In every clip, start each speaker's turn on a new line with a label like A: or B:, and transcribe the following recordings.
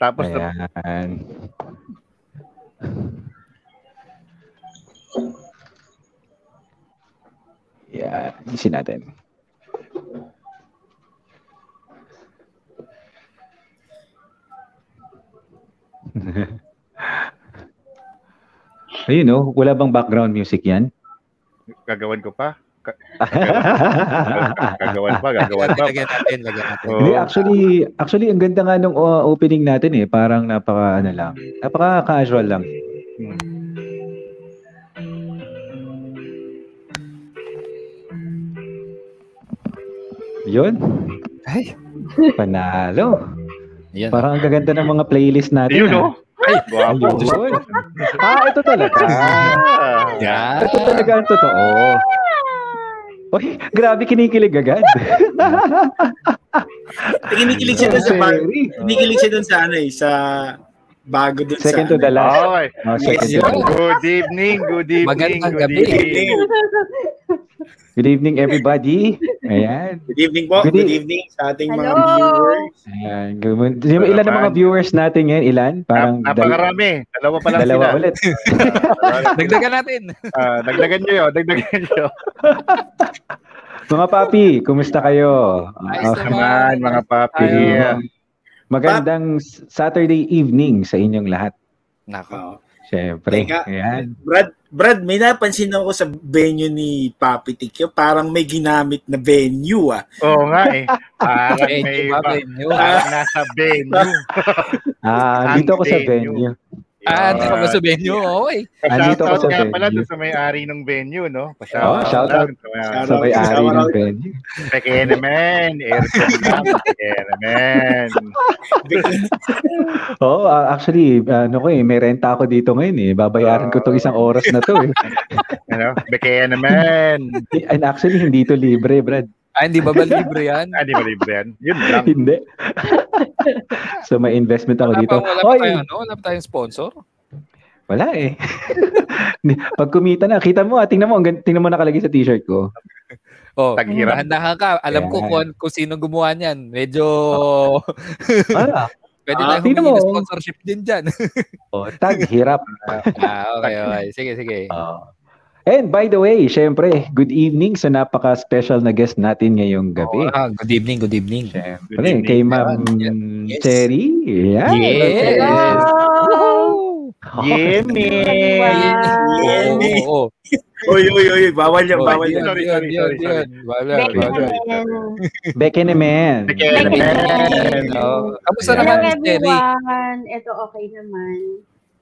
A: Tapos na-
B: Ayan. Yeah, isin natin. Ayun no, wala bang background music yan?
A: gagawan ko pa.
B: Ah,
A: Gagawan pa, gagawan pa.
C: Lagyan natin, lagyan natin.
A: Oo.
B: Hindi, actually, actually, ang ganda nga nung uh, opening natin eh. Parang napaka, ano lang, napaka casual lang. Hmm. Yun,
C: Ay,
B: panalo.
C: yan.
B: Parang ang gaganda ng mga playlist natin. ah.
A: Yun, no? Ay, guwapo.
B: Ayun. ah, ito talaga.
A: Ah.
C: Yan.
B: Ito talaga ang totoo. Uy, grabe kinikilig agad.
D: Kinikilig siya dun sa bago.
B: Very.
D: Kinikilig siya dun sa ano eh, sa bago dun sa... ano.
B: Second to the last.
A: Okay.
B: Oh, second to the last.
A: Good evening, good evening,
C: Magandang
A: good
C: gabi.
A: evening.
B: Good evening, everybody. Ayan.
D: Good evening po.
B: Good
D: Good
B: e-
D: evening sa ating mga
E: Hello.
D: viewers.
B: Ayan. Gum- Sino- Ilan ang mga viewers natin ngayon? Ilan? Parang
A: Nap- Napakarami. Dalawa pa lang
B: dalawa
A: sila.
B: ulit.
C: Dagdagan natin.
A: Ah, dagdagan nyo yun, dagdagan nyo.
B: Mga papi, kumusta kayo?
C: Ayos
B: Ah,
A: Naman, mga papi.
C: Ayun.
B: magandang s- Saturday evening sa inyong lahat.
C: Nako.
D: Oo.
B: Siyempre.
D: Teka.
B: Ayan.
D: Brad, Brad, may napansin ako sa venue ni Papi Tikyo. Parang may ginamit na venue ah.
A: Oo nga eh. Parang may
C: Medyo
A: iba.
C: mabenyo.
A: Parang nasa venue.
B: Ah, dito ako sa
A: Venue.
B: venue.
C: Ah, di ka ba sa venue? Oo eh.
B: Andito ako
A: Pa-shoutout
B: sa
A: nga pala
B: venue.
A: doon sa may-ari ng venue, no?
B: Oh,
A: Pa-shoutout
B: shoutout.
A: lang sa may-
D: Shoutout.
B: Sa may-ari ng venue.
A: Pekene men, aircon lang, pekene men.
B: Oo, ah, actually, ano ko eh, may renta ako dito ngayon eh. Babayaran ko tong
A: Ah.
B: isang oras na to eh.
A: Ano? Pekene men.
B: And actually, hindi to libre, Brad.
C: Ah, hindi ba ba libre yan?
A: Ah, di ba libre yan? Yun lang.
B: Hindi. so, may investment ako
C: Wala
B: dito.
C: pa, wala pa
B: Hoy,
C: tayo, ano? Wala pa tayong sponsor?
B: Wala eh. Pag kumita na, kita mo, ah, tingnan mo, ang gan- tingnan mo nakalagay sa t-shirt ko.
C: Oh,
A: Taghirap.
C: dahan-dahan ka. Alam ko
B: Ayan.
C: kung, kung sino gumawa niyan. Medyo
B: Ah,
C: pwede
D: Ah,
C: tayong
B: tingnan
C: humingi ng
B: mo.
C: sponsorship din dyan.
B: oh, tag hirap.
C: ah, okay, okay. Sige, sige.
B: Oh. And by the way, syempre, good evening sa napaka-special na guest natin ngayong gabi.
C: Ah, good evening, good evening.
A: Good
B: Ano yun,
A: evening.
B: kay Ma'am
D: Yes.
B: Cherry? Yeah.
C: Yes. Oh, Woohoo!
A: Yemi!
C: Oh, Oo,
D: Yemi.
C: oo, oo.
D: Oy, oy, oy. Bawal yan,
C: Oh,
D: bawal
C: yun,
D: yan.
A: Sorry,
C: yun,
A: sorry,
C: yun,
A: sorry, sorry.
C: yun. Wala,
A: Beckham.
C: wala.
B: Beke naman.
A: Pekene men.
C: Oo. Oh, Kamusta
B: Ayan.
E: Hello
C: naman, Jerry?
E: everyone. Ito okay naman.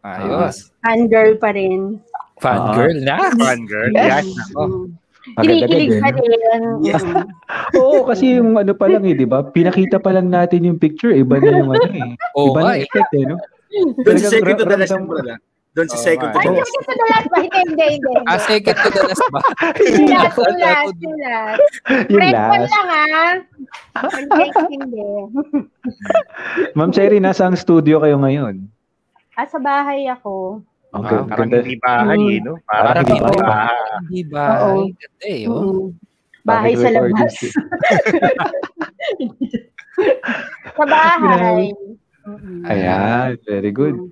C: Ayos.
E: Fangirl pa rin.
C: Fangirl Ah. na.
A: Fun girl. Yes.
B: Yes. Oh.
E: Mm.
B: Maganda ka
E: Kinikilig
B: din.
E: pa rin.
D: Yes.
E: Mm.
B: Oo, kasi yung ano pa lang eh, di ba? Pinakita pa lang natin yung picture, iba na yung ano eh.
C: Oo
B: Iba
C: nga
B: na
C: eh.
B: effect eh, no?
D: Doon sa
B: Talagang
D: second to
B: ra-
D: the last
B: ramdam-
D: yung wala. Doon sa
A: Oo,
D: second to
E: Ay,
D: the
B: Oo.
E: yung
D: last.
E: ito the last ba? Hindi, hindi, hindi. hindi.
C: Ah, second to the last ba?
E: Yung last, yung last, yung last.
B: Yung
E: Friend ko
B: last.
E: lang ha. Hindi, hindi.
B: Ma'am Cherry, nasa ang studio kayo ngayon?
E: Ah, sa bahay ako.
B: Ang
A: Ah,
B: gan-
A: parang
B: ganda.
A: hindi bahay, eh, no? Parang
B: Parang
A: hindi
B: hindi
A: bahay.
C: Hindi ba?
E: Oo.
C: Ay, Ganda eh. oh.
E: Mm. Bahay
B: Bakit
E: sa
B: recording
E: labas.
B: studio?
E: Sa bahay. Mm.
B: Ayan, very good.
E: Mm.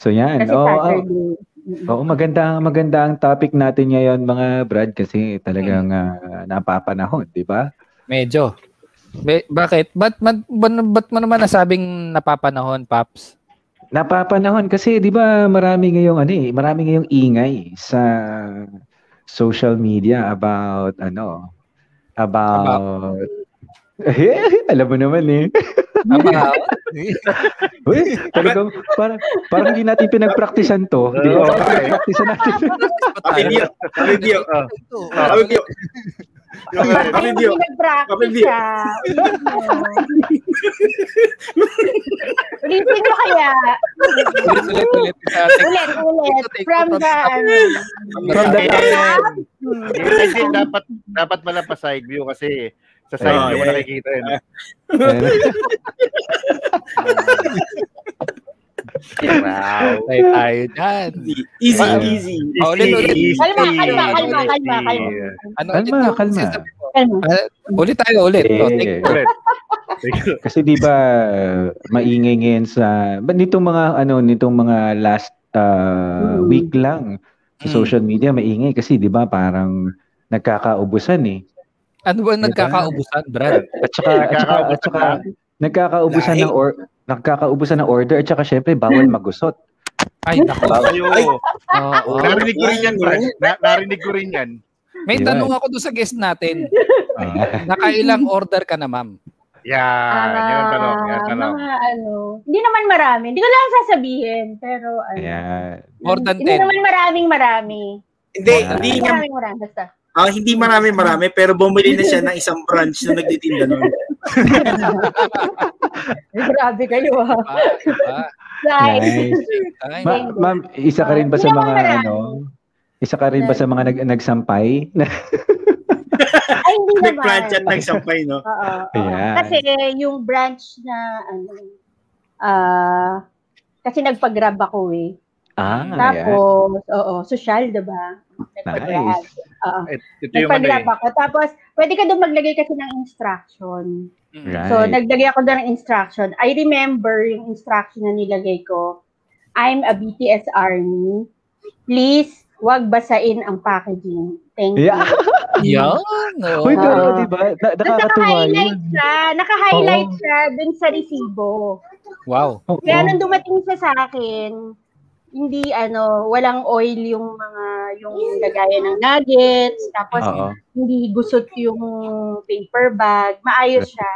B: So yan.
E: Kasi
B: Oo, oh,
C: ah.
E: Saturday. Mm.
B: maganda, ang- maganda ang topic natin ngayon mga Brad kasi talagang
A: Hmm.
B: ah, napapanahon, di ba?
C: Medyo. Be- bakit? Ba't, ba't, ba't, ba't mo naman nasabing napapanahon, Paps?
B: Napapanahon kasi 'di ba marami ngayong ano eh, marami ngayong ingay sa social media about ano about, Eh, alam mo naman eh.
C: Aba,
B: Uy, talagang parang parang hindi natin pinagpraktisan to. Di
A: Oo,
B: ba? Parang
A: okay.
B: pinagpraktisan natin.
D: Papi Dio. Papi Dio.
A: Ah,
D: Papi Dio.
A: yung,
E: Ay,
A: eh,
D: Kami
E: hindi
D: view. Kami
E: nag-practice
D: view.
E: ah. Ulitin mo. Ulitin mo kaya.
C: ulit, ulit, ulit. Isa ating
E: Ulit, ulit.
C: Take
E: From
C: from
E: the,
C: the-
E: ano.
B: From the
A: eh,
E: Hmm.
A: eh, kasi dapat dapat pala pa side view kasi sa side
B: Ayun.
A: view mo nakikita yun. Wow.
C: tayo tayo dyan.
D: Easy,
B: Ayun.
D: easy.
C: Ah, ulit, ulit.
E: Kalma, kalma, kalma, kalma, kalma.
C: Ano
B: Kalma,
C: ulit yung
B: kalma.
E: um,
C: sinasabi mo?
E: Kalma.
C: Ulit tayo, ulit. Oh, take
B: Eh,
C: two.
B: Kasi di ba eh, maingay ngayon sa but nitong mga ano nitong mga last uh,
E: Mm.
B: week lang sa
C: Mm.
B: social media maingay kasi di ba parang nagkakaubusan eh.
C: Ano ba ang nagkakaubusan, Brad?
B: At saka at saka, at saka nagkakaubusan ng or nagkakaubusan ng order at saka syempre bawal magusot.
C: Ay, nako.
A: Ayo.
C: Oo.
A: Narinig ko rin yan, Brad. Na- narinig ko rin yan.
C: May
B: Yun.
C: tanong ako doon sa guest natin. Nakailang order ka na, ma'am?
E: Ah,
A: Yan. Yan ang tanong. Yan ang tanong.
E: ano? Mga ano, hindi naman marami. Hindi ko lang sasabihin, pero ano.
B: Ayan.
C: More than
E: Hindi
C: 10.
E: naman maraming marami.
D: Hindi,
B: Ah.
D: hindi
E: Hindi
D: niya,
E: maraming marami. Basta.
D: ah, hindi marami marami, pero bumili na siya ng isang branch na nagtitinda nun.
E: Grabe kayo ah.
C: Ah, iba.
E: Guys.
B: Nice.
C: Ay,
B: Ma- ma'am, isa ka rin ba sa
E: Hindi naman
B: mga
E: marami.
B: ano? Isa ka rin ba sa mga nag nagsampay?
E: Ay, hindi
D: May
E: naman.
D: branch at nagsampay, no?
E: Oo. oo.
B: Ayan.
E: Kasi yung branch na ano, ah, kasi nagpag-grab ako eh.
B: ah, ayan.
E: Tapos, oo, social, diba? Nagpag-grab.
B: Nice.
E: Oo.
A: Ito, ito yung ano
E: Nagpag-grab
A: eh.
E: ako. Tapos, pwede ka doon maglagay kasi ng instruction.
C: mm.
B: Right.
E: So, naglagay ako doon ng instruction. I remember yung instruction na nilagay ko. I'm a BTS Army. Please, wag basain ang packaging. Thank you.
B: Yeah.
C: Yan. oh.
B: Hoy, pero
E: Ah.
B: di ba? Na-
E: Doon
B: nakakatuwa yun.
E: naka-highlight siya. Naka-highlight siya doon sa resibo.
C: Wow.
B: Oo.
E: Kaya nung dumating siya sa akin, hindi ano, walang oil yung mga yung lagayan ng nuggets, tapos
B: Oo.
E: hindi gusot yung paper bag. Maayos siya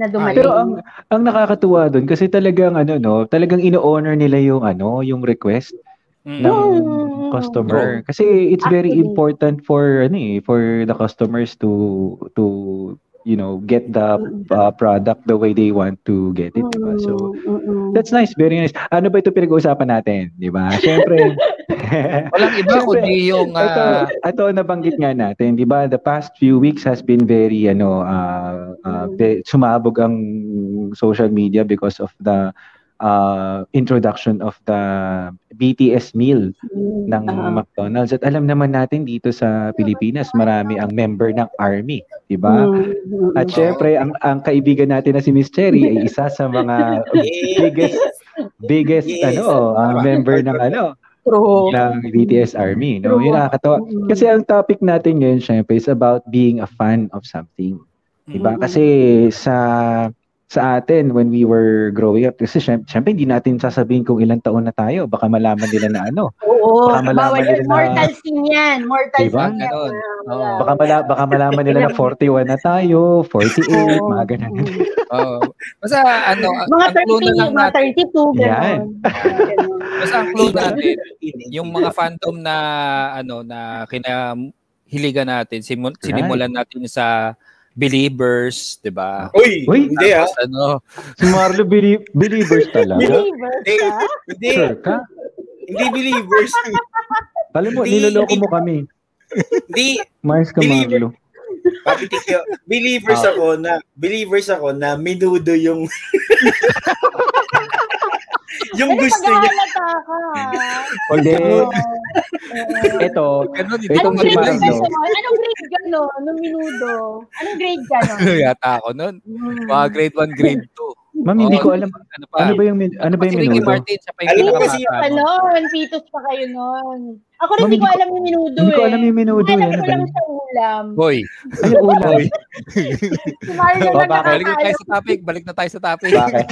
E: na dumating.
B: Pero ang ang nakakatuwa doon kasi talagang ano no, talagang ino-honor nila yung ano, yung request
C: Mm.
B: ng
E: Mm.
B: customer. Kasi it's very
E: Actually.
B: important for ano eh, for the customers to to you know, get the uh, product the way they want to get it, diba? So That's nice, very nice. Ano ba ito pinag-uusapan natin, di ba? Siyempre,
C: Walang iba
B: Siyempre,
C: kundi yung...
B: ito,
C: ah,
B: ito nabanggit nga natin, di ba? The past few weeks has been very, ano, uh, uh, be- sumabog ang social media because of the uh, introduction of the BTS meal ng
E: Ah.
B: McDonald's. At alam naman natin dito sa Pilipinas, marami ang member ng ARMY, di
E: Hmm.
B: ba? At syempre, ang, ang kaibigan natin na si Miss Cherry ay isa sa mga biggest biggest
D: Yes.
B: ano ah,
D: Tama.
B: member ng ano
E: True.
B: ng BTS Army no yun nakakatawa
E: Mm.
B: kasi ang topic natin ngayon syempre is about being a fan of something diba
E: Mm.
B: kasi sa sa atin when we were growing up kasi syem- syempre hindi natin sasabihin kung ilang taon na tayo baka malaman nila na ano
E: Oo.
B: Baka malaman
E: Bawal yun.
B: nila na-
E: Mortal sin yan. Mortal
B: Diba?
E: sin yan.
C: Ganon. Oo.
B: baka mala, baka malaman nila na 41 na tayo 48 mga ganun
C: Oo. Basta ano,
E: Mga
C: ang clue na
E: 30,
C: lang
E: mga
C: natin,
E: 32,
B: Yan.
E: gano'n. Ganun.
C: basta ang clue natin, yung mga fandom na ano na kinahiligan natin, simu- sinimulan natin sa Believers, 'di ba?
D: Uy,
B: Uy!
D: hindi ah.
C: Tapos ano,
B: si Marlo beli- believers talaga
E: Believers
D: Hindi,
E: ka?
D: hindi,
B: sure ka
D: hindi believers.
B: alam mo
D: Hindi,
B: niloloko mo
D: hindi.
B: kami
D: Hindi,
B: Mars ka
D: Believer.
B: Marlo
D: papitik yun. Believers
B: Ah.
D: ako na, believers ako na minudo yung yung
E: Pero
D: gusto niya.
E: pag-ahalata ka.
B: Eh, Hindi.
E: Oo. Oo.
B: Ito,
C: ganun din
B: Itong
E: Anong
B: si
E: grade ka
B: Marlo.
E: nun? Anong grade ka no? Nung minudo? Anong grade ka no?
C: yata ako noon. Mga grade 1, grade 2.
B: ma'am, hindi ko alam.
C: Ano pa?
B: Ano ba yung, min- ano ba yung
C: si Ricky
B: minuto?
C: Martin, siya pa yung
D: Alam mo
C: pinakabata.
D: kasi- ano?
E: Pa noon, pitos pa kayo noon. Ako rin
B: Ma'am,
E: hindi ko
B: hindi
E: alam yung minudo
B: Hindi ko
E: eh.
B: alam yung minuto. Ano
E: Alam ko
B: ba
E: lang
B: yun?
E: sa ulam.
C: Boy,
B: Ay, ulam.
E: Si Marlo lang
B: Baba,
C: balik na tayo
E: nakakaalam.
C: sa topic. Balik na tayo sa topic.
B: Bakit?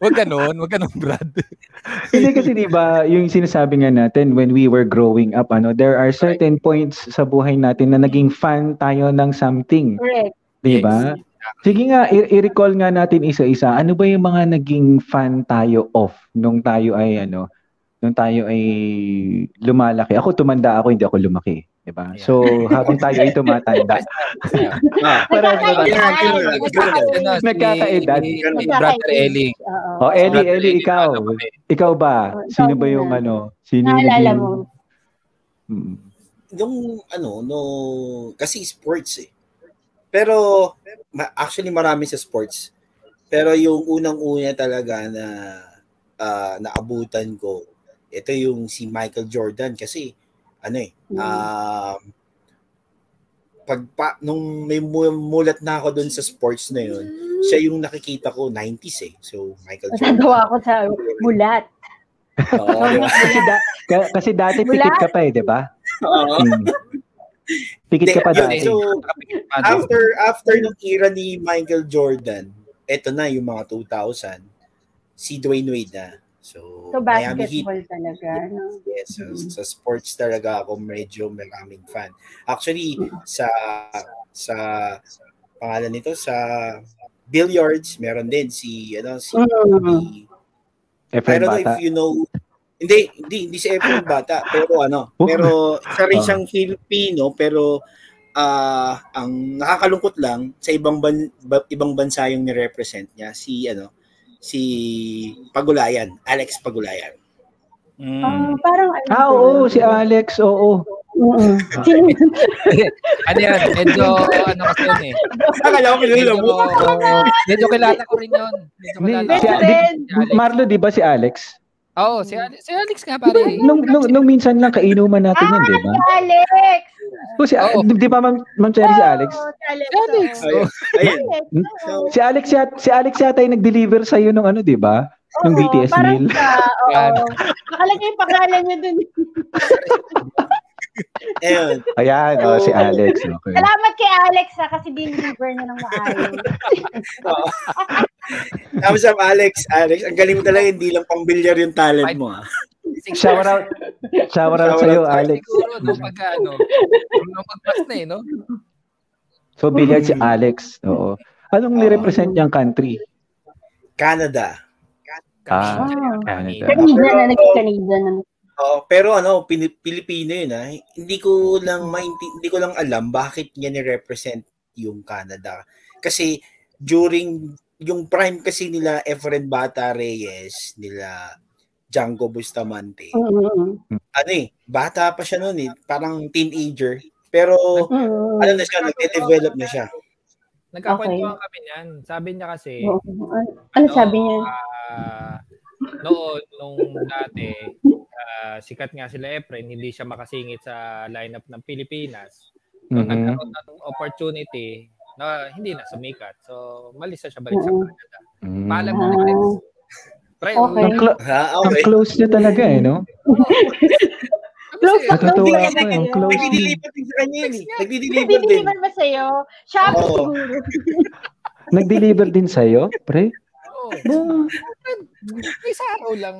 C: Huwag ganun. Huwag ganun, Brad.
B: Hindi kasi di ba yung sinasabi nga natin when we were growing up, ano, there are certain points sa buhay natin na naging fan tayo ng something.
E: Correct.
B: Di ba? Sige nga, i- i-recall nga natin isa-isa. Ano ba yung mga naging fan tayo of nung tayo ay ano, nung tayo ay lumalaki. Ako tumanda ako, hindi ako lumaki. Di ba? So, habang tayo ay tumatanda,
D: Ah,
B: Parang-
E: Nagkakaedad.
D: Ganun, ganun,
E: Nagkakaedad.
B: Nagkakaedad.
C: Si,
D: Ganun.
C: si Brother Ellie.
E: Oo.
B: Oh, Ellie,
C: Brother ano,
B: Ellie, ikaw.
C: paano kami?
B: Ikaw ba?
E: Oh, ikaw
B: Sino ba yung
E: muna.
B: ano? Sino yung
E: Naalala
B: naging-
E: mo.
B: Mm.
D: yung ano, no, kasi sports eh. Pero ma- actually marami sa sports. Pero yung unang-una talaga na ah, naabutan ko, ito yung si Michael Jordan kasi ano eh,
B: Mm.
D: um, pag pa, nung may mu- mulat na ako doon sa sports na yun, siya yung nakikita ko 90s eh. So Michael
E: Natatawa ako sa mulat.
D: Oo, di ba?
B: Kasi, da- ka- kasi dati
E: Oh, Wala.
B: pikit ka pa eh, di ba?
D: Oo.
B: Mm. Pikit ka pa
D: Yun,
B: dati.
D: so, after after ng era ni Michael Jordan, eto na yung mga 2000, si Dwayne Wade na. So,
E: So,
D: Miami Heat.
E: basketball talaga. No? Mm-hmm.
D: Yes, so, sa sports talaga ako medyo maraming fan. Actually, sa sa pangalan nito sa billiards, meron din si ano si I
B: Mm.
E: Mm-hmm.
B: Efren
D: don't know
B: Bata.
D: if you know hindi, hindi, hindi si Efren Bata, pero ano, pero isa rin siyang Filipino, pero ah, ang nakakalungkot lang, sa ibang ban, ba- ibang bansa yung nirepresent niya, si ano, si Pagulayan, Alex Pagulayan.
E: Ah, parang ano
B: Ah,
E: to?
B: oo, si Alex, oo.
E: Mm-mm. Sino yun?
C: Ano yan? Medyo, ano kasi yun eh.
D: Akala ko kilala
C: Medyo,
D: mo.
C: medyo kilala ko rin yun. Medyo
B: Hindi,
C: kilala ko.
E: Best
B: si Alex.
E: friend!
C: Si Alex.
B: Marlo, di ba si Alex?
C: Oo, si Alex. Si Alex nga pare.
B: Nung, nung, nung minsan lang kainuman natin yun, di ba?
E: Ah, Alex!
B: Oh, si,
C: Oo.
B: di, di ba, Ma'am, Ma'am Cherry, si Alex?
E: Ah,
B: Hmm?
E: Oh, si Alex. Oh.
C: Si Alex.
E: oo.
D: Ayun. Ayun.
E: Alex,
B: Si Alex, yat- si Alex yata yung nag-deliver sa'yo nung ano, di ba?
E: oo.
B: Nung
E: Oo,
B: BTS
E: Oh, parang
B: meal.
E: siya,
C: Yan.
E: oo. Nakalagay yung pangalan niya dun.
D: Ayun.
B: Ayan, oh, si
D: Oo.
B: Alex. Okay.
E: Salamat kay Alex ha, kasi deliver niya ng maayos.
D: Thumbs up, Alex. Alex, ang galing mo talaga, hindi lang pang bilyar yung talent mo. ah.
B: Shout out. Shout out sa'yo, Alex.
C: Siguro, no, pagka ano. Nung magpas na eh, no?
B: So, billiard si Alex. Oo. Anong
D: Oo.
B: nirepresent niyang country?
D: Canada.
B: Ah, Canada.
C: Kanina.
E: Canadian na naging Canadian na.
D: Oo, pero ano, Pini- Pilipino yun ah. Hindi
B: Mm.
D: ko lang mainti- hindi ko lang alam bakit niya ni-represent yung Canada. Kasi during yung prime kasi nila Efren Bata Reyes, nila Django Bustamante.
B: Oh.
E: Mm-mm.
D: Ano eh, bata pa siya noon eh, parang teenager. Pero
E: Mm-mm.
D: ano na siya, nagde-develop na siya.
C: Nagkakwentuhan kami niyan. Sabi niya kasi,
E: Oo. Ano- Ano sabi niya?
C: ah, noon, nung dati, ah, sikat nga sila Efren, hindi siya makasingit sa lineup ng Pilipinas. So,
B: Mhm.
E: Mm-hmm.
C: nagkaroon ng opportunity na hindi na sumikat. So, malis na siya balik sa
E: Oo.
C: Canada.
B: Mm.
C: Paalam na
E: Ah.
C: nag-text. Pre,
E: Mm-hmm. Okay.
B: Ang, clo-
D: Ha,
B: ang
D: okay.
B: close niya talaga eh, no?
E: Close
C: Kasi,
E: na close
B: Natutuwa
E: na
B: ako eh, ang close niya.
D: Nagdi-deliver din sa kanya yun eh. Nagdi-deliver din.
E: Biniliban ba sa'yo? Siya
D: Oo.
E: siguro.
B: Nag-deliver din sa'yo, pre?
C: oo.
B: Ah,
C: Isang araw lang.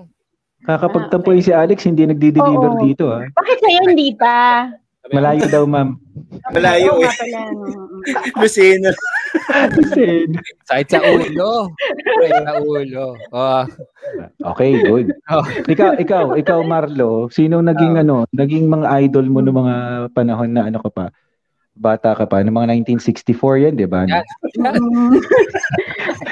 B: Kakapagtampo yung si Alex, hindi nagdi-deliver
E: Oo.
B: dito ah.
E: Bakit sa'yo hindi pa?
C: Sabi ko,
B: Malayo daw, ma'am.
D: Malayo
E: Oo
D: eh.
E: nga pala. no.
D: Lucena.
C: Sakit sa ulo. Pre, sa ulo. Oh,
B: Okay, good.
C: Oh.
B: Ikaw, ikaw, ikaw Marlo, sino naging ano, naging mga idol mo noong mga panahon na ano ka pa? Bata ka pa, noong mga 1964 yan, di ba?
C: Yan.
E: Mm.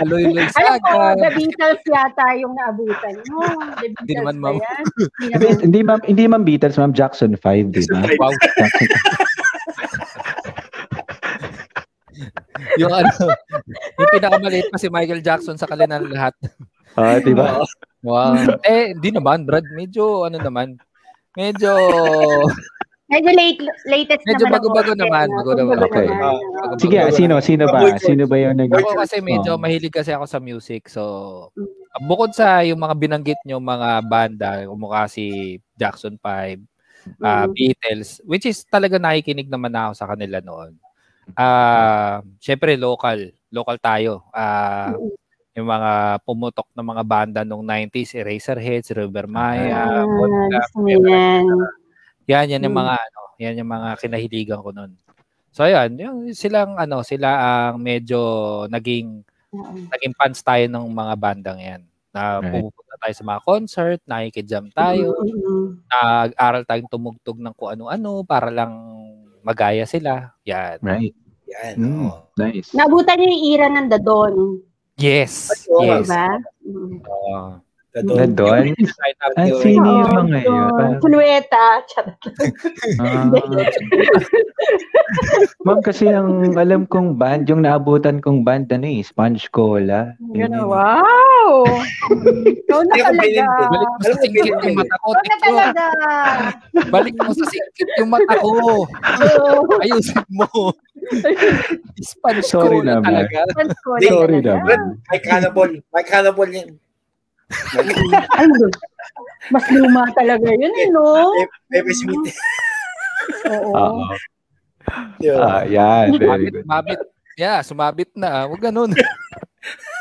C: Kaloy-loy
E: Alam ko, The
C: saga.
E: Beatles yata yung naabutan mo. The Beatles
C: ah. Hindi naman,
E: ba
C: ma'am.
E: yan? Hindi
B: Hindi,
E: naman.
B: hindi ma'am, hindi ma'am Beatles, ma'am Jackson 5, di ba?
D: Jackson
C: Wow.
B: Jackson
C: Yung ano, yung pinakamaliit pa si Michael Jackson sa kanila ng lahat.
B: Ah,
D: Diba?
B: di ba?
C: Wow. Eh, hindi naman, Brad. Medyo, ano naman. Medyo,
E: Medyo late, latest
C: Medyo
E: naman.
C: bago-bago
E: ako.
C: naman,
E: Kaya,
C: bago-bago.
B: Okay.
E: naman, oo.
B: Sige, ah, sino sino ba? Sino ba 'yung nag
C: ako kasi
B: Oh.
C: medyo mahilig kasi ako sa music. So, bukod sa yung mga binanggit nyo mga banda, kumukha si Jackson 5, ah,
E: Mm.
C: Beatles, which is talaga nakikinig naman ako sa kanila noon. Ah, syempre local, local tayo. Ah, yung mga pumutok na mga banda nung 90s, Eraserheads, River Maya,
E: Ah,
C: Bonfire,
E: gusto mo yan.
C: yan, yan yung
E: Mm.
C: mga ano, yan yung mga kinahiligan ko noon. So ayan, yung silang ano, sila ang medyo naging
E: Oo.
C: naging fans tayo ng mga bandang yan. Na
B: Right.
C: pumupunta tayo sa mga concert, nakikijam tayo,
E: Mm-mm.
C: nag-aral tayong tumugtog ng kung ano-ano para lang magaya sila. Yan.
B: Right.
D: Yan,
B: Mm,
D: oo.
B: nice.
E: Naabutan niyo yung era ng The Dawn.
C: Yes.
D: Ayun.
C: Yes.
E: Diba? Mm.
C: Oo.
D: Totoo.
B: Na doon.
C: Right up
B: Ay,
C: yun.
B: sino yung
E: Oo,
B: mga yun?
E: Dawn. Pulueta. Charot.
B: Ah. Ma'am, kasi ang alam kong band, yung naabutan kong band, ano eh, Sponge Cola. Yun,
E: Ganun,
B: yun.
E: Wow! Ikaw na
D: Hindi ako
E: talaga.
D: bilhin ko.
C: Balik mo sa
D: Alam mo, eh?
C: singkit yung
D: ganun
C: mata ko.
E: Ikaw na
C: Teklo.
E: talaga.
C: Balik mo sa singkit yung mata ko.
E: Oo.
C: Ayusin mo. Sponge
B: Sorry
C: cola
B: naman.
C: talaga.
E: Fans ko na
B: Sorry
E: talaga.
B: naman.
D: Mike Hannibal. Mike Hannibal yan.
E: Ay, no. mas luma talaga yun, eh, no?
D: Pepe Smith.
B: Ah.
E: Oo.
B: Oo.
D: Yun.
B: Ah, yan. Very
C: Sumabit,
B: good.
C: sumabit. Yeah, sumabit na. Huwag ganun.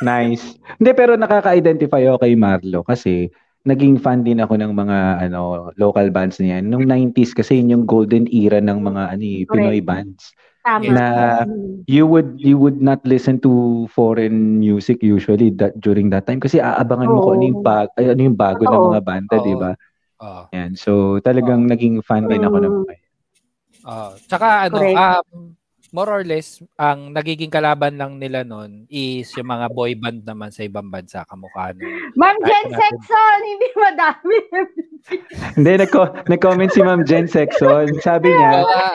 B: Nice. Hindi, pero nakaka-identify ako kay Marlo kasi naging fan din ako ng mga ano local bands niya. Nung 90s kasi yun yung golden era ng mga ano, eh, Pinoy bands.
E: Tama.
B: Na-
E: Mm.
B: You would you would not listen to foreign music usually that during that time kasi aabangan mo kung ano yung, bag, ay, ano yung bago ng
E: Oo. Mm.
B: mga banda,
C: Oo.
B: di ba?
C: Oh,
B: Yan. So talagang naging fan din ako ng mga
C: oh. Tsaka ano,
E: Correct.
C: um, more or less, ang nagiging kalaban lang nila nun is yung mga boy band naman sa ibang bansa kamukha nun.
E: Ma'am Jen Sexton, hindi madami.
B: Hindi, nagko, nag-comment si Ma'am Jen Sexton. Sabi niya,
C: Mga,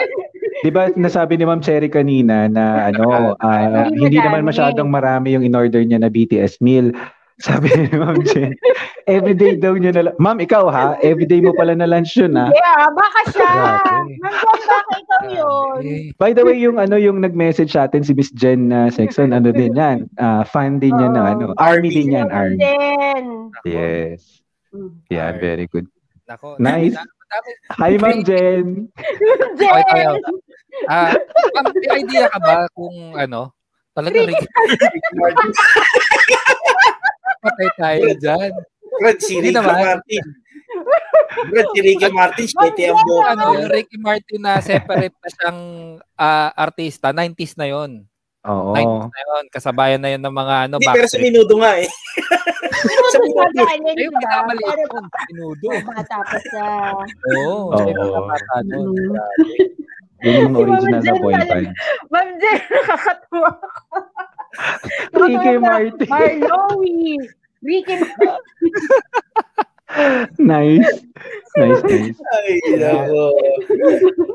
B: Di ba nasabi ni Ma'am Cherry kanina na ano, ah,
E: Hindi
B: hindi naman
E: madami.
B: masyadong marami yung in-order niya na BTS meal. Sabi ni Ma'am Jen, everyday daw niya na, Ma'am, ikaw ha, everyday mo pala na lunch yun ha.
E: yeah, baka siya.
C: Grabe.
E: Ma'am Jen, baka ikaw yun.
C: eh,
B: By the way, yung ano yung nag-message sa atin si Miss Jen na Sexton, ano din yan, ah, fan din yan na ano, army din yan, army.
E: Jen.
C: nako,
B: Yes. Yeah, very good.
C: Nako,
B: Nice.
C: dami- dami-
B: Hi, Ma'am Jen.
E: Jen.
C: Okay, okay, okay. Ah, ma'am, may idea ka ba kung ano? Talaga, Rick,
D: Ricky Martin.
C: patay tayo dyan.
D: Brad, si
C: Hindi
D: Ricky
C: naman.
D: Martin. Brad, si Ricky Martin. Shete ang buhok.
C: Ano, yung Ricky Martin na separate na siyang ah, artista, 90s na yon. 90s
B: Oo.
C: na yon. Kasabayan na yon ng mga ano,
D: Hindi, pero sa
C: Backstreet.
D: minudo nga eh. sa minudo.
E: Bata niya,
C: Ayun,
E: di ba?
C: pinamali
E: Pero
C: yun. Pinudo.
E: bata pa siya.
C: Oo.
B: Oo.
C: Oh,
B: Ano?
C: oh.
B: Yun yung mga
E: Mm. Si Ma'am
B: original na
E: Jen
B: boy
E: talaga.
B: band.
E: Ma'am Jen, nakakatuwa.
B: Ricky Martin.
E: Marlowe. Ricky Martin.
B: Nice. Nice, nice.
D: Ay, nako.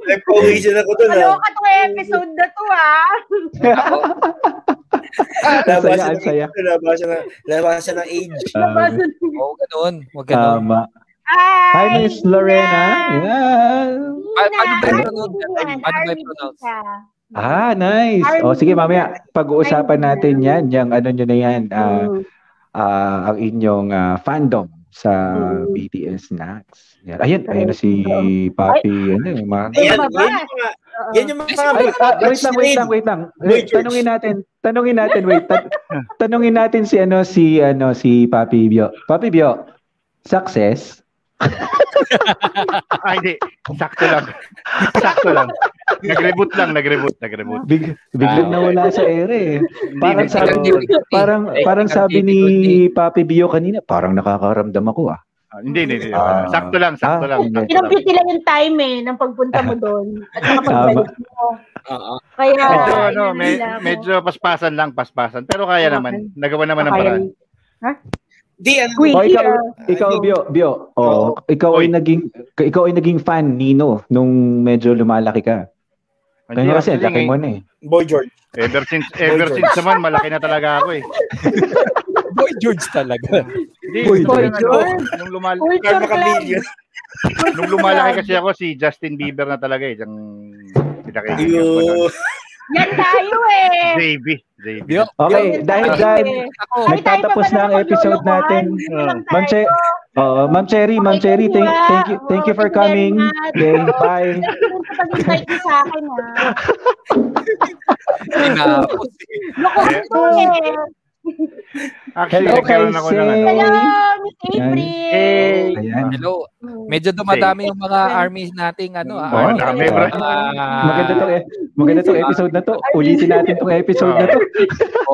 D: Nag-cohesion ako dun
B: Ano?
D: ah.
E: Maloka to episode na to, ah.
B: Ang saya,
D: Labasan
B: ang saya.
D: ng, labasan ng, labasan ng age.
B: Um,
E: Nabasa na.
C: Oo, ganun. Huwag ganun.
B: Tama.
E: Hi,
B: Um, uh, Hi, Miss Lorena.
E: Nina.
B: Yeah.
E: Nina,
C: Paano Ano ba
E: hi,
C: i-pronounce?
E: Nina.
C: Paano Ano ba
E: Army
C: i-pronounce?
E: Tika.
B: Ah, nice. O
E: Army.
B: sige, mamaya pag-uusapan
E: Army.
B: natin yan. Yung ano nyo na yan, ah,
E: Mm.
B: ah, ang inyong ah, fandom sa
E: Mm.
B: BTS Next. Yan. Ayun, ayun na si
E: Correct.
B: Papi. Ano, yung mga...
D: Ayan, yan
E: Lumabas.
D: yung mga,
E: Oo.
D: yan yung mga,
B: Ay, ah, wait lang, wait
D: Jane.
B: lang, wait lang.
D: Boy
B: Wait,
D: George.
B: tanungin natin. Tanungin natin, wait. Tan- tanungin natin si ano si ano si Papi Bio. Papi Bio, success?
A: Ah, hindi. Sakto lang. Sakto lang. Nag-reboot lang, nag-reboot, nag-reboot.
B: Big, biglang
A: Ah,
B: nawala sa ere eh. Parang
A: Hindi,
B: sabi,
A: hindi,
B: parang,
C: Eh,
B: parang
C: ikaw,
B: sabi ni
C: difficulty.
B: Papi Bio kanina, parang nakakaramdam ako ah.
A: Ah, Hindi, hindi, hindi.
B: Ah.
A: Sakto lang, sakto
B: Ah,
A: lang.
B: hindi.
A: sakto lang.
E: Kinamputi lang yung time eh, ng pagpunta mo doon. At saka pagbalik mo.
D: Oo.
E: Kaya,
A: Medyo,
E: ayun
A: ano,
E: na
A: me-
E: nila ako.
A: medyo paspasan lang, paspasan. Pero kaya naman. Nagawa naman ng
E: Kaya-
A: paraan.
D: Di, ano,
E: Queen.
B: Oh,
E: Hindi,
B: ikaw,
E: ah.
B: ikaw
D: Ano?
B: Bio, Bio. Oh, ikaw ay
A: Oy.
B: naging ikaw ay naging fan Nino nung medyo lumalaki ka.
A: Hindi,
B: Kanya kasi ang
A: actually,
B: laki mo na eh.
D: Boy George.
A: Ever since, ever
D: Boy,
A: since naman, malaki na talaga ako eh.
C: Boy George talaga.
A: Hindi,
B: Boy,
A: gusto ko
E: Boy,
A: lang, ano,
E: George.
A: nung, lumal
E: Culture
D: Carmen Camillo.
E: Club.
A: nung lumalaki kasi ako, si Justin Bieber na talaga eh. Yung pinaki.
D: Yo.
E: Yan tayo eh.
A: JB. JB.
C: Yo.
B: Okay,
E: Yo,
B: dahil
E: Yo,
B: dyan,
E: Yo.
C: Ako.
E: Ay, tayo pa
B: nagtatapos
E: pala
B: na ang episode
E: naglulukuhan.
B: natin. Ah,
E: Sige lang tayo.
B: Ma'am Che, oh, Ma'am Cherry, Ma'am
E: Okay,
B: Cherry, thank,
E: kuya.
B: thank you thank you for
E: Thank you very
B: coming.
E: much.
B: Okay, bye.
E: Thank you sa pag-invite niyo sa akin ah.
C: Inaapos.
E: Lokohan to eh.
A: Actually,
B: Hello,
A: nagkaroon ako ng ano.
B: Kaisel.
E: Hello, Miss April.
A: Hey.
B: Ayan.
C: Hello.
E: Hmm.
C: Medyo dumadami yung mga armies nating ano. ah,
A: Oh,
C: army.
A: dami, bro.
C: Ah,
B: Maganda tong eh, maganda tong episode na to. Ulitin natin tong episode na to.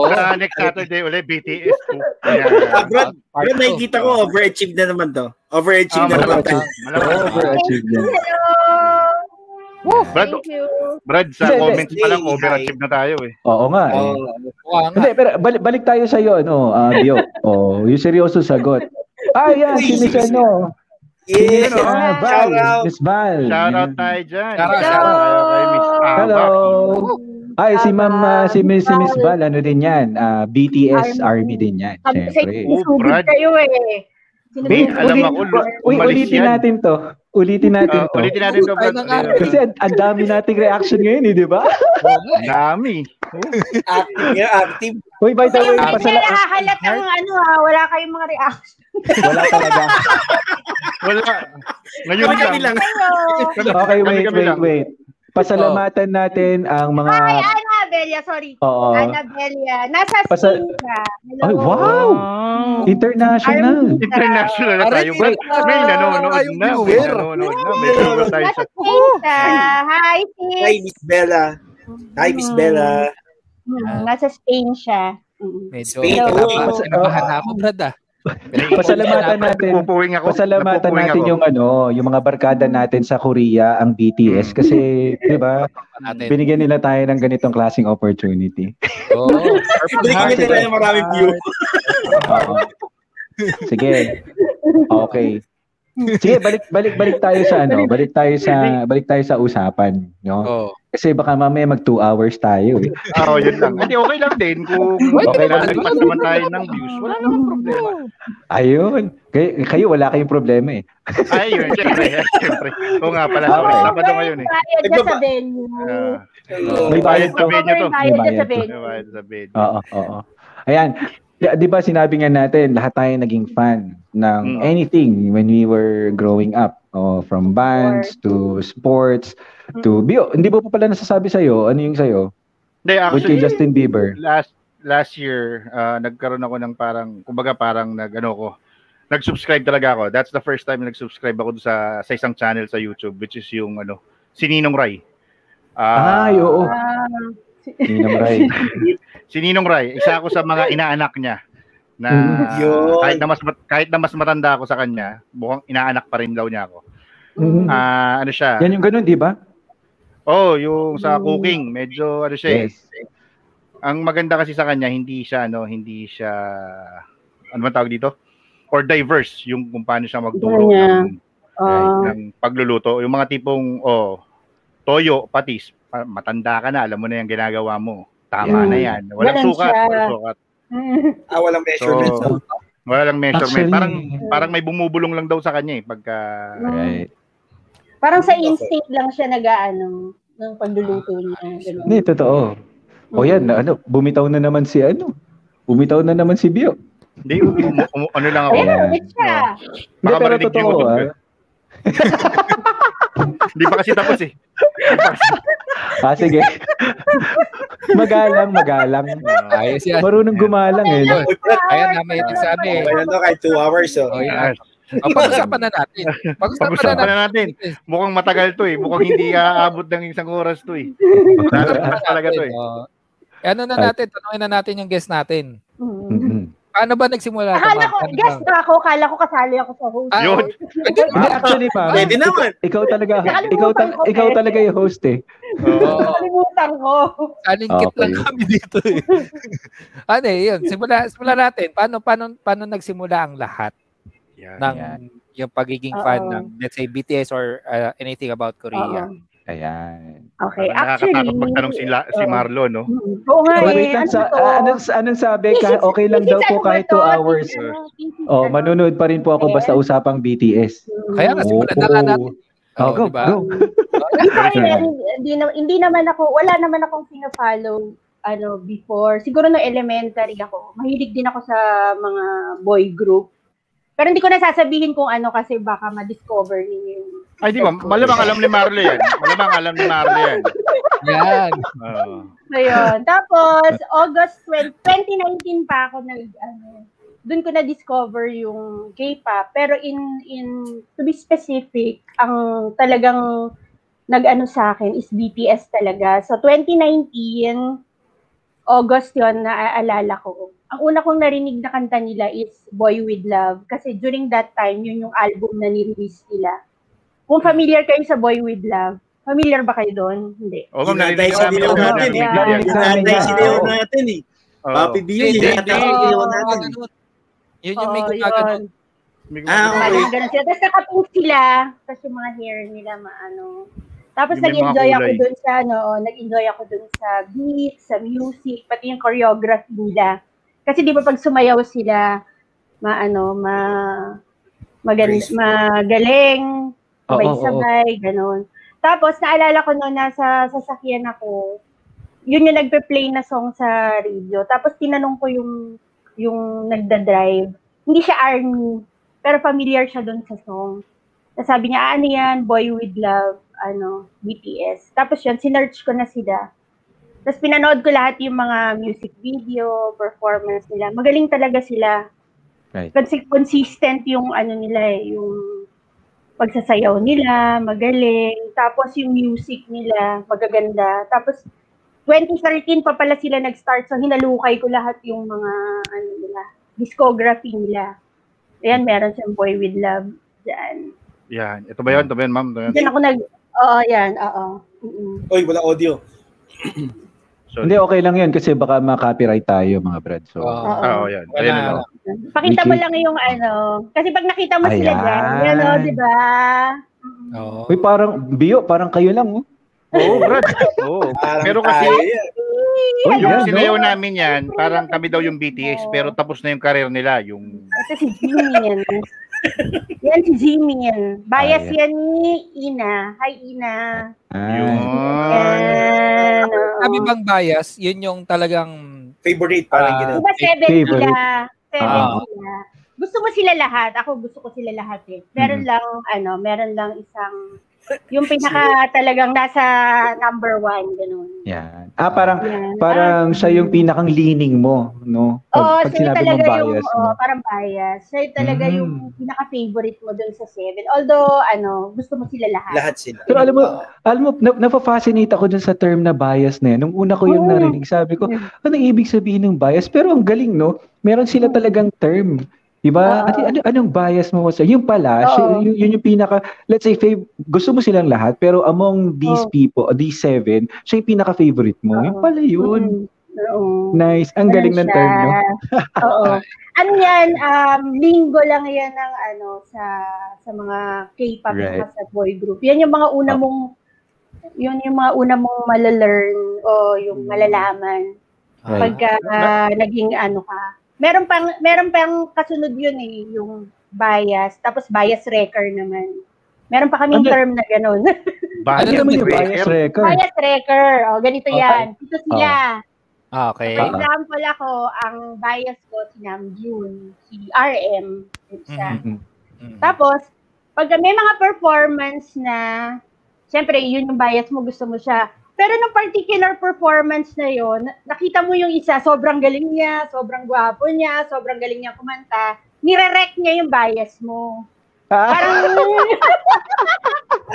C: oo.
A: Sa next Saturday ulit, BTS 2. Ayan.
D: Ah, Brad,
C: Part
D: Brad,
C: two.
D: nakikita ko, overachieve na naman to.
A: Ah,
D: Overachieve na naman
A: malaki.
D: to.
A: Malaki.
B: Overachieve yan.
E: Hello.
A: Brad,
E: Thank you.
A: Brad, sa
B: Hindi, hindi.
A: comments pa lang,
D: Hindi,
A: overachieve na tayo eh.
B: Oo nga eh.
D: Oo.
C: Oo nga.
B: Hindi, pero balik, balik tayo sa iyo, ano, ah, Bio. Oh, yung seryoso sagot. Ah, yan, si Miss ano.
D: Yes.
B: Miss ah, Val.
D: Shout out.
B: Miss Val.
A: Shout out
B: Yan.
A: tayo dyan.
C: Shout out.
A: Shout out tayo kay Miss Ava.
B: Hello. Ay, si Ma'am, ah, si Miss, si Miss Val, ano din yan? ah, BTS Army,
E: Army. Um,
B: din yan,
E: Kami sa
B: syempre.
E: isubig
A: Brad.
E: kayo eh. Sino ba
A: Babe,
E: yun?
A: alam
B: ulit-
A: ako, lu-
B: Uy,
A: umalis
B: ulitin
A: yan.
B: natin to. Ulitin natin
A: Ah,
B: to.
A: ulitin natin to.
C: Ay, naka-
A: Brad.
B: Kasi ang- ang dami nating reaction ngayon eh, di ba?
A: Ang dami.
D: Active nga, active.
B: Uy, by the way,
A: Ah,
E: Ayun,
C: Pasala-
E: may nakahalat ang ano ha, wala kayong mga reaction
B: Wala talaga.
A: Wala. Ngayon
E: Kami
A: lang.
E: lang. kayo.
B: Okay, wait,
A: Kami-kami
B: wait,
A: lang. Oh.
B: wait. Pasalamatan natin ang mga...
E: Ah, kay Annabella, sorry.
B: Oo.
E: Annabella, nasa
B: Oh. Pasa-
E: Spain siya. Hello.
B: Ay, wow!
A: Wow.
B: International.
E: Army.
A: Oh. International na tayo. May, may nanonood na. oh. May nanonood na. May nanonood tayo
E: Nasa
A: sa...
E: Spain siya. Hi,
D: Hi,
E: sis.
D: Miss Bella. Hi, Miss
E: Mm.
D: Bella.
E: Mm, Nasa Spain siya. Mm.
C: Medyo
D: Spain,
C: kinapa-
B: oh.
C: kinabahan na ako, Brad, ah.
B: Pasalamatan natin.
A: Napupuwing ako.
B: Pasalamatan
A: Napupuwing
B: natin
A: ako.
B: yung ano, yung mga barkada natin sa Korea, ang BTS
A: Hmm.
B: kasi 'di ba?
C: Natin.
B: Binigyan nila tayo ng ganitong klaseng opportunity.
C: Oo. Purple Heart.
D: Binigyan
C: eh.
D: nila ng maraming view.
B: Oo. Sige. Okay. Sige, balik balik balik tayo sa ano, balik tayo sa balik tayo sa usapan, no?
C: Oo.
B: Kasi baka mamaya mag 2 hours tayo. Eh.
A: Oo, yun lang. Hindi, okay lang din. Kung
C: Pwede
A: okay lang
C: naman.
A: din, naman tayo ng views. Wala namang problema.
B: Ayun. Kayo, kayo wala kayong problema eh.
A: Ay, yun. Siyempre. Siyempre. Oo nga pala. Sorry.
E: Oo,
A: Sabado
E: may
A: ngayon eh.
E: Bayad dyan sa
D: Nagbaba-
E: venue.
A: Ah,
B: May bayad
A: to.
E: Oo, may
B: May
E: bayad dyan sa
B: bayad to.
E: venue.
A: diba, it's a bit-
B: Oo, oo. Ayan. Di, di ba sinabi nga natin, lahat tayo naging fan ng
A: Mm.
B: anything when we were growing up. Oh, from bands to sports
A: Mm.
B: to bio. Hindi ba pa pala nasasabi sa'yo? Ano yung sa'yo?
A: Hindi,
B: With kay
A: actually,
B: Justin Bieber.
A: last last year ah, nagkaroon ako ng parang kumbaga parang nagano ko nag-subscribe talaga ako. That's the first time na nag-subscribe ako dun sa sa isang channel sa YouTube which is yung ano si Ninong Rai. Ah,
B: Ay, oo.
E: Ah,
B: Ninang Ray.
A: Si Ninong Rai, isa ako sa mga inaanak niya na
B: Mm.
D: Yun.
A: kahit na mas mat- kahit na mas matanda ako sa kanya, mukhang inaanak pa rin daw niya ako.
B: Mhm.
A: Ah, ano siya?
B: Yan yung ganun, di ba?
A: Oh, yung sa cooking, medyo ano siya eh,
B: Yes.
A: ang maganda kasi sa kanya hindi siya ano, hindi siya ano man tawag dito? Or diverse yung kung paano siya magturo
E: Yeah.
A: ng,
E: ah.
A: ng pagluluto. Yung mga tipong oh, toyo, patis, pa- matanda ka na, alam mo na yung ginagawa mo. Tama
E: Yeah.
A: na yan. Walang
E: Ganun
A: sukat,
E: siya.
A: walang sukat.
D: Ah, walang measurement.
A: So, walang measurement.
B: Actually.
A: Parang parang may bumubulong lang daw sa kanya eh pagka
B: Right.
E: Parang sa instinct lang siya nag-ano ng pagluluto niya. ganun.
B: Hindi, totoo. O yan,
E: Mm.
B: na- ano, bumitaw na naman si ano. Bumitaw na naman si Bio.
A: hindi um- um- ano lang ako.
E: Ayun,
B: Yeah.
E: ulit siya.
B: Hindi,
A: Baka
B: pero
A: marinig
B: totoo,
A: yung-
B: ah.
A: Hindi pa kasi tapos eh. Hindi pa kasi.
B: Ah, sige. magalang, magalang.
C: Ayos yan.
B: Marunong gumalang eh. no?
D: Uy, Brad,
C: Ayan na, may ibig sabi eh.
D: okay na to, kahit two hours. Oh.
C: Oh, yan. Oh, pag-usapan na natin. Pag-usapan
A: Pag-usapan
C: na
A: na natin.
C: natin.
A: Mukhang matagal to eh. Mukhang hindi aabot ng isang oras to eh. Natatas talaga to eh.
C: Oo. Ano na natin, tanungin na natin yung guest natin.
E: Mm.
B: Mm-mm.
C: Paano ba nagsimula ito? ma'am?
E: Akala ko,
C: Ano ba?
E: guest na ako, akala ko kasali ako sa host.
C: Ah,
A: Yun.
C: Hindi,
B: Ah, actually, pa,
D: Pwede naman.
B: ikaw talaga,
E: Nakalimutan
B: ikaw, tal-
E: ko,
B: ikaw
E: eh.
B: talaga yung host eh.
A: Oo.
E: Nakalimutan ko.
C: Alingkit
B: Okay.
C: lang kami dito eh. ano eh, yun. Simula, simula natin. Paano, paano, paano nagsimula ang lahat
A: Yan.
C: ng
B: Ayan.
C: yung pagiging fan
E: Oo.
C: ng, let's say, BTS or uh, anything about Korea?
E: Oo.
B: Ayan.
E: Okay,
A: Parang
E: actually.
A: Nakakatakot magtanong si, La- si
E: Oo.
A: Marlo, no?
E: Mm, Oo nga
B: Wait,
E: eh.
B: lang,
E: Ano
B: sa,
E: to?
B: ah, anong, anong sabi?
E: Thesis-
B: Ka, okay lang
E: thesis
B: daw po
E: ano ba
B: kahit
E: to?
B: 2 hours.
E: Thesis ano? Thesis
B: Oh,
E: ano?
B: manunood pa rin po ako basta usapang BTS.
E: Mm.
C: Kaya nga, simulan na nga natin.
B: Oh, go,
C: diba?
B: go.
E: Sorry, hindi- hindi, na- hindi naman ako, wala naman akong pinafollow ano, before. Siguro no elementary ako. Mahilig din ako sa mga boy group. Pero hindi ko nasasabihin kung ano kasi baka ma-discover ninyo yung
A: Ay, di ba? Malamang alam ni Marlo yan. Malamang alam ni Marlo yan. Oh.
C: Yan.
A: Oo.
E: So, yun. Tapos, August 20, 2019 pa ako nag, ano, doon ko na-discover yung K-pop. Pero in, in, to be specific, ang talagang nag-ano sa akin is BTS talaga. So, 2019, August yon naaalala ko. Ang una kong narinig na kanta nila is Boy With Love. Kasi during that time, yun yung album na nirelease nila. Kung familiar kayo sa Boy With Love, familiar ba kayo doon? Hindi.
A: Oo, Oh, ma'am, narinig
D: Inadvice
A: namin
D: din
A: yung
D: natin.
A: narinig Oh. niya.
E: Yeah.
B: Narinig namin
D: Sinanday
B: yan.
D: sinayaw
B: Oo.
D: natin eh.
C: Oh.
A: Oo.
D: Papi Bio,
C: Hindi,
D: hindi
C: hindi.
D: natin sinayaw natin.
C: Yun yung may
E: Oo,
C: gumagano.
E: Oh, yun.
A: May
D: Ah,
A: gumagano.
E: Parang ganun sila. Tapos nakapink sila. Tapos yung mga hair nila maano. Tapos
A: Yung may
E: nag-enjoy
A: mga
E: ako
A: kulay.
E: dun sa ano, oo, nag-enjoy ako dun sa beat, sa music, pati yung choreography nila. Kasi di ba pag sumayaw sila, maano, ma Maganda,
D: Graceful.
E: magaling,
B: Oo, oo,
E: sabay-sabay, ganun. Tapos, naalala ko noon, nasa sasakyan ako, yun yung nagpe-play na song sa radio. Tapos, tinanong ko yung, yung nagda-drive. Hindi siya army, pero familiar siya doon sa song. Tapos sabi niya, "Ah, ano yan, Boy With Love, ano, BTS. Tapos yun, sinerch ko na sila. Tapos pinanood ko lahat yung mga music video, performance nila. Magaling talaga sila
B: Right.
E: kasi consistent yung ano nila eh, yung pagsasayaw nila, magaling. Tapos yung music nila, magaganda. Tapos 2013 pa pala sila nag-start so hinalukay ko lahat yung mga ano nila, discography nila. Ayan, meron siyang Boy With Love dyan.
A: Yan. Ito ba yun? Ito ba yun, ma'am? Ito ba yun?
E: Diyan ako nag, oo, yan, oo. Mm-mm.
D: Oy, wala audio.
A: Sorry.
B: Hindi, okay lang yun kasi baka ma-copyright tayo mga Brad. So,
C: Oo.
E: Oo.
A: Ah, oh, yan. Ayan,
C: Wala.
A: ano.
E: Pakita mo
B: Wiki.
E: lang yung ano, kasi pag nakita mo sila
B: Ayan.
E: dyan, yan o, di ba? Mm-mm.
C: Oo.
B: Uy, parang, Bio, parang kayo lang. Oh.
A: Oo, Brad. Oo.
D: Parang
A: Pero kasi,
D: tayo yan.
B: Oh,
E: Hello,
B: yeah,
A: yung
B: no?
A: sinayaw namin yan, parang kami daw yung BTS,
E: Oo.
A: pero tapos na yung karir nila. Yung
E: Ito si Jimmy yan. yan si Jimmy yan. Bias
B: Ah,
E: yan ni Ina. Hi, Ina.
B: Ah,
A: yun.
E: Yan. oh.
C: Sabi bang bias, yun yung talagang
D: Favorite parang
C: Ah.
D: gano'n.
E: Diba seven
B: Favorite.
E: sila? Seven
C: Ah.
E: sila. Gusto mo sila lahat. Ako gusto ko sila lahat eh. Meron
B: Mm.
E: lang, ano, meron lang isang, yung pinaka talagang nasa number one, ganun.
B: yan. Ah, parang,
E: Yan. Ah.
B: parang siya yung pinakang leaning mo, no?
E: Oo, oh,
B: Pag, pag
E: siya
B: sinabi mong
E: talaga
B: bias,
E: yung,
B: no?
E: oh, parang bias. Siya talaga
B: Mm.
E: yung pinaka-favorite mo dun sa seven. Although, ano, gusto mo sila
D: Lahat sila.
B: Pero alam mo, alam mo, na, napafascinate ako dun sa term na bias na yan. Nung una ko yung
E: Oo.
B: narinig, sabi ko,
E: Yeah.
B: anong ibig sabihin ng bias? Pero ang galing, no? Meron sila talagang term. Diba?
E: Oo.
B: Ano, ano, anong bias mo sa Yung pala,
E: Oo.
B: siya- yun, yun yung pinaka, let's say, fav- gusto mo silang lahat, pero among these
E: Oo.
B: people, uh, these seven, siya yung pinaka-favorite mo.
E: Oo.
B: Yung pala yun.
E: Mm. Oo.
B: Nice. Ang galing ng
E: Ganun
B: term, no?
E: siya. Oo. Ano yan, um, linggo lang yan ng ano, sa sa mga K-pop
B: Right.
E: at sa boy group. Yan yung mga una
B: Oh.
E: mong, yun yung mga una mong malalearn o yung malalaman
B: Hmm. Right.
E: pagka ah, naging ano ka. Meron pang, meron pang kasunod yun eh, yung bias, tapos bias wrecker naman. Meron pa kaming
B: Ano?
E: term na gano'n.
A: Bakit
B: Ano naman yung
A: Bayer?
B: bias record?
E: bias wrecker. O, ganito yan. Ito sila.
C: Ah, okay.
E: For example ako, ang bias ko si Namjoon, si RM. yung
D: Mm-hmm.
E: isa.
B: Mhm.
C: Mm.
E: Tapos, pag may mga performance na, syempre, yun yung bias mo, gusto mo siya. Pero nung particular performance na yon, nakita mo yung isa, sobrang galing niya, sobrang gwapo niya, sobrang galing niya kumanta, nire-wreck niya yung bias mo.
B: Ah,
E: Parang,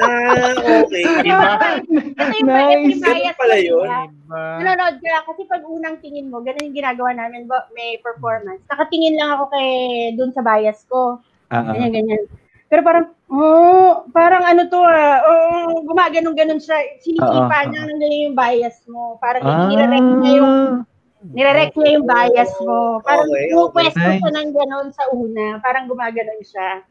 D: Ah, okay.
A: Iba.
E: ito yung bias,
B: Nice.
E: yung bias
D: Pala
E: ko,
D: yun.
E: diba? Nanonood ka kasi pag unang tingin mo, ganun yung ginagawa namin, ba- may performance. Nakatingin lang ako kay dun sa bias ko.
B: ah, ah.
E: Ganyan, ganyan. Pero parang, oh, parang ano to ah, oh, gumaganon-ganon siya.
B: Oo,
E: Sinisipa
B: oo.
E: niya ng ganyan yung bias mo. Parang
B: Ah.
E: nire-rect niya yung, nire-rect niya yung bias mo. Parang
D: Okay, okay.
E: pupwesto siya
B: Nice.
E: ng ganon sa una. Parang gumaganon siya.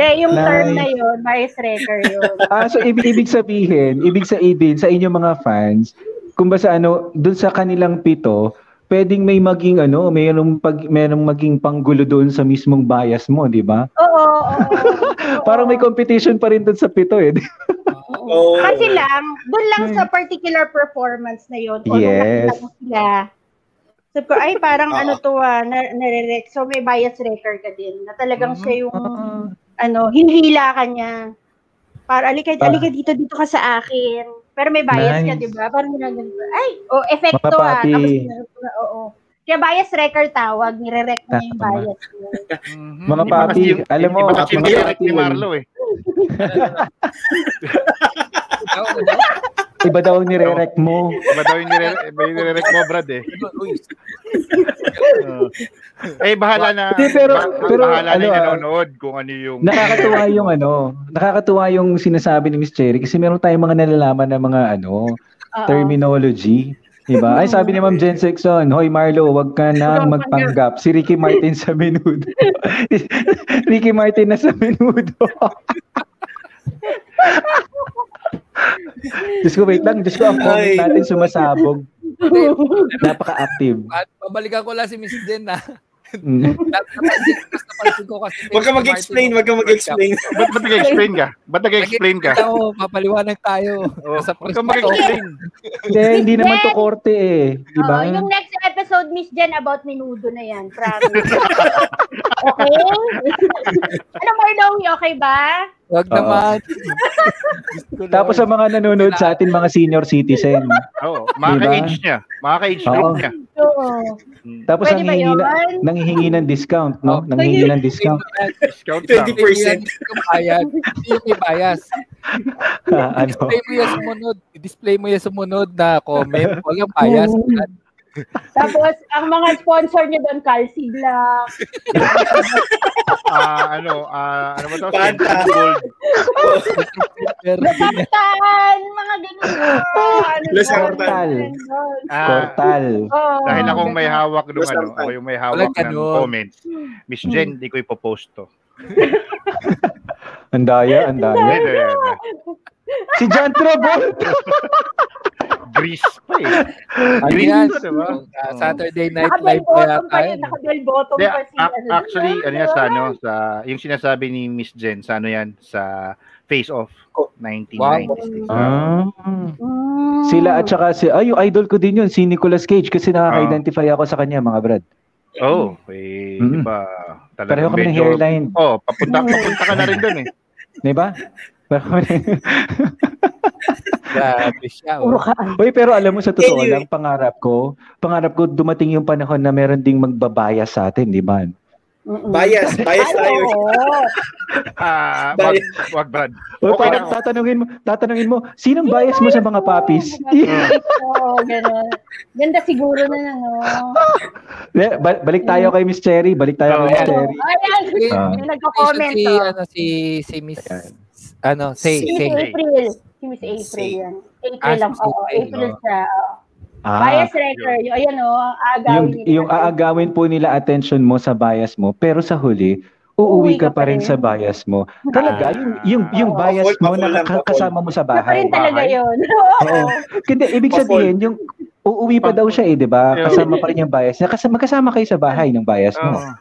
E: Kaya yung term na yun, bias wrecker yun.
B: Ah, so ibig, ibig sabihin, ibig sabihin sa inyong mga fans, kung ba sa ano, dun sa kanilang pito, pwedeng may maging ano, mayroong pag mayroong maging panggulo doon sa mismong bias mo, di ba?
E: Oo, oo, oo.
B: Parang may competition pa rin doon sa pito eh.
D: Oh,
E: Kasi lang, doon lang
B: Hmm.
E: sa particular performance na yun. O nung
B: Yes.
E: nakita ko sila. Sabi ko, ay parang
D: Oo.
E: ano to ah, na- nare-rec. So may bias record ka din. Na talagang siya yung,
B: Ah.
E: ano, hinhila ka niya. Para alikad,
B: Ah.
E: alikad dito, dito ka sa akin. Pero may bias ka,
B: Nice.
E: di ba? Parang ginagano. Ay, o, oh, efekto
B: Mga
E: ah.
B: papi.
E: Tapos, oo. Kaya bias record tawag, nire-rec na yung
B: Ah, Tama.
E: bias mo.
A: Mhm.
B: Mga
A: Iba kasi
B: papi,
A: yung-
B: alam mo,
A: iba kasi yung
B: mga
A: direct ni
B: papi.
A: Marlo eh.
C: Ikaw, ano?
B: Iba daw ni Rerek mo.
A: Iba daw yung nire- iba yung nire-rec mo, Brad eh.
C: Uy,
A: Oo. eh, bahala na.
B: Hindi, pero-
A: ba-
B: pero,
A: bahala na
B: ano,
A: yung
B: ah,
A: nanonood kung ano yung...
B: Nakakatuwa yung ano, nakakatuwa yung sinasabi ni Miss Cherry kasi meron tayong mga nalalaman ng mga ano,
E: Oo.
B: terminology. Diba? Ay, sabi ni Ma'am Jen Sexton, Hoy Marlo, wag ka na magpanggap. Si Ricky Martin sa menudo. Ricky Martin na sa menudo. Diyos ko, wait lang. Diyos ko, ang comment
D: Ay.
B: natin sumasabog. Napaka-active. Mm.
C: At babalikan ko lang si Miss Jen na. Napansin napansin ko kasi.
D: Huwag ka mag-explain, huwag ka mag-explain.
A: Ba't ba't nag-explain ka? Ba't nag-explain ka?
C: Oo, papaliwanag tayo.
A: Oh,
C: Sa
A: huwag ka mag-explain.
B: Hindi, hindi naman to korte eh. Di ba?
E: Oo, yung next episode, Miss Jen, about minudo na yan. Promise. okay? ano more Lowy, okay ba?
C: Huwag
B: Oo.
C: naman.
B: Tapos sa mga nanonood sa atin, mga senior citizen.
A: Oo, makaka-age niya. Makaka-age
B: Diba? Oo.
A: group niya.
E: Oo.
B: Tapos
E: Pwede
B: ang
E: ba
B: hihingi,
E: yun?
B: na, nanghihingi ng discount, no?
C: Oh,
B: Nanghihingi ng discount.
A: Discount lang.
D: 20%. Percent.
C: Hindi yung bayad. Hindi yung may bias.
B: Ah, ano?
C: Display mo yung sumunod. Display mo yung sumunod na comment. Walang bias.
E: Tapos, ang mga sponsor niyo doon, Calci Black.
A: Ah, ano, ah, ano ba to?
D: Panta.
A: Century Gold.
C: Pero
E: Nasaktan! Mga ganun. Ano
D: Nasaktan.
A: Ah,
B: Portal.
E: Oh,
A: Dahil akong may hawak nung
D: Basta
A: ano,
D: lang.
A: ako yung may hawak
C: Walang
A: ng
C: ganun.
A: comments. Miss Jen, di ko ipopost to.
B: Ang daya, ang daya.
A: Ayun, ayun, ayun.
B: Si John Travolta.
A: Grease pa eh.
C: ano
A: Green
C: yan?
A: to, diba?
C: Ah, Saturday night live
E: Nakabell
C: pa
E: bottom
C: yata.
E: pa yun.
C: yun.
E: Nakabell bottom
A: Hindi,
E: pa si
A: ac-
E: ano.
A: actually, ano yan sa ano, sa, yung sinasabi ni Miss Jen, sa ano yan, sa Face Off 1996.
B: Ah.
E: Mm.
B: Sila at saka si, ay, yung idol ko din yun, si Nicolas Cage kasi nakaka-identify ako sa kanya, mga brad.
A: Oh, eh, di
B: Mm.
A: ba? Talagang
B: Pareho kami ng
A: medyo-
B: hairline,
A: Oh, papunta, papunta ka na rin dun eh.
B: di ba? Pareho kami-
C: Grabe siya.
E: Puro
C: Oh.
E: ka.
B: Uy, pero alam mo, sa totoo lang,
D: Anyway.
B: pangarap ko, pangarap ko dumating yung panahon na meron ding magbabaya sa atin, di ba?
D: Bias, bias tayo.
A: Ah, wag,
D: Dahil-
A: wag Brad.
B: Uy,
A: Okay
B: parang
A: lang.
B: tatanungin mo, tatanungin mo, sinong bias mo sa mga papis?
E: Oo, ganun. Ganda siguro na lang. Oh.
B: Eh, ba- balik tayo kay Miss Cherry, balik tayo kay Miss
A: Oo.
B: Cherry.
E: Ayan,
B: Ah.
E: yung nagko-comment.
C: Si,
E: oh.
C: ano, si, si Miss,
B: Ayan.
C: ano, say,
E: Si
C: say.
E: Miss April. Si Miss April
D: Say.
E: yan.
C: Ah,
E: April
C: si
E: lang.
C: Miss
E: Oo,
C: April,
E: April
C: oh.
E: siya. oo.
B: Ah,
E: Bias record. Yung, ayan oh, o, aagawin
B: yung, yung aagawin po nila attention mo sa bias mo, pero sa huli, uuwi ka pa rin Ah, sa bias mo. Talaga, yung, yung, yung
E: Oo,
B: bias
D: mapol,
B: mo
D: mapol
B: na
D: lang,
B: ka-
D: mapol.
B: kasama mo sa
E: Siya pa
B: bahay.
E: rin talaga
A: bahay.
E: yun.
B: Oo. Hindi, ibig
D: Mapol.
B: sabihin, yung uuwi pa daw siya eh, di ba?
A: Yeah.
B: Kasama pa rin yung bias niya. Kasama, kasama kayo sa bahay ng bias mo.
A: Oh.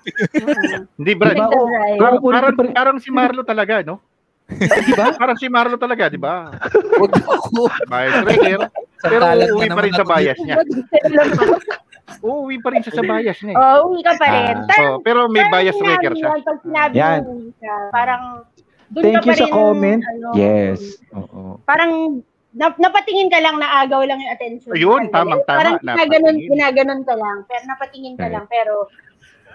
A: Hindi Brad.
B: Diba?
A: Parang,
B: Oo,
A: parang,
B: pare-
A: parang si Marlo talaga, no?
B: Di ba?
A: Parang si Marlo talaga, di ba?
C: Huwag ako.
A: Bias Raider. Pero uuwi pa rin sa bias niya. Uuwi pa rin siya sa bias niya. eh.
E: Oo, Oh, uwi ka pa rin.
D: Ah.
E: Parang-
A: Oh, pero may
E: parang
A: bias
E: sinabi
A: wrecker siya.
E: yan, Pag sinabi
B: Yan.
E: mo, uwi ka, parang doon
B: Thank
E: ka
B: you
E: pa
B: sa
E: rin,
B: comment.
E: ano,
B: Yes. Oo.
E: Parang nap- napatingin ka lang, naagaw lang yung attention.
A: Ayun,
E: Parang-
A: tamang tama,
E: Parang ginaganon,
A: napatingin.
E: ginaganon ka lang, pero napatingin ka
B: Right.
E: lang, pero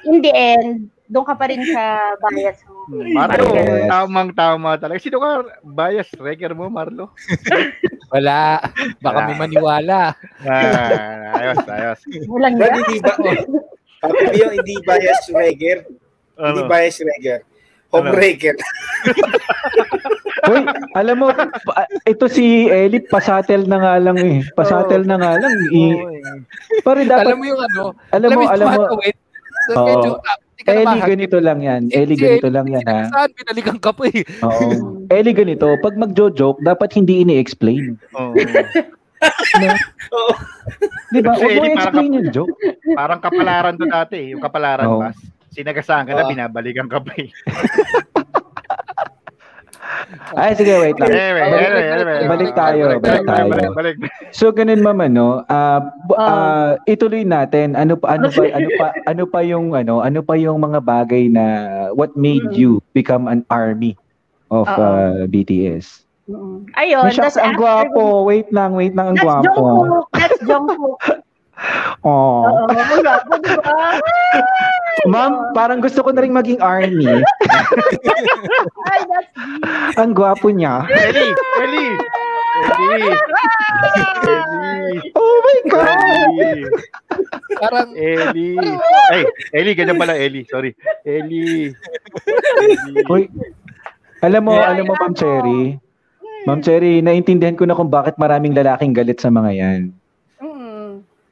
E: in the end, doon ka pa rin sa bias mo.
A: Hmm, Marlo,
B: Yes.
A: tamang tama talaga. Sino ka bias wrecker mo, Marlo?
C: Wala. Baka may maniwala.
A: Ah, ayos, ayos.
E: Walang
D: Brad,
E: yan.
D: hindi ba? Papi Bio, hindi bias regger. Hindi
A: Ano?
D: bias regger. Homebreaker.
B: Uy, alam mo, pa- ito si Eli, pasatel na nga lang eh. Pasatel na nga lang.
D: Hmm,
B: I- Pare, dapat,
C: Alam mo yung ano?
B: alam mo, alam mo,
C: Wait.
B: Oo.
C: So, medyo, ah, hindi ka na
B: Eli,
C: mahagip.
B: ganito lang yan. Eli,
C: Si
B: ganito lang yan ah. ha.
C: Saan? Binalikan ka pa eh.
B: Oo. Eli, ganito, pag magjo-joke, dapat hindi ini-explain.
A: Oh,
D: Oo.
B: Di ba?
A: Si
B: Huwag mo
A: Eli, parang
B: explain yung joke.
A: parang kapalaran to dati, eh, yung kapalaran
B: Oo.
A: pass. Sinagasaan ka na,
C: Oo.
A: binabalikan ka pa eh.
B: Ay, sige, wait lang.
A: Anyway, anyway, anyway.
B: Balik tayo,
A: Balik
B: balik tayo.
A: balik, balik.
B: So ganun mama no, ah, bu- ah, ituloy natin. Ano pa ano pa ano pa ano pa yung ano, ano pa yung mga bagay na what made
E: Mm.
B: you become an army of
E: Oo.
B: ah, BTS?
E: Mm. Ayun.
B: Ay, shucks,
E: tas
B: ang
E: after-
B: gwapo. Wait lang, wait lang, ang
E: That's
B: gwapo.
E: Jungkook. That's Jungkook.
B: Oh.
E: Oo, ang gwapo, di ba?
B: Ma'am, parang gusto ko na rin maging army.
E: Ay, that's
B: ang gwapo niya.
A: Eli, Eli. Eli.
E: Ay,
B: Oh my god.
A: Eli.
C: Parang,
A: Eli. Ay, Eli, ganyan pala, Eli. Sorry. Eli.
B: Uy. Alam mo,
E: Yeah,
B: alam mo,
E: yeah,
B: Ma'am
E: no.
B: Cherry.
E: Hmm.
B: Ma'am Cherry, naintindihan ko na kung bakit maraming lalaking galit sa mga 'yan.
E: mm.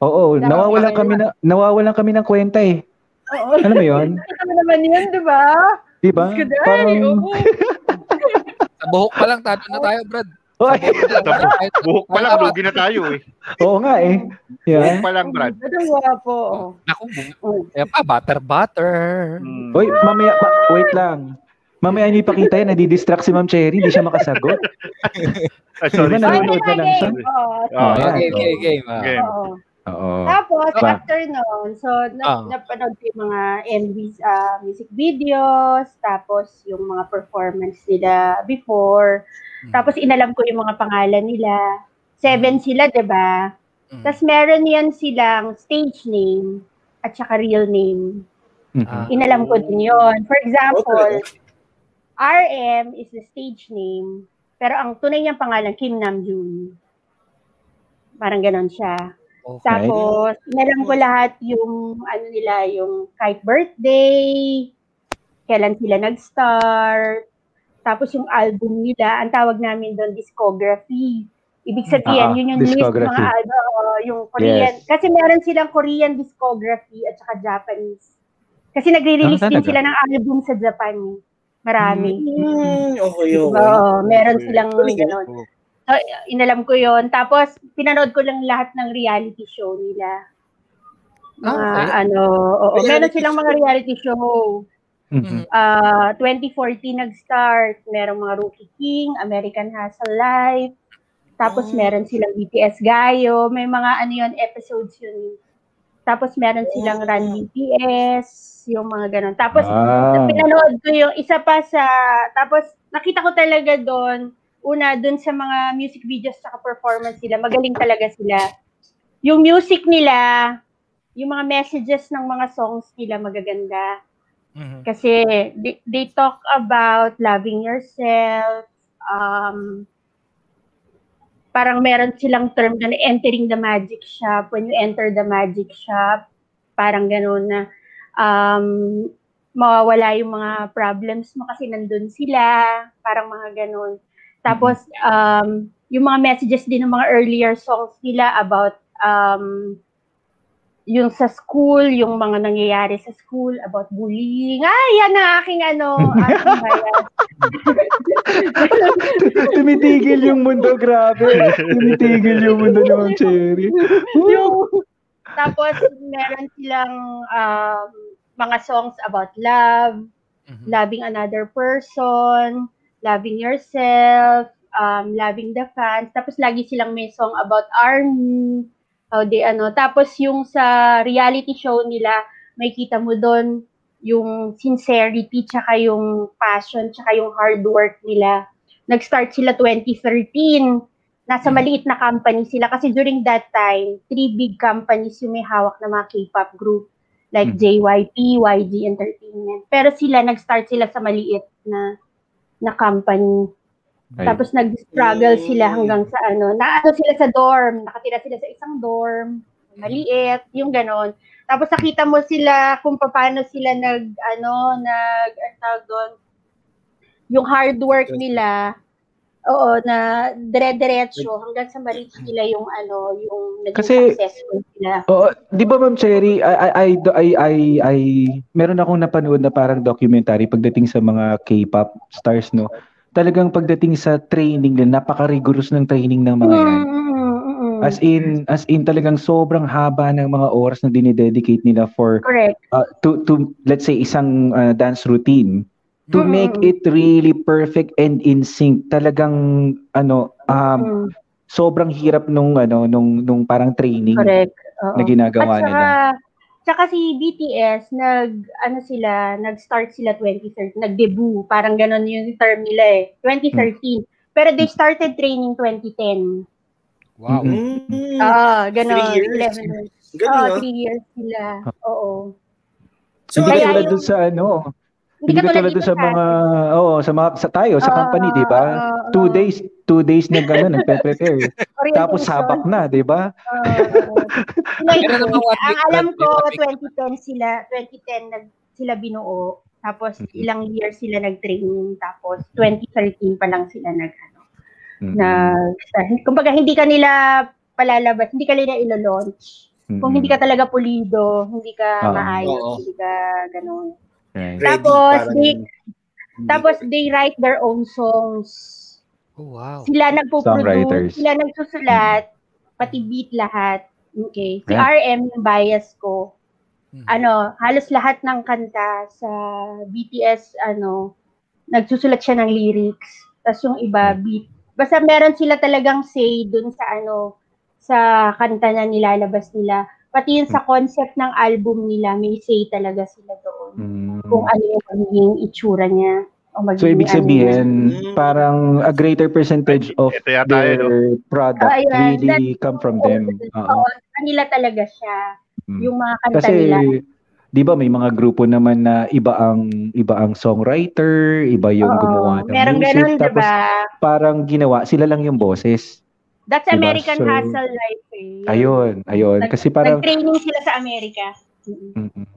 B: Oo,
E: Dapat
B: nawawalan
E: pakaila.
B: kami na nawawalan kami ng kwenta eh.
E: Oo.
B: Alam mo 'yon?
E: Kita mo naman yun, di ba?
B: 'Di ba?
E: Diyos ko, dahil,
B: Parang
E: oo.
C: sa buhok pa lang, tato na tayo, Brad.
B: oo, Hoy,
A: Tapos, buhok pa lang, lugi na tayo eh.
B: Oo nga eh. Yeah.
A: Buhok pa lang, Brad.
E: Ito guwapo.
C: Naku, bu- eh, pa, butter, butter.
A: Mm.
B: Hoy, mamaya, ma- wait lang. Mamaya niyo ipakita yan, nadidistract si Ma'am Cherry, hindi siya makasagot.
A: Ah, sorry.
B: Di ba
E: Oh,
A: sorry.
B: nanonood na lang siya.
E: Oo.
A: Ah,
B: Ayan.
C: Okay, okay, okay. ma.
A: okay.
E: oo.
B: Oo.
E: Tapos,
B: Oh. Ba?
E: after noon, so,
C: Ah.
E: na- napanood ko yung mga MVs, ah, music videos, tapos yung mga performance nila before.
C: Mm. Hmm.
E: Tapos, inalam ko yung mga pangalan nila. Seven sila, di ba?
C: Mm.
E: Tapos, meron yan silang stage name at saka real name.
B: Mhm.
E: Inalam ko din yun. For example,
D: Okay.
E: RM is the stage name, pero ang tunay niyang pangalan, Kim Namjoon. Parang ganon siya.
C: Okay.
E: Tapos, inalam ko lahat yung, ano nila, yung kahit birthday, kailan sila nag-start, tapos yung album nila, ang tawag namin doon, discography. Ibig sabihin,
B: Ah,
E: yun yung list ng mga
B: discography.
E: album, oo, yung Korean.
B: Yes.
E: Kasi meron silang Korean discography at saka Japanese. Kasi nagre-release
B: Ah,
E: din
B: talaga?
E: sila ng album sa Japan. eh. Marami. Diba?
D: Mm, okay,
E: Oo,
D: okay.
E: meron silang
D: Tuloy yan.
E: gano'n. So, inalam ko yon Tapos, pinanood ko lang lahat ng reality show nila. Mga,
C: Ah, okay.
E: ano, oo,
D: Reality
E: meron silang mga
D: show.
E: reality show.
B: Mhm.
E: Ah, 2014 nag-start. Merong mga Rookie King, American Hustle Life. Tapos
D: Oh.
E: meron silang BTS Gayo. May mga ano yun, episodes yun. Tapos meron silang
D: Oh.
E: Run BTS, yung mga ganun. Tapos
B: Ah.
E: pinanood ko yung isa pa sa... Tapos nakita ko talaga doon, una doon sa mga music videos sa performance nila, magaling talaga sila. Yung music nila, yung mga messages ng mga songs nila magaganda.
C: Mhm.
E: Kasi they, they talk about loving yourself, um, parang meron silang term na entering the magic shop, when you enter the magic shop, parang ganun na um, mawawala yung mga problems mo kasi nandun sila, parang mga ganun. Tapos, um, yung mga messages din ng mga earlier songs nila about um, yung sa school, yung mga nangyayari sa school about bullying. Ah, yan ang aking ano, aking bias.
B: Tumitigil yung mundo, grabe. Tumitigil yung mundo ni Ma'am Cherry.
E: yung, tapos, meron silang um, mga songs about love,
C: Mhm.
E: loving another person, loving yourself, um, loving the fans. Tapos, lagi silang may song about army, how they ano. Tapos, yung sa reality show nila, may kita mo doon yung sincerity, tsaka yung passion, tsaka yung hard work nila. Nag-start sila 2013. Nasa maliit na company sila kasi during that time, three big companies yung may hawak na mga K-pop group like
B: Mm.
E: JYP, YG Entertainment. Pero sila, nag-start sila sa maliit na na company.
B: Right.
E: Tapos nag-struggle
D: Mm.
E: sila hanggang sa ano, naano sila sa dorm, nakatira sila sa isang dorm, maliit, yung ganon. Tapos nakita mo sila kung paano sila nag, ano, nag, ang tawag doon, yung hard work nila, oo, na dire-diretso hanggang sa ma-reach nila yung ano, yung naging
B: Kasi-
E: successful sila.
B: Oo, di ba Ma'am Cherry, I, I, I, I, I, I- meron akong napanood na parang documentary pagdating sa mga K-pop stars, no? Talagang pagdating sa training nila, napaka-rigorous ng training ng mga yan.
E: Mm, mm, mm.
B: As in, as in talagang sobrang haba ng mga oras na dinededicate nila for
E: Correct.
B: uh, to to let's say isang uh, dance routine to
E: Mm.
B: make it really perfect and in sync talagang ano um
E: Mm,
B: sobrang hirap nung ano nung nung parang training
E: correct. Oo.
B: na ginagawa
E: At
B: nila
E: saka, tsaka si BTS, nag, ano sila, nag-start sila 2013, nag-debut, parang ganun yung term nila eh,
B: Hmm.
E: 2013. Pero they started training 2010.
C: Wow.
B: Mhm.
D: Mm,
E: Ah, ganun.
D: Three years.
E: 11 years.
D: Ganun,
E: Oo,
D: ah.
E: three years sila.
B: Ah.
E: Oo.
D: So,
B: hindi
E: kaya
B: ka tulad
E: yung-
B: dun sa ano hindi ka
E: katulad
B: tulad dun
E: dito
B: sa mga oo sa mga sa tayo sa
E: Oo,
B: company di ba
E: oo,
B: two
E: oo.
B: days two days na gano'n nagpe-prepare
E: Orientation.
B: tapos sabak na di ba
E: Oo, oo. uh, Like,
C: Meron namang one
E: ang
C: week
E: alam
C: break,
E: ko,
C: one week
E: 2010 sila, 2010 nag, sila binuo. Tapos
B: Mm-hmm.
E: ilang years sila nag-training. Tapos 2013 pa lang sila nag, ano,
B: Mm-mm.
E: nag, uh, kumbaga hindi ka nila palalabas, hindi ka nila ilo-launch. Kung
B: Mm-mm.
E: hindi ka talaga pulido, hindi ka
B: Mm-hmm. Ah, Mm-hmm.
E: maayos,
D: oo.
E: hindi ka ganun.
B: Right.
D: ready,
E: Tapos,
D: parang-
E: di- Tapos they write their own songs.
C: Oh, wow.
E: Sila nagpo-produce,
B: Songwriters.
E: sila nagsusulat, pati beat lahat. Okay. Si
B: Yeah.
E: RM yung bias ko.
C: Hmm.
E: Ano, halos lahat ng kanta sa BTS, ano, nagsusulat siya ng lyrics. Tapos yung
B: Hmm.
E: iba, beat. Basta meron sila talagang say dun sa ano, sa kanta na nilalabas nila. Pati yun
B: Hmm.
E: sa concept ng album nila, may say talaga sila doon.
B: Mm.
E: Kung ano yung magiging itsura niya. O
B: So,
E: magiging
B: ibig
E: ano niya.
B: sabihin,
D: Mm.
B: parang a greater percentage of
A: Ito yata
B: their
A: yun. No?
B: product
E: Ah, ayan.
B: really
E: That's-
B: come from them. Oo.
E: Oo, kanila talaga siya.
B: Mm.
E: Yung mga kanta
B: Kasi
E: nila.
B: 'di ba may mga grupo naman na iba ang iba ang songwriter, iba yung
E: Oo,
B: gumawa ng
E: Merong
B: music
E: ganun,
B: tapos
E: diba?
B: parang ginawa sila lang yung boses.
E: That's
B: diba?
E: American
B: So,
E: hustle life eh.
B: Ayun, ayun
E: Nag-
B: kasi parang
E: Nag-training sila sa Amerika. Mm-mm.
B: Mm-mm.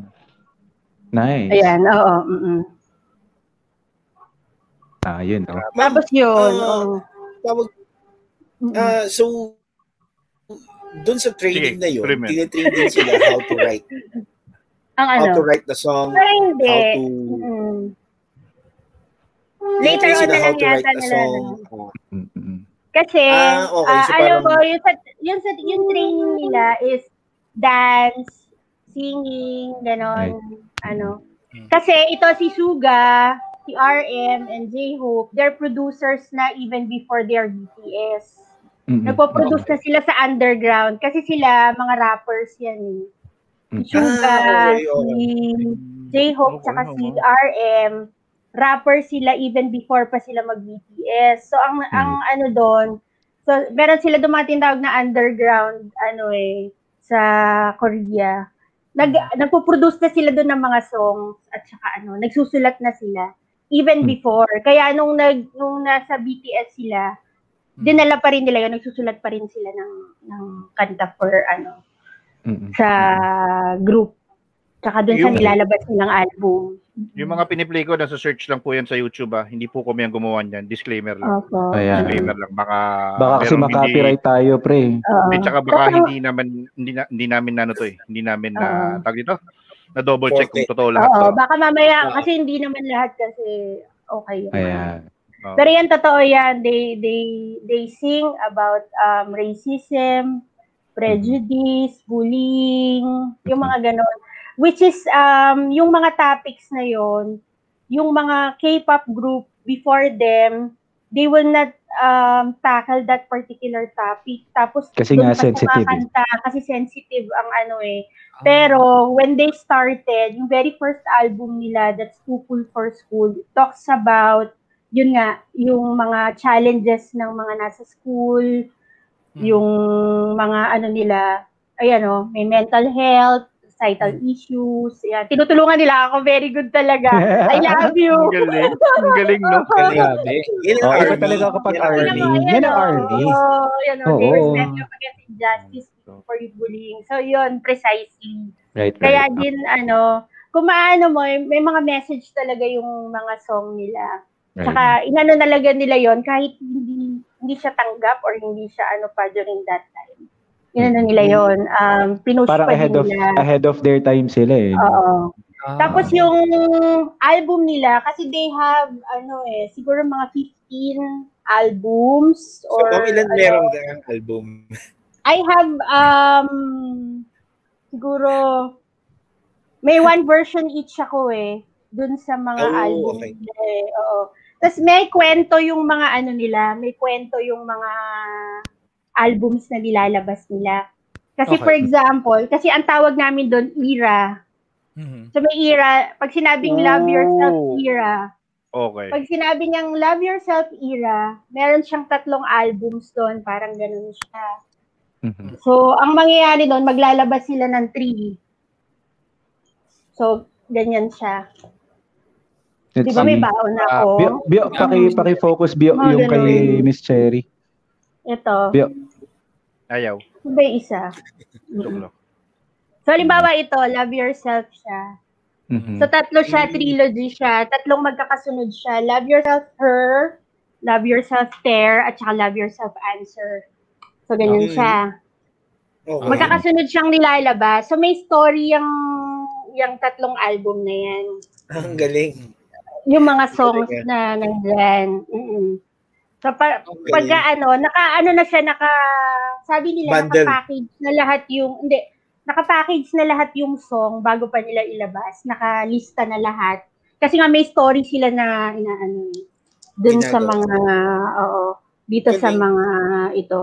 B: Nice.
E: Ayan, oo. mm-mm.
B: Ah, yun. oh.
D: Ma'am,
E: Tapos yun.
D: Ah,
E: oo.
D: tawag,
E: Mm-mm.
D: ah, so, dun sa training
A: Sige,
D: na yun,
A: tuloy mo.
D: tinitrain din sila how to write,
E: Ang ano?
D: how to write the song,
E: Pero hindi.
D: how to,
E: Mm-mm. Later
D: tinitrain
E: on
D: sila
E: na
D: how
E: lang
D: to write
E: yata
D: a
E: nila. ano?
D: song.
B: Mm-mm.
E: Kasi,
D: Ah, okay.
E: ah,
D: So,
E: alam
D: parang-
E: mo, yung, sa, yung, sa, yung training nila is dance, singing, gano'n, ano.
D: Hmm.
C: Mm.
E: Kasi ito si Suga, si RM, and J-Hope, they're producers na even before their BTS.
B: Mm-mm.
D: Hmm.
E: Nagpo-produce na sila sa underground kasi sila mga rappers yan eh. Si
B: Mm-mm.
E: Suga,
D: Ah, okay,
E: si
D: okay.
E: J-Hope,
A: Okay,
E: tsaka
A: naman.
E: si RM, rapper sila even before pa sila mag-BTS. So,
A: Hmm.
E: ang, ang ano doon, so, meron sila dumating tawag na underground, ano eh, sa Korea. Nag,
A: Hmm.
E: Nagpo-produce na sila doon ng mga songs at saka ano, nagsusulat na sila. Even
B: Hmm.
E: before. Kaya nung, nag, nung nasa BTS sila,
A: Hmm.
E: dinala pa rin nila yun, nagsusulat pa rin sila ng, ng kanta for ano,
B: Mm-mm.
E: sa group. Tsaka doon sa
A: Hmm. Yung-
E: nilalabas nilang album.
A: Yung mga piniplay ko, nasa search lang po yan sa YouTube ah. Hindi po kami ang gumawa niyan. Disclaimer lang.
E: Opo.
B: Ayan.
A: Disclaimer lang. Baka,
B: Baka kasi
A: merong
B: makapiright tayo, pre.
E: Oo.
A: Hindi, tsaka baka
E: Pero-
A: hindi naman, hindi, na, hindi namin na ano to eh. Hindi namin na,
E: Oo.
A: tag dito, na double check kung totoo lahat
E: Oo,
A: to.
E: baka mamaya,
D: Oo.
E: kasi hindi naman lahat kasi okay. yun.
B: Ayan.
A: Oo.
E: Pero yan, totoo yan. They, they, they sing about um, racism, prejudice, bullying, yung mga ganon. Which is, um, yung mga topics na yon yung mga K-pop group before them, they will not um, tackle that particular topic. Tapos,
B: Kasi
E: dun
B: nga
E: pa sa mga
B: sensitive eh.
E: kanta, kasi sensitive ang ano eh,
B: Ah.
E: pero when they started, yung very first album nila, That's Too Cool for School, it talks about, yun nga, yung mga challenges ng mga nasa school,
B: Hmm.
E: yung mga ano nila, ayan o, may mental health,
B: Hmm.
E: societal issues, ayan. Tinutulungan nila ako, very good talaga. I love you.
A: Ang galing. Ang galing, no?
D: Oh.
C: Grabe.
D: Yun ang
B: Oh, iba
D: army.
B: talaga kapag
D: Yun ang
E: Ayan
B: army.
E: o, ayan
B: Yan ang
E: o,
B: army.
E: oh. Oo, yan o, they
B: Oo.
E: respect you against injustice for you bullying. So yun, precisely.
B: Right, right.
E: Kaya din, ano, kumaano mo, eh, may mga message talaga yung mga song nila.
B: Right.
E: Tsaka, inano talaga nila yon kahit hindi, hindi siya tanggap or hindi siya ano pa during that time. Inano nila yon um, pinush
B: Mm-hmm. Parang
E: pa
B: ahead
E: din
B: of
E: nila. Oh.
B: ahead of their time sila eh.
E: Oo.
C: Ah.
E: Tapos yung album nila, kasi they have, ano eh, siguro mga 15 albums.
D: So,
E: Or,
D: ma'am, ilan
E: ano,
D: meron kang album?
E: I have um siguro may one version each ako eh dun sa mga
D: Oh,
E: album
D: okay.
E: nila eh. Oo. Tapos may kwento yung mga ano nila, may kwento yung mga albums na nilalabas nila. Kasi
C: Okay.
E: for example, kasi ang tawag namin doon era.
C: Mhm.
E: So may era, pag sinabing love yourself era,
A: Okay.
E: pag sinabi niyang love yourself era, meron siyang tatlong albums doon, parang ganun siya.
B: Mhm.
E: So, ang mangyayari doon, maglalabas sila ng tree. So, ganyan siya. Di
B: Let's
E: ba may
B: see.
E: baon na
C: Ah,
E: ako?
B: um, Bio, bio, paki, paki-focus bio,
E: Mga
B: yung kay
E: ganun.
B: Miss Cherry.
E: Ito.
B: Bio.
A: Ayaw.
E: Ito ba yung isa?
A: Joke lang.
E: So, halimbawa ito, love yourself siya.
B: Mhm.
E: So, tatlo siya, trilogy siya. Tatlong magkakasunod siya. Love yourself her, love yourself there, at saka love yourself answer. So, ganyan
D: Okay.
E: siya. Oh,
D: Okay.
E: Magkakasunod siyang nilalabas. So, may story yung, yung tatlong album na yan.
D: Ang galing.
E: Yung mga songs
D: Talaga.
E: na nandyan. Mm-mm. So, pa,
D: Okay.
E: pagka ano, naka, ano na siya, naka, sabi nila,
D: Bundle.
E: naka-package na lahat yung, hindi, naka-package na lahat yung song bago pa nila ilabas. Nakalista na lahat. Kasi nga may story sila na, inaano, dun sa
D: Ginagawa.
E: mga, oo, dito sa
D: Galing.
E: mga ito.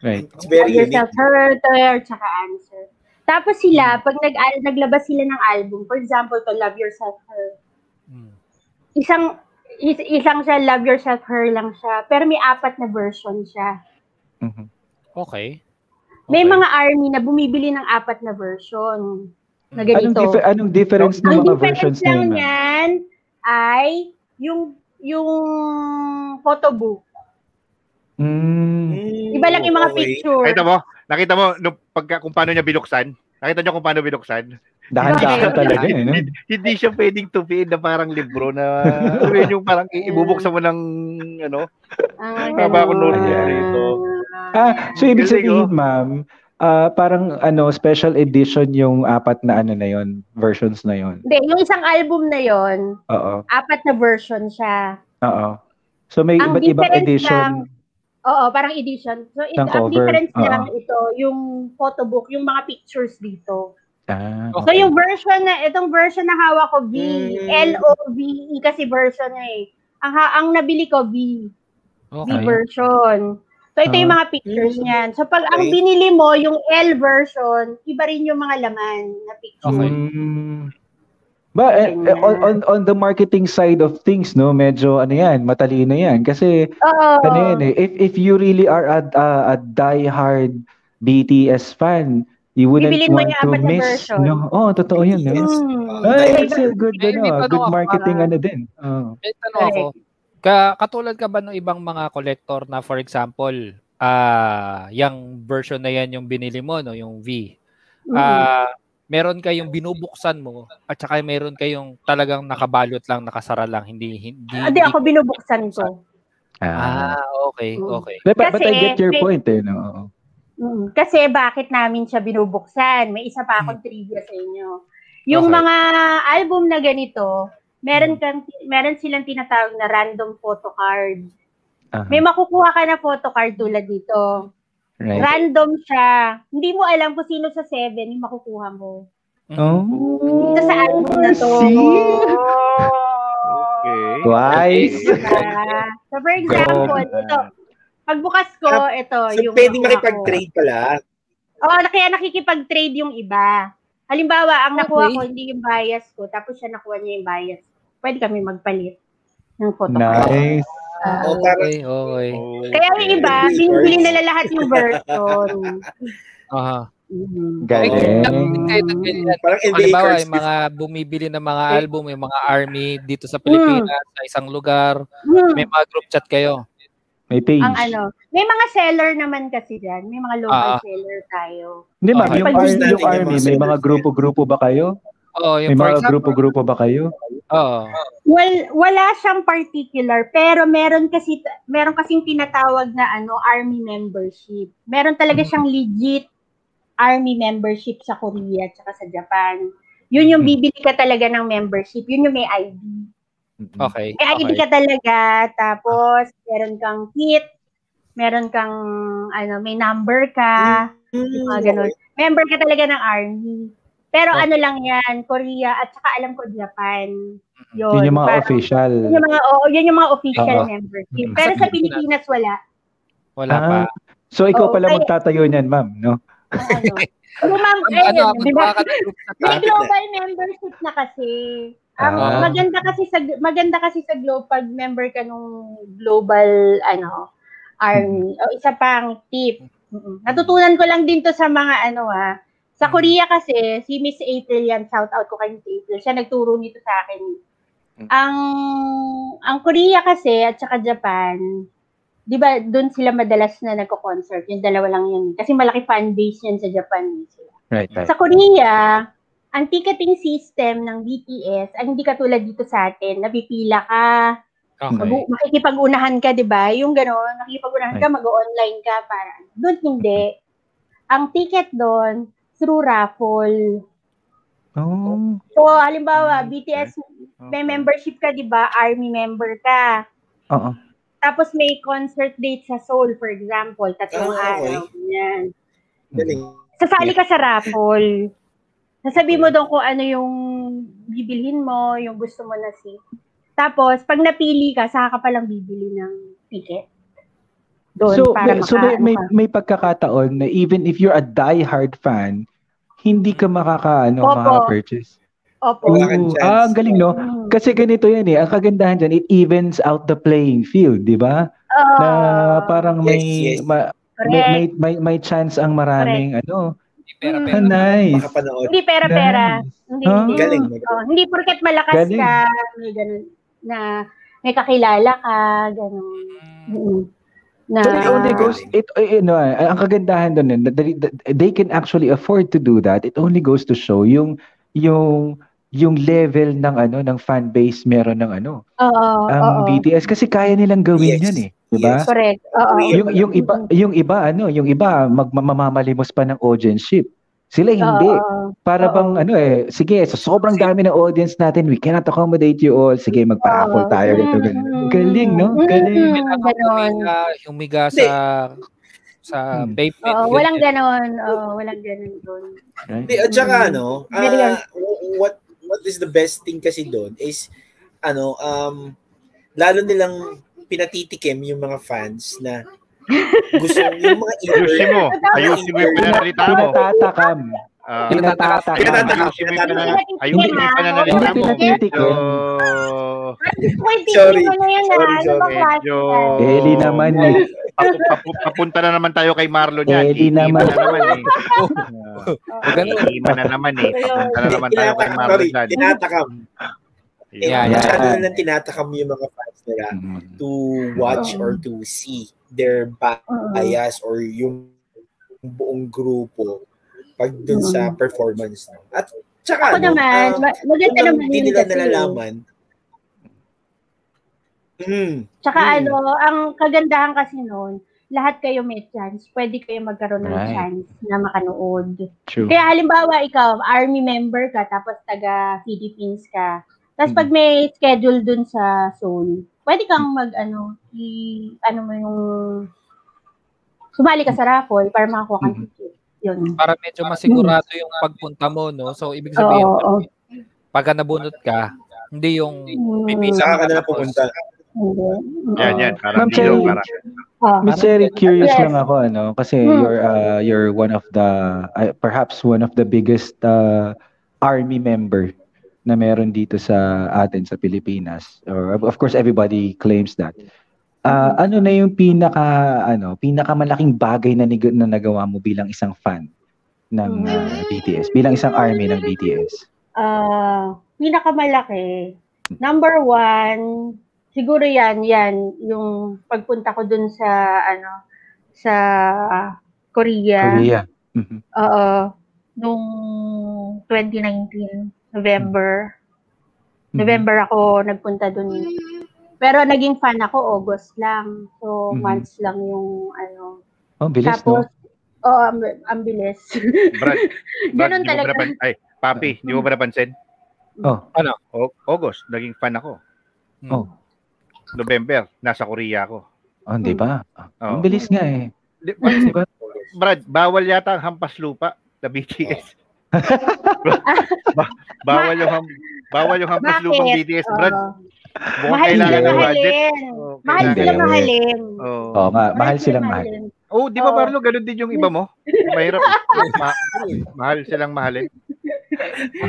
B: Right.
D: It's very
E: Under
D: unique.
E: Self-Hurter, tsaka Answer. Tapos sila, pag nag, naglabas sila ng album, for example, to Love Yourself Her,
C: Mm.
E: isang is- isang siya love yourself her lang siya pero may apat na version siya
B: Mhm.
C: Okay.
E: may
C: Okay.
E: mga army na bumibili ng apat na version
B: Anong,
E: na ganito
B: dif- anong difference ng
E: ang
B: mga
E: difference
B: versions na
E: lang
B: yun? ma'am?
E: niyan ay yung yung photobook
B: Mm.
D: Mm,
E: iba lang yung mga
D: okay.
E: picture
A: Nakita mo? Nakita mo nung pagka kung paano niya binuksan? Nakita niyo kung paano binuksan?
B: Dahan-dahan
E: Okay.
B: talaga eh. no?
A: Hindi, hindi siya pwedeng tupiin na parang libro na alam mo yun, yung parang i- ibubuksan mo ng ano.
E: Ang
A: Tama ako
E: Ah, ganun.
A: nun, Rito.
B: Ah, so ibig
A: Galing,
B: sabihin, ma'am, ah, parang ano special edition yung apat na ano na yon versions na yon.
E: Hindi, yung isang album na yon,
B: Oo.
E: apat na version siya.
B: Oo. So may
E: Ang
B: iba't ibang
E: difference
B: edition.
E: Oo, parang edition. So, it,
B: Ng
E: ang
B: cover. Ah.
E: difference
B: Oo.
E: lang ito, yung photobook, yung mga pictures dito.
B: Ah,
E: So, yung version na, itong version na hawak ko, V.
D: Mm.
E: L-O-V-E E, kasi version na eh. Ang, ha- ang nabili ko, V. V
C: Okay.
E: version. So, ito yung
B: Ah.
E: mga pictures
D: Mm.
E: niyan. So, pag ang
D: Okay.
E: binili mo, yung L version, iba rin yung mga laman na picture.
C: Okay.
B: Mm. Ba, eh, eh, on, on, on the marketing side of things, no, medyo ano yan, matalino yan. Kasi,
E: Oo.
B: ano yan eh, if, if you really are a, a, a die-hard BTS fan, you wouldn't
E: Bibilin mo
B: want
E: yung
B: to
E: apat na
B: miss.
E: version.
B: No? Oh, totoo yun. No?
D: Yes.
E: Mm.
B: Ay,
D: Ay,
B: it's a good,
C: may- may
B: ano,
C: tanong
B: good
C: ako,
B: marketing
E: ah.
B: ano din. Oh.
C: May tanong ako. Ka, katulad ka ba ng ibang mga collector na for example, ah yung version na yan yung binili mo no, yung V.
E: Mm.
C: Ah, meron kayong binubuksan mo at saka meron kayong talagang nakabalot lang, nakasara lang, hindi hindi.
E: Hindi, Ah, ako binubuksan ko.
B: Ah.
C: Ah, okay,
E: Mm.
C: okay.
B: But, but- but I
E: Kasi,
B: get your
E: may-
B: point eh, no?
E: Mm, Kasi bakit namin siya binubuksan? May isa pa akong trivia sa inyo. Yung
C: Okay.
E: mga album na ganito, meron kang meron silang tinatawag na random photo card.
B: Ah,
E: May makukuha ka na photo card tulad dito.
B: right.
E: Random siya. Hindi mo alam kung sino sa seven yung makukuha mo.
C: Mm-hmm.
B: Oh.
E: Dito sa album na to.
B: See?
A: Okay.
B: Twice.
E: Diba? So for example,
A: Go.
E: ito. Pagbukas ko, ito.
D: So,
E: oh, yung
D: pwede
E: nakuha ko.
D: makipag-trade pala.
E: Oo, na- kaya nakikipag-trade yung iba. Halimbawa, ang nakuha
C: Okay.
E: ko, hindi yung bias ko, tapos siya nakuha niya yung bias. Pwede kami magpalit ng photo card.
B: Nice.
D: Oh, parang-
C: Okay, okay.
A: Oh,
E: Kaya yung iba,
D: Okay.
E: binibili nila lahat yung version.
C: Aha.
E: Mhm.
B: Galing.
D: Parang NBA
C: Halimbawa,
D: cards.
C: yung mga bumibili ng mga album, yung mga army dito sa Pilipinas, sa isang lugar,
E: Hmm,
C: may mga group chat kayo.
B: May page.
E: Ang ano, may mga seller naman kasi dyan. May mga local
C: Ah.
E: seller tayo.
B: Hindi ma'am,
C: Okay.
B: Oh, yung,
E: Pag-use
B: ar- yung
D: natin yung
B: army,
D: mga
B: may mga
D: seniors.
B: grupo-grupo ba kayo?
C: Oo, Oh, yung
B: May
C: for
B: mga
C: example,
B: grupo-grupo ba kayo?
C: oo.
B: Mm.
E: Well, wala siyang particular, pero meron kasi meron kasing tinatawag na ano, army membership. Meron talaga siyang legit army membership sa Korea at sa Japan. Yun yung
B: Mhm.
E: bibili ka talaga ng membership. Yun yung may ID.
C: Okay.
E: May ID
C: okay.
E: ka talaga, tapos meron kang kit, meron kang ano, may number ka,
D: Mm,
E: yung mga ganun. Member ka talaga ng army. Pero
C: Okay.
E: ano lang yan, Korea at saka alam ko Japan. Yun,
B: Yun yung mga
E: Oh, parang-
B: official.
E: yun yung mga, oo, yun yung mga official
B: Oo.
E: membership.
B: Mm.
E: Pero sa Pilipinas, wala.
C: Wala
B: Ah,
C: pa.
B: So ikaw
E: Oo,
B: pala
E: Oh, kaya-
B: magtatayo niyan, ma'am, no?
E: Ang ano. Pero ma'am,
C: Ano,
E: eh,
C: ano, ako
E: di ba?
C: diba? ka ng group chat.
E: May
C: ah?
E: global membership na kasi. Ang
B: Ah.
E: maganda kasi sa maganda kasi sa global pag member ka nung global ano army. O isa pang tip. Mm-mm. Natutunan ko lang din to sa mga ano ha. Sa
C: Mm.
E: Korea kasi si Miss April yan, shout out ko kay Miss April. Siya nagturo nito sa akin. Ang ang Korea kasi at saka Japan, 'di ba, doon sila madalas na nagko-concert. Yung dalawa lang yun. Kasi malaki fan base yan sa Japan. eh,
B: Right, right.
E: Sa Korea, ang ticketing system ng BTS, ang hindi katulad dito sa atin, napipila ka,
B: Ano?
C: Okay.
E: mabu- makikipag-unahan ka, di ba? Yung gano'n, makikipag-unahan ka, mag-online ka, para. Doon hindi. Ang ticket doon, through raffle.
B: Oh.
E: So, halimbawa, BTS,
A: Okay.
E: may membership ka, di ba? Army member ka.
B: Oo.
E: Tapos may concert date sa Seoul, for example, tatlong
D: Ah, okay.
E: araw. Yan.
D: Galing.
E: Sasali ka sa raffle. Sasabi mo doon kung ano yung bibilhin mo, yung gusto mo na seat. Tapos, pag napili ka, saka ka palang bibili ng ticket. Doon,
B: So, may,
E: para maka,
B: so may, may,
E: ano ka.
B: may pagkakataon na even if you're a die-hard fan, hindi ka makaka, ano,
E: Opo.
B: makaka-purchase.
E: Opo.
D: Wala
B: Oo.
D: kang chance.
B: Ah, ang galing, no?
E: Mm.
B: Kasi ganito yan eh. Ang kagandahan dyan, it evens out the playing field, di ba?
E: Oo.
B: Na parang may,
D: Yes, yes.
B: ma-
E: Oh, Ah. Correct.
B: may, may, may, may chance ang maraming, ano.
C: Pera-pera.
B: Ah, nice.
D: Makapanood.
E: Hindi pera-pera.
B: Nice.
E: Hindi,
B: Ah.
E: hindi.
D: Galing.
E: Oo, hindi porket malakas
B: Galing.
E: ka, may ganun, na may kakilala ka, ganun. Mm. Na,
B: So, it
D: Ah,
B: only goes, it, eh, ano, eh, ang kagandahan doon, eh, that- that- they can actually afford to do that. It only goes to show yung, yung, yung level ng ano ng fan base meron ng ano
E: Oo, Ah, oo.
B: ang BTS kasi kaya nilang gawin
D: Yes.
B: yun eh di ba
D: Yes.
E: Correct. Oo.
D: Yun
B: yung yung iba
E: Mm-hmm.
B: yung iba ano yung iba magmamamalimos pa ng audienship sila hindi
E: Ah, Oo.
B: para
E: Oo.
B: bang ano eh sige sa sobrang dami ng audience natin we cannot accommodate you all sige magpa-apple
E: Oo.
B: tayo ganito ganito galing no galing
E: Mm,
C: Kailangan
E: ganon.
C: humiga, humiga sa sa
B: Hmm.
C: pavement.
E: Oo, walang
C: Ganyan.
E: ganon. Oo, walang ganon doon.
B: Right?
D: Hindi, at saka ano, ah,
E: Mm. Very good.
D: w- what what is the best thing kasi doon is ano, um lalo nilang pinatitikim yung mga fans na gusto yung mga eager.
A: Ayusin mo. Ayusin mo yung pinanalita mo.
B: pinatatakam
A: Ah,
B: pinatatakam
A: Ayusin mo yung pinanalita mo. Ayusin mo yung
B: Hindi
A: pinanalita mo.
B: pinatitik
A: Medyo...
B: eh.
E: Sorry.
D: Sorry.
E: Mo na yan,
D: Sorry,
E: ah. Ano bang
D: sorry.
E: klase
A: Medyo...
E: yan?
B: Eli naman eh.
A: Papu- papu- Papunta na naman tayo kay Marlon yan.
B: Eli
A: Iiman
B: naman.
A: na naman eh.
E: Oo.
A: Ah, iiman na naman eh. Papunta na naman tayo kay
D: Tinatakam,
A: Marlon
D: sorry,
A: yan.
D: tinatakam.
A: Yeah.
C: Yeah,
D: Eh,
B: yeah.
D: Masyado na lang tinatakam yung mga fans nila to watch or to see their
E: Oo.
D: bias or yung buong grupo pag dun sa performance. no? At tsaka
E: Ako
D: ano,
E: naman,
D: ah,
E: ma- maganda
D: Ano,
E: naman
D: hindi
E: yun
D: nila
E: kasi.
D: nalalaman. Mm.
E: Tsaka
D: Mm.
E: ano, ang kagandahan kasi noon, lahat kayo may chance. Pwede kayo magkaroon ng
B: Right.
E: chance na makanood.
B: True.
E: Kaya halimbawa ikaw, army member ka, tapos taga Philippines ka. Tapos pag may schedule dun sa Seoul, pwede kang mag ano, i, ano mo yung, sumali ka sa raffle para makakuha kang
B: Mhm.
E: ticket. Yun.
C: Para medyo masigurado yung pagpunta mo, no? So, ibig sabihin,
E: Oo, oo.
C: pagka nabunot ka, hindi yung
E: Mm,
D: Saka ka na lang pumunta.
E: hindi. Ah,
A: Yan, yan. Parang
B: Ma'am
A: video.
B: Cherry.
A: Parang...
E: Oo.
B: Miss Eric, curious
E: Yes.
B: lang ako, ano, kasi
E: Hmm.
B: you're uh, you're one of the uh, perhaps one of the biggest uh, army member na meron dito sa atin sa Pilipinas. Or of- of course everybody claims that. Ah, ano na yung pinaka ano, pinakamalaking bagay na nig- na nagawa mo bilang isang fan ng uh, BTS, bilang isang army ng BTS?
E: Ah, pinakamalaki, number one, siguro yan, yan, yung pagpunta ko dun sa, ano, sa ah, Korea.
B: Korea. Mhm.
E: Oo, nung 2019, November.
B: Mm-hmm.
E: November ako nagpunta dun. Pero naging fan ako August lang. So,
B: Mhm.
E: months lang yung, ano.
B: Oh, bilis
E: Tapos,
B: no.
E: oo, ang, ang bilis.
A: Brad, Brad, di mo
E: Ganun
A: ba
E: talaga. Mm.
A: napan- Ay, Papi, di mo ba napansin?
B: Oh,
A: O- August, naging fan ako.
C: mm,
B: oh,
A: November, nasa Korea ako.
B: oh, di ba?
A: Oo.
B: Ang bilis nga eh.
A: Di-
B: Di ba?
A: Brad, bawal yata ang hampas lupa na BTS.
B: Oh.
A: Ba- bawal yung ham- bawal yung hampas
E: Bakit?
A: lupa ng BTS, Brad.
E: Oo.
A: Mukhang
E: mahal sila
A: kailangan ng budget.
E: mahalin.
A: Oo,
E: Mahal
A: kailangan ng-
E: sila
B: Hindi.
E: mahalin.
A: Oo.
B: Oh, ma- mahal silang mahal.
E: mahalin.
A: Oh, di ba
E: Oo.
A: Marlo, ganun din yung iba mo? Mahirap. eh. Ma- mahal silang mahalin.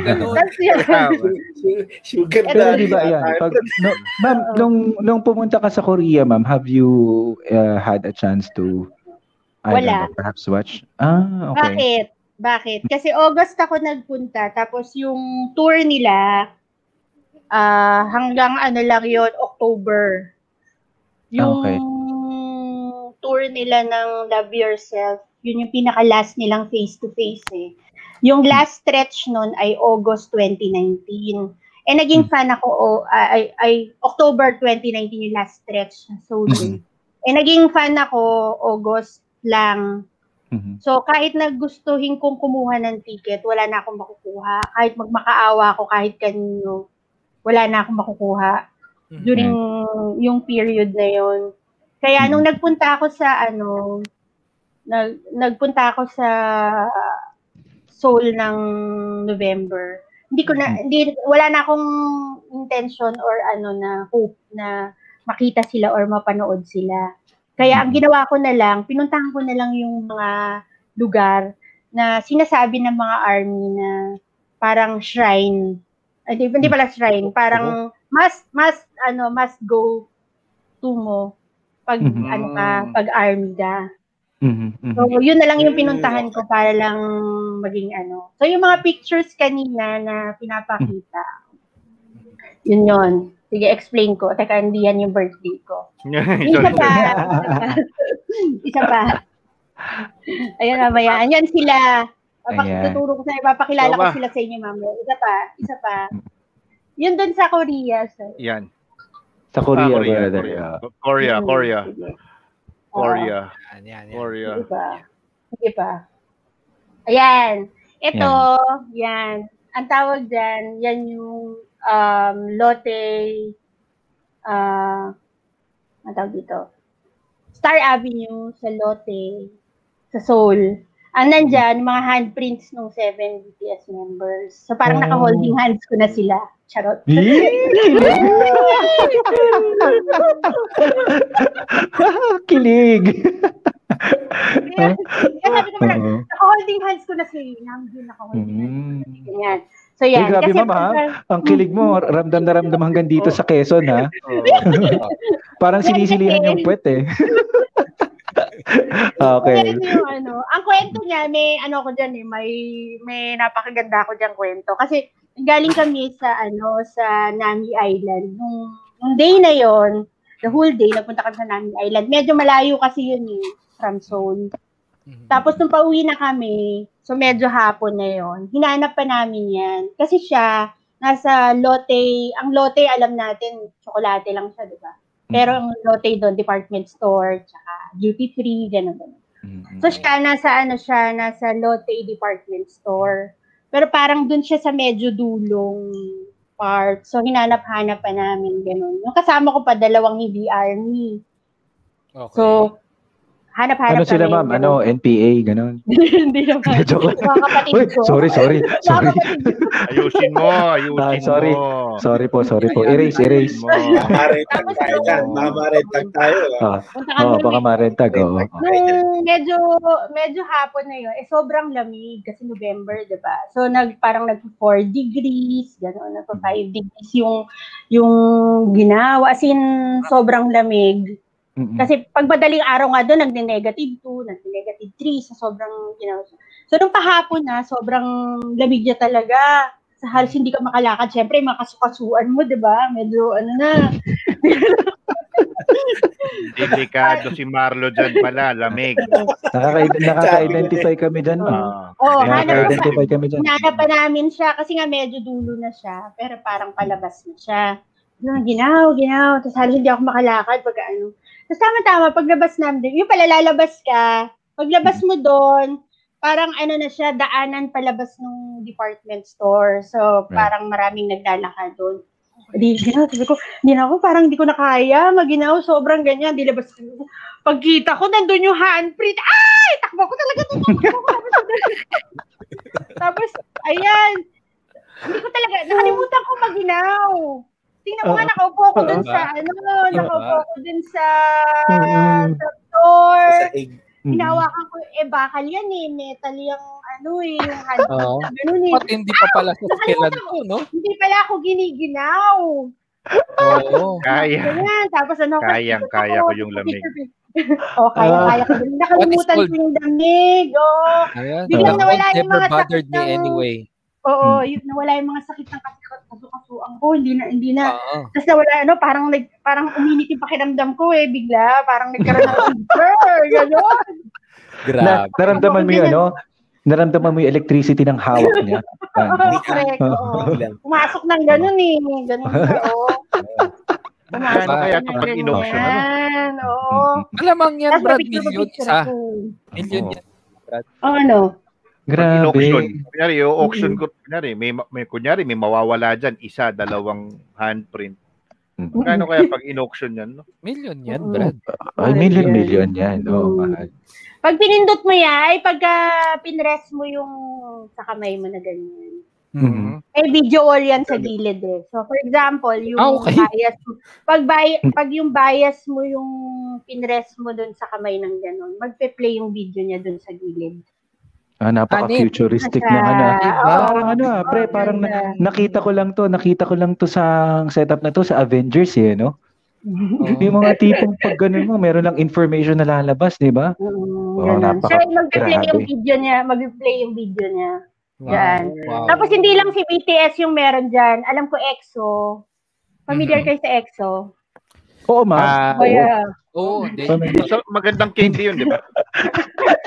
C: Ganun.
E: Tapos yun.
A: Tama.
D: Sugar
B: Pero
D: daddy.
B: di ba yan?
D: ata.
B: Pag, no, ma'am,
E: Oo.
B: nung, nung pumunta ka sa Korea, ma'am, have you uh, had a chance to, I
E: Wala.
B: don't know, perhaps watch? Ah, okay.
E: Bakit? Bakit? Kasi August ako nagpunta, tapos yung tour nila, ah hanggang ano lang yon October. Yung
B: Okay.
E: tour nila ng Love Yourself, yun yung pinaka-last nilang face-to-face eh. Yung last stretch nun ay August 2019.
B: Hmm.
E: Eh, naging fan ako, o- ay, ay, October 2019 yung last stretch na Seoul.
B: Hmm.
E: eh. Eh, naging fan ako August lang.
B: Mhm.
E: So, kahit nagustuhin kong kumuha ng ticket, wala na akong makukuha. Kahit magmakaawa ako kahit kanino, wala na akong makukuha. During yung period na yon Kaya nung nagpunta ako sa ano, nag, nagpunta ako sa Seoul ng November, hindi ko na hindi wala na akong intention or ano na hope na makita sila or mapanood sila. Kaya ang ginawa ko na lang, pinuntahan ko na lang yung mga lugar na sinasabi ng mga army na parang shrine. Ay, Hindi, hindi pala shrine, parang mas mas ano, must go to mo pag
B: Mhm.
E: ano ka, pag army ka.
B: Mhm, mhm.
E: So, yun na
A: Mm.
E: lang yung pinuntahan ko para lang maging ano. So, yung mga pictures kanina na pinapakita, yun yun. Sige, explain ko. Teka, hindi yan yung birthday ko. Isa
A: Sorry.
E: pa. Isa pa. Ayan, mamaya. Yan sila.
B: Ayan.
E: Papak- tuturo ko sa Papakilala ko
A: Tama.
E: sila sa inyo, mamaya. Isa pa. Isa pa. Yun dun sa Korea. So.
A: Yan.
B: Sa
A: Ah,
B: Korea, brother.
A: Korea.
B: ah.
A: Korea,
E: Mm,
A: Korea,
E: sige. Oo.
A: Korea,
C: Yan, yan, yan.
A: Korea.
E: Hindi pa. Hindi pa. Ayan. Ito, yan. Ang tawag dyan, yan yung um, Lotte, ah, ang tawag dito, Star Avenue sa Lotte, sa Seoul. Ang nandyan, yung mga handprints ng 7 BTS members. So
B: Oh.
E: parang naka-holding hands ko na sila. Charot.
B: Kilig.
E: Kaya sabi naman,
B: Oo.
E: naka-holding hands ko na sila. Hindi naka-holding hands.
B: Mm.
E: Ganyan. So yan.
B: Uy, grabe,
E: Kasi
B: ma'am, ha?
E: pagka-
B: Ang kilig mo, ramdam na ramdam hanggang dito sa Quezon ha. Parang sinisilihan yung puwet eh. okay.
E: Meron yung ano, ang kwento niya, may ano ko diyan eh, may may napakaganda ko diyan kwento kasi galing kami sa ano sa Nami Island nung, nung day na yon, the whole day nagpunta kami sa Nami Island. Medyo malayo kasi yun eh from Seoul.
C: Mm-hmm.
E: Tapos nung pauwi na kami, so medyo hapon na yon. Hinanap pa namin yan kasi siya nasa Lotte, ang Lotte alam natin, tsokolate lang siya, di ba? Pero ang Lotte doon, department store, tsaka duty free, gano'n gano'n. So siya nasa ano siya nasa Lotte department store. Pero parang dun siya sa medyo dulong part. So hinanap-hanap pa namin ganun. Yung kasama ko pa dalawang hindi army.
C: Okay.
E: So
B: Ano
E: hanap-hanap
B: sila
E: kami,
B: ma'am?
E: ganun.
B: Ano? NPA? Ganon?
E: Hindi naman.
B: Joke lang.
E: Mga kapatid
B: Uy,
E: ko.
B: sorry, sorry.
E: Mga
B: Sorry.
E: kapatid ko.
A: Ayusin mo, ayusin
B: Ah, sorry.
A: mo.
B: Sorry po, sorry po. Erase, erase.
A: Ayusin mo.
D: Mamaretag tayo dyan. Mamaretag tayo. ah.
B: Ah,
E: Punta kami
B: oh,
E: dun
B: baka
E: eh.
B: marentag. Oo.
E: Nung medyo, medyo hapon na yun, eh, sobrang lamig kasi November, di ba? So, nag, parang nag-4 degrees, gano'n, nag-5 degrees yung, yung ginawa. As in, sobrang lamig.
B: Mm-mm.
E: Kasi pag madaling araw nga doon, nagne-negative 2, nagne-negative 3, so sobrang, you know. So, nung pahapon na, sobrang lamig niya talaga. Sa halos hindi ka makalakad. Siyempre, makasukasuan mo, di ba? Medyo, ano na.
A: Delikado si Marlo dyan pala, lamig.
B: Nakaka- Nakaka-identify kami dyan. ma'am.
A: Ah,
E: Oo, Oh, hanap ka
B: Nakaka-identify kami dyan.
E: Hinanap pa namin siya kasi nga medyo dulo na siya, pero parang palabas na siya. Yun, ginaw, ginaw. Tapos halos hindi ako makalakad pag ano. Tapos tama-tama, paglabas namin, yung pala lalabas ka, paglabas mo doon, parang ano na siya, daanan palabas ng department store. So,
B: Right.
E: parang maraming naglalakad doon. Di, ginaw, sabi ko, hindi na ako, parang hindi ko na kaya, maginaw, sobrang ganyan, di labas ko. Pagkita ko, nandun yung handprint, ay, takbo ko talaga doon, takbo ko. Tapos, ayan, hindi ko talaga, nakalimutan ko maginaw. Tingnan mo nga, nakaupo ko dun sa, ano, nakaupo ko dun sa,
B: Mm-mm.
E: sa store.
D: Sa ig-
B: Mm-mm.
E: Hinawakan ko, eh, bakal yan eh, metal yung, ano eh, yung hand.
C: Oo.
E: Ganun eh.
C: Ba't hindi pa pala sa skillan ko, no?
E: Hindi pala ako giniginaw.
C: Oo.
A: kaya.
E: Ganyan. Tapos ano ko.
A: Kayang, kaya ko yung lamig.
E: Oo, kaya,
B: Ah.
E: kaya ko. din. Nakalimutan
C: What is
E: ko yung lamig. Oh.
C: Ayan.
E: Biglang
C: That one
E: nawala yung
C: never
E: mga
C: bothered
E: sakit
C: me
E: ng-
C: anyway.
E: Oo,
C: Hmm.
E: yun, nawala yung mga sakit ng kasukasuan ko. Hindi na, hindi na.
C: Oo.
E: Tapos nawala, ano, parang, nag, parang uminit yung pakiramdam ko eh, bigla. Parang nagkaroon ng fever, gano'n.
B: Na,
C: Grabe.
B: naramdaman mo yun, ano? Naramdaman mo yung electricity ng hawak niya. Yan.
C: Ah,
E: Oo, correct, oo.
D: Biglang.
E: Pumasok ng gano'n eh, gano'n
C: Ah.
E: ka, oo. Pumasok
A: Ano kaya
E: ng
A: kapag
E: ganyan.
A: inom siya?
E: oo.
C: Malamang yan,
E: Tapos
C: Mm-hmm. Brad, ah.
E: picture
C: million
E: picture
C: isa.
E: ako.
C: Million
B: Oo.
C: yan.
E: Oo, ano?
A: Pag
B: Grabe.
A: in-auction, kunyari, auction ko, kunyari, may, ma- may, kunyari, may mawawala dyan, isa, dalawang handprint.
C: Ano?
A: Magkano kaya pag in-auction yan? No?
C: Million yan,
E: Oo.
C: Brad.
B: Ay, million, million yan. Oo,
E: Mm.
B: mahal.
E: Pag pinindot mo yan, ay pagka pinrest mo yung sa kamay mo na ganyan.
B: Mhm.
C: Mm-hmm.
E: May video wall yan sa gilid eh. So, for example, yung
C: Ah, okay.
E: bias mo. Pag, bi- pag yung bias mo yung pinrest mo dun sa kamay ng gano'n, magpe-play yung video niya dun sa gilid.
B: Ah, napaka-futuristic ng ano.
E: Nasa-
C: oo.
B: Parang ano, ah, pre, parang na-
E: ganda.
B: nakita ko lang to, nakita ko lang to sa setup na to sa Avengers eh, no?
E: Mm,
C: Oh,
B: Yung mga tipong pag ganun mo, meron lang information na lalabas, di ba?
E: Mm,
B: Oo,
E: ganun.
B: napaka-
E: so, magpe-play
B: grabe.
E: yung video niya, magpe-play yung video niya.
C: Wow.
E: Yan.
C: Wow.
E: Tapos hindi lang si BTS yung meron dyan. Alam ko EXO. Familiar
C: Mhm.
E: kayo sa EXO?
B: Oo, ma.
C: Ah,
E: O yeah.
C: oo, hindi.
A: So, magandang candy yun, di ba?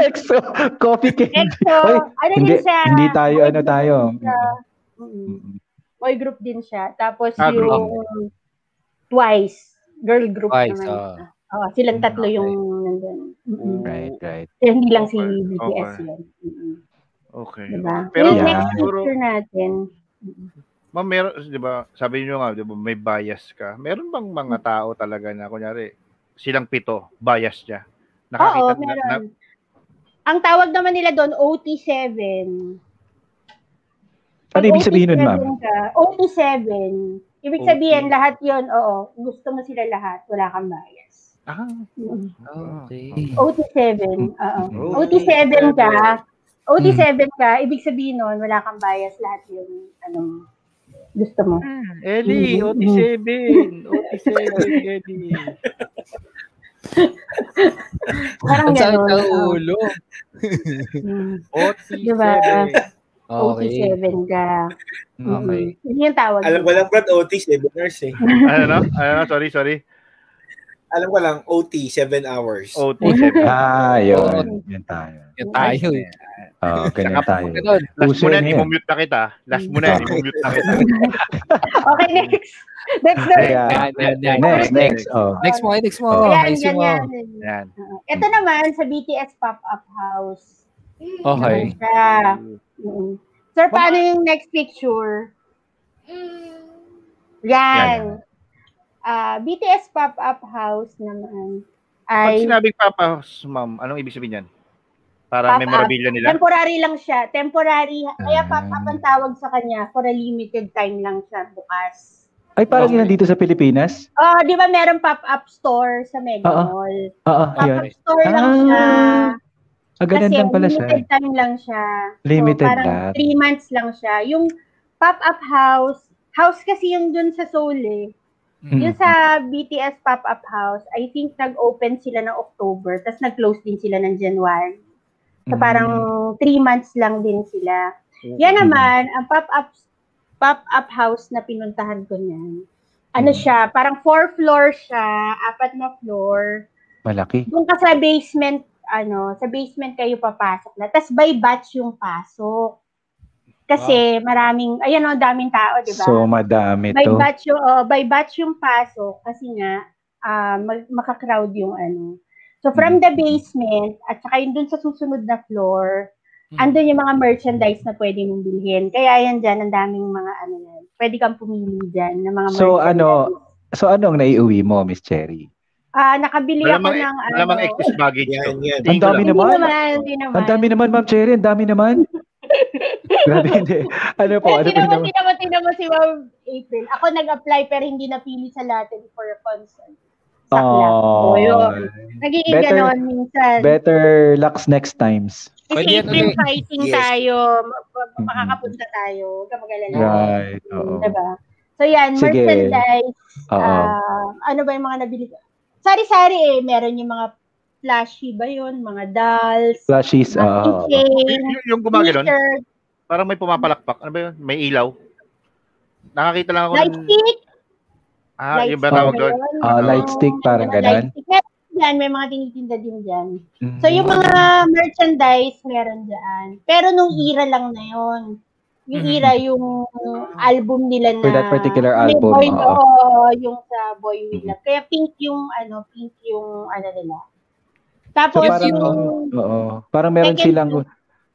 B: EXO, coffee cake.
E: EXO.
B: Oy,
E: ano
B: hindi,
E: din siya?
B: hindi tayo, ano tayo.
E: Mm,
B: Mm.
E: Boy group din siya. Tapos
A: Ah, group.
E: yung Twice. Girl group
C: Twice,
E: naman.
C: oo.
E: Oo, silang tatlo
C: Okay.
E: yung nandun. Mm-mm.
B: Right, right.
E: Kaya hindi lang si
A: Okay,
E: BTS
A: okay.
E: yun. Mm-mm.
A: Okay.
E: Diba?
A: Pero,
B: Yeah.
E: Yung next
A: siguro,
E: picture natin.
A: ma'am, meron, di ba, sabi niyo nga, di ba, may bias ka. Meron bang mga tao talaga na, kunyari, silang pito, bias niya?
E: Oo,
A: na-
E: meron.
A: na,
E: Ang tawag naman nila doon, OT7.
B: Ano
E: Pag
B: ibig sabihin nun,
E: OT7
B: ma'am?
E: Ka, OT7. Ibig
A: OT.
E: sabihin, lahat yon oo. Gusto mo sila lahat. Wala kang bias.
A: ah,
E: Mm.
C: Okay.
E: OT7, oo.
B: Mm.
E: OT7 ka, OT7 ka, ibig sabihin nun, wala kang bias. Lahat yun, ano, gusto mo.
A: Ellie,
E: Mm.
A: OT7, OT7, Ellie.
E: Parang
C: Ang sakit
E: ganun.
C: ng
E: oo.
C: ulo.
E: Mm.
A: OT7.
E: Diba?
C: Okay.
E: OT7 ka.
C: Okay.
E: Mm. Yun yung tawag.
D: Alam ko lang, Brad, OT, 7 hours eh.
A: ano na? Ano na? Sorry, sorry.
D: Alam ko lang, OT, 7 hours.
A: OT7.
B: Ah, yun. Yan tayo.
C: Yan tayo. eh.
B: Oo, ganyan
A: Saka
B: tayo.
C: Ganun.
A: Last
B: Puso
A: mo na,
B: na yan.
A: i-mute na kita. Last mo na, i-mute na kita.
E: Okay, next. Next, next.
B: Kaya,
C: Yan, yan, yan.
B: next, next. Oh.
C: Next mo, next mo.
B: Oh,
E: Ayan,
C: Ayusin
E: yan,
C: mo.
E: yan.
A: Yan.
E: Oo. Ito naman, sa BTS Pop-Up House.
C: Okay.
E: Ganun siya. Mm. Sir, paano yung next picture? Yan. Ah, BTS Pop-Up House naman
A: Pag
E: ay
A: sinabing Papa ma'am, anong ibig sabihin yan? Para
E: Papa.
A: memorabilia nila?
E: temporary lang siya. Temporary.
B: Ah.
E: Kaya pop-up ang tawag sa kanya for a limited time lang siya bukas.
B: Ay, parang yun nandito sa Pilipinas?
E: Oh, di ba meron pop-up store sa Mega
B: Oo.
E: Mall?
B: Oo,
E: Pop-up
B: ayun.
E: store lang
B: Ah.
E: siya.
B: Ah, ganun
E: Kasi
B: lang pala siya.
E: limited time lang siya.
B: Limited
E: so, parang
B: lang.
E: three months lang siya. Yung pop-up house, house kasi yung dun sa Seoul eh.
B: Mm.
E: Yung sa BTS pop-up house, I think nag-open sila ng October, tapos nag-close din sila ng January. So
B: Mm.
E: parang three months lang din sila. Yan naman, ang pop-up pop-up house na pinuntahan ko niyan. Ano
B: Mm.
E: siya, parang four floor siya, apat na floor.
B: Malaki.
E: Doon ka sa basement, ano, sa basement kayo papasok na. Tapos by batch yung pasok. Kasi maraming, ayan o, daming tao, di ba?
B: So, madami
E: by
B: to.
E: batch yung, oo, by batch yung pasok kasi nga ah, mag, makakrowd yung ano. So from
B: Mm-hmm.
E: the basement at saka yung dun sa susunod na floor,
C: Mm.
E: andun yung mga merchandise na pwede mong bilhin. Kaya yan dyan, ang daming mga ano yan. Pwede kang pumili dyan ng mga
B: So,
E: merchandise.
B: ano- So, anong naiuwi mo, Miss Cherry?
E: Ah, nakabili ako
A: Malamang,
E: ng ano.
A: malamang excess baggage.
D: Yan, yan.
B: Ang dami
E: Hindi
B: naman.
E: naman, hindi naman.
B: Ang dami naman, Ma'am Cherry. Ang dami naman. Grabe, hindi. Ano po?
E: Pero
B: Ano po
E: tinaman,
B: naman?
E: tinaman, tinaman si Ma'am April. Ako nag-apply pero hindi napili sa Latin for a concert. Sakla.
B: Oh,
E: Oh, yun. Nagiging
B: Better-
E: ganon minsan.
B: better lucks next times.
E: Kasi
C: Pwede yan
E: April
C: ulit.
E: fighting
D: Yes.
E: tayo. Ma- ma-
B: Mm.
E: Makakapunta tayo. Huwag ka mag-alala.
B: Right. Oo.
E: Diba? So yan,
B: Sige.
E: merchandise.
B: Oo.
E: ah, ano ba yung mga nabili ko? Sari-sari eh. Meron yung mga flashy ba yun? Mga dolls.
B: Flashies.
E: mga
B: Oo.
E: keychain.
A: Yung, yung gumagano'n,
E: T-shirt.
A: parang may pumapalakpak. Ano ba yun? May ilaw. Nakakita lang ako
E: Light
A: ng...
E: stick.
A: Ah,
E: light
A: yung ba
E: stick
A: tawag
E: ba
A: doon?
E: yun?
B: Ah, light stick, parang
E: Mga
B: ganon.
E: light stick. Meron Yan, may mga tinitinda din dyan.
B: Mm.
E: So, yung mga merchandise, meron dyan. Pero nung era lang na yon Yung
C: Mhm.
E: era, yung album nila na...
B: For that particular
E: May
B: album,
E: Boy,
B: oo.
E: oo, yung sa Boy Will
B: Mhm.
E: Love. Kaya pink yung, ano, pink yung, ano nila. Tapos,
B: So, parang-
E: yung...
B: Oo. Parang meron
E: Second
B: silang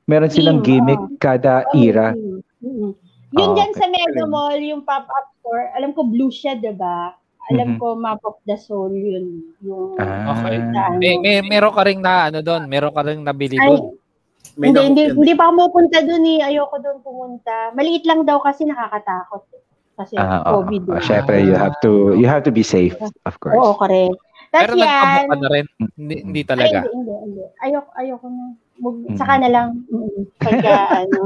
B: meron silang
E: Team,
B: gimmick
E: oo.
B: kada era.
E: Mm, mm. Yun
B: Ah,
E: dyan
B: okay.
E: sa Mega Mall, yung pop-up store, alam ko blue siya, 'di ba? Alam ko Map of the Soul yun. Yung
B: Ah.
C: Okay.
E: sa ano.
C: May, may, meron ka rin na ano doon, meron ka rin nabili
E: Ay,
C: doon.
D: May
E: hindi, hindi,
D: nakuha yun.
E: hindi pa ako pupunta doon eh. Ayoko doon pumunta. Maliit lang daw kasi nakakatakot. eh. Kasi
B: Ah, oo.
E: COVID.
B: Ah,
E: eh.
B: syempre, you have to you have to be safe, of
E: Oo,
B: course.
E: correct.
C: Pero
E: Tapos
C: nagpabok
E: yan,
C: ka na rin. Hindi,
B: Mm-hmm.
C: hindi
E: ay,
C: talaga.
E: hindi, hindi, hindi. Ayoko, ayoko na. Wag,
B: Mm.
E: Saka na lang. Mm, Pagka, ano,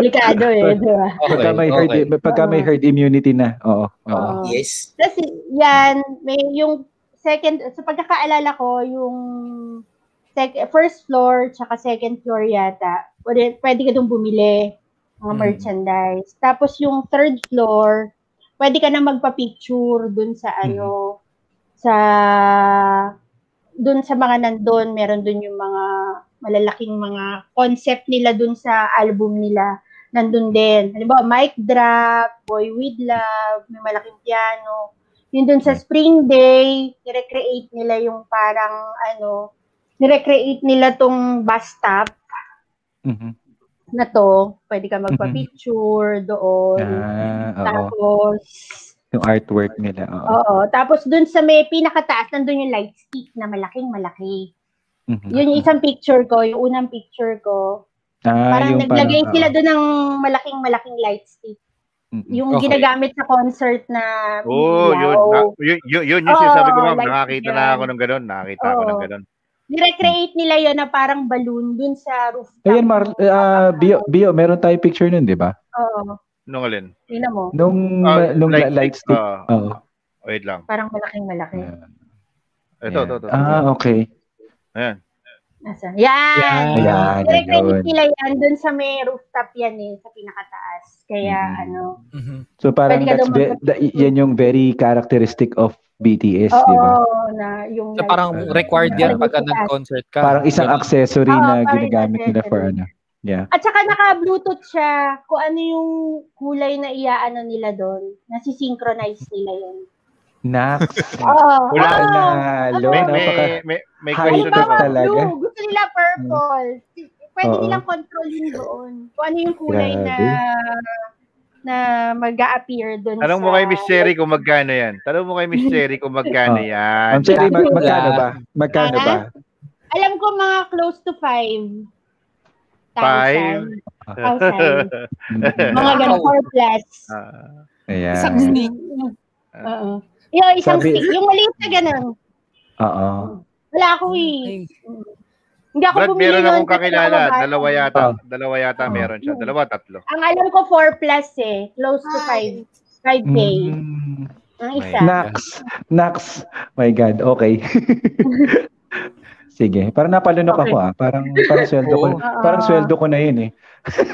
E: delikado eh, di ba?
C: Okay,
B: Pagka may herd,
C: okay.
B: pagka may herd immunity na. Oo. oo.
E: Oo.
D: Yes.
E: Tapos yan, may yung second, sa pagkakaalala ko, yung sec- first floor tsaka second floor yata, pwede, pwede ka doon bumili mga
C: Mm.
E: merchandise. Tapos yung third floor, pwede ka na magpa-picture doon sa
B: Mm-hmm.
E: ano, sa doon sa mga nandun, meron doon yung mga malalaking mga concept nila doon sa album nila. Nandun din. Halimbawa, Mic Drop, Boy With Love, may malaking piano. Yun doon
B: Mm-hmm.
E: sa Spring Day, nirecreate nila yung parang ano, nirecreate nila tong bus stop
B: Mhm.
E: na to. Pwede ka magpa-picture doon.
B: Mm-hmm. Ah, oo.
E: Tapos,
B: Yung artwork nila. Oo.
E: Oo, tapos dun sa may pinakataas, nandun yung light stick na malaking malaki.
B: Mhm.
E: Yun yung isang picture ko, yung unang picture ko.
B: Ah,
E: parang
B: yung
E: naglagay
B: parang-
E: sila dun ng malaking malaking light stick.
B: Mhm.
E: Yung
C: Okay.
E: ginagamit sa concert na
A: Oh, yun.
E: media,
A: Na-
E: oo.
A: yun, yun, yun
E: Oo,
A: yung sinasabi ko, ma'am.
E: like
A: Nakakita na
E: Oh, yan. Oh.
A: ako ng ganun. Nakakita ako
E: Oo.
A: ng ganun.
E: Nirecreate nila yun na parang balloon dun sa rooftop.
B: Ayan, Mar, ah, Bio, Bio, meron tayong picture nun, di ba?
E: Oo,
A: Nung alin?
E: yun mo.
B: Nung,
A: Ah,
B: nung light, light stick.
A: ah,
B: Oo.
A: wait lang.
E: Parang malaking malaki.
B: Ayan.
A: Ah, Ito, ito, ito.
B: Ah, okay.
E: Nasa? Yan!
B: Ayan,
E: Nirecreate
B: ayun.
E: nila yan dun sa may rooftop yan eh, sa pinakataas. Kaya
B: Mm.
E: ano,
C: Mhm.
B: So parang
E: Pwede ka
B: that's
E: daw
B: ve- da- yan yung very characteristic of BTS,
E: oo,
B: di ba?
E: na yung
C: So, parang
B: Parang-
C: required yan pagka
E: Parang-
C: nag-concert ka.
B: Parang isang
C: Ganun.
B: accessory
E: Oo,
B: na
E: parang
B: ginagamit nila for
E: accessory.
B: ano. Yeah.
E: At saka naka-Bluetooth siya. Kung ano yung kulay na iaano nila doon. Nasisynchronize nila yun.
B: Nax.
E: Oo.
A: Wala
E: oo.
B: Panalo.
A: May, may,
B: Napaka...
A: may, may
B: High
A: question
E: Halimbawa,
B: tech
A: ako.
B: talaga.
E: blue. Gusto nila purple. Si- Pwede
B: Oo.
E: nilang controlin doon. Kung ano yung kulay na
B: Grabe.
E: na mag appear doon
A: Tanong
E: sa...
A: mo kay Miss Cherry kung magkano yan. Tanong mo kay Miss Cherry kung magkano
B: Oh.
A: yan.
B: Ma'am Cherry, mag- magkano ba? Magkano ba?
E: Alam ko mga close to five.
A: Five?
E: Thousand. Thousand. Mga
B: Mm.
E: ganun, four plus.
A: Ah.
B: Ayan.
E: Oo. Yung isang
B: Sabi-
E: stick. Yung maliit na ganun.
B: Oo.
E: Wala ako eh.
C: Ay,
E: Hindi ako
A: Brad,
E: bumili
A: meron akong
E: kasi
A: kakilala.
E: ako bata.
A: Dalawa yata.
B: Oh.
A: Dalawa yata
B: Oh.
A: meron siya. Dalawa, tatlo.
E: Ang alam ko 4 plus eh. Close to 5. 5K.
B: Mm.
E: Ang isa.
B: Nax. Nax. My God. Okay. Sige. Parang napalunok
E: Okay.
B: ako ah. Parang, parang sweldo ko.
C: Oo.
B: Parang sweldo ko na yun eh.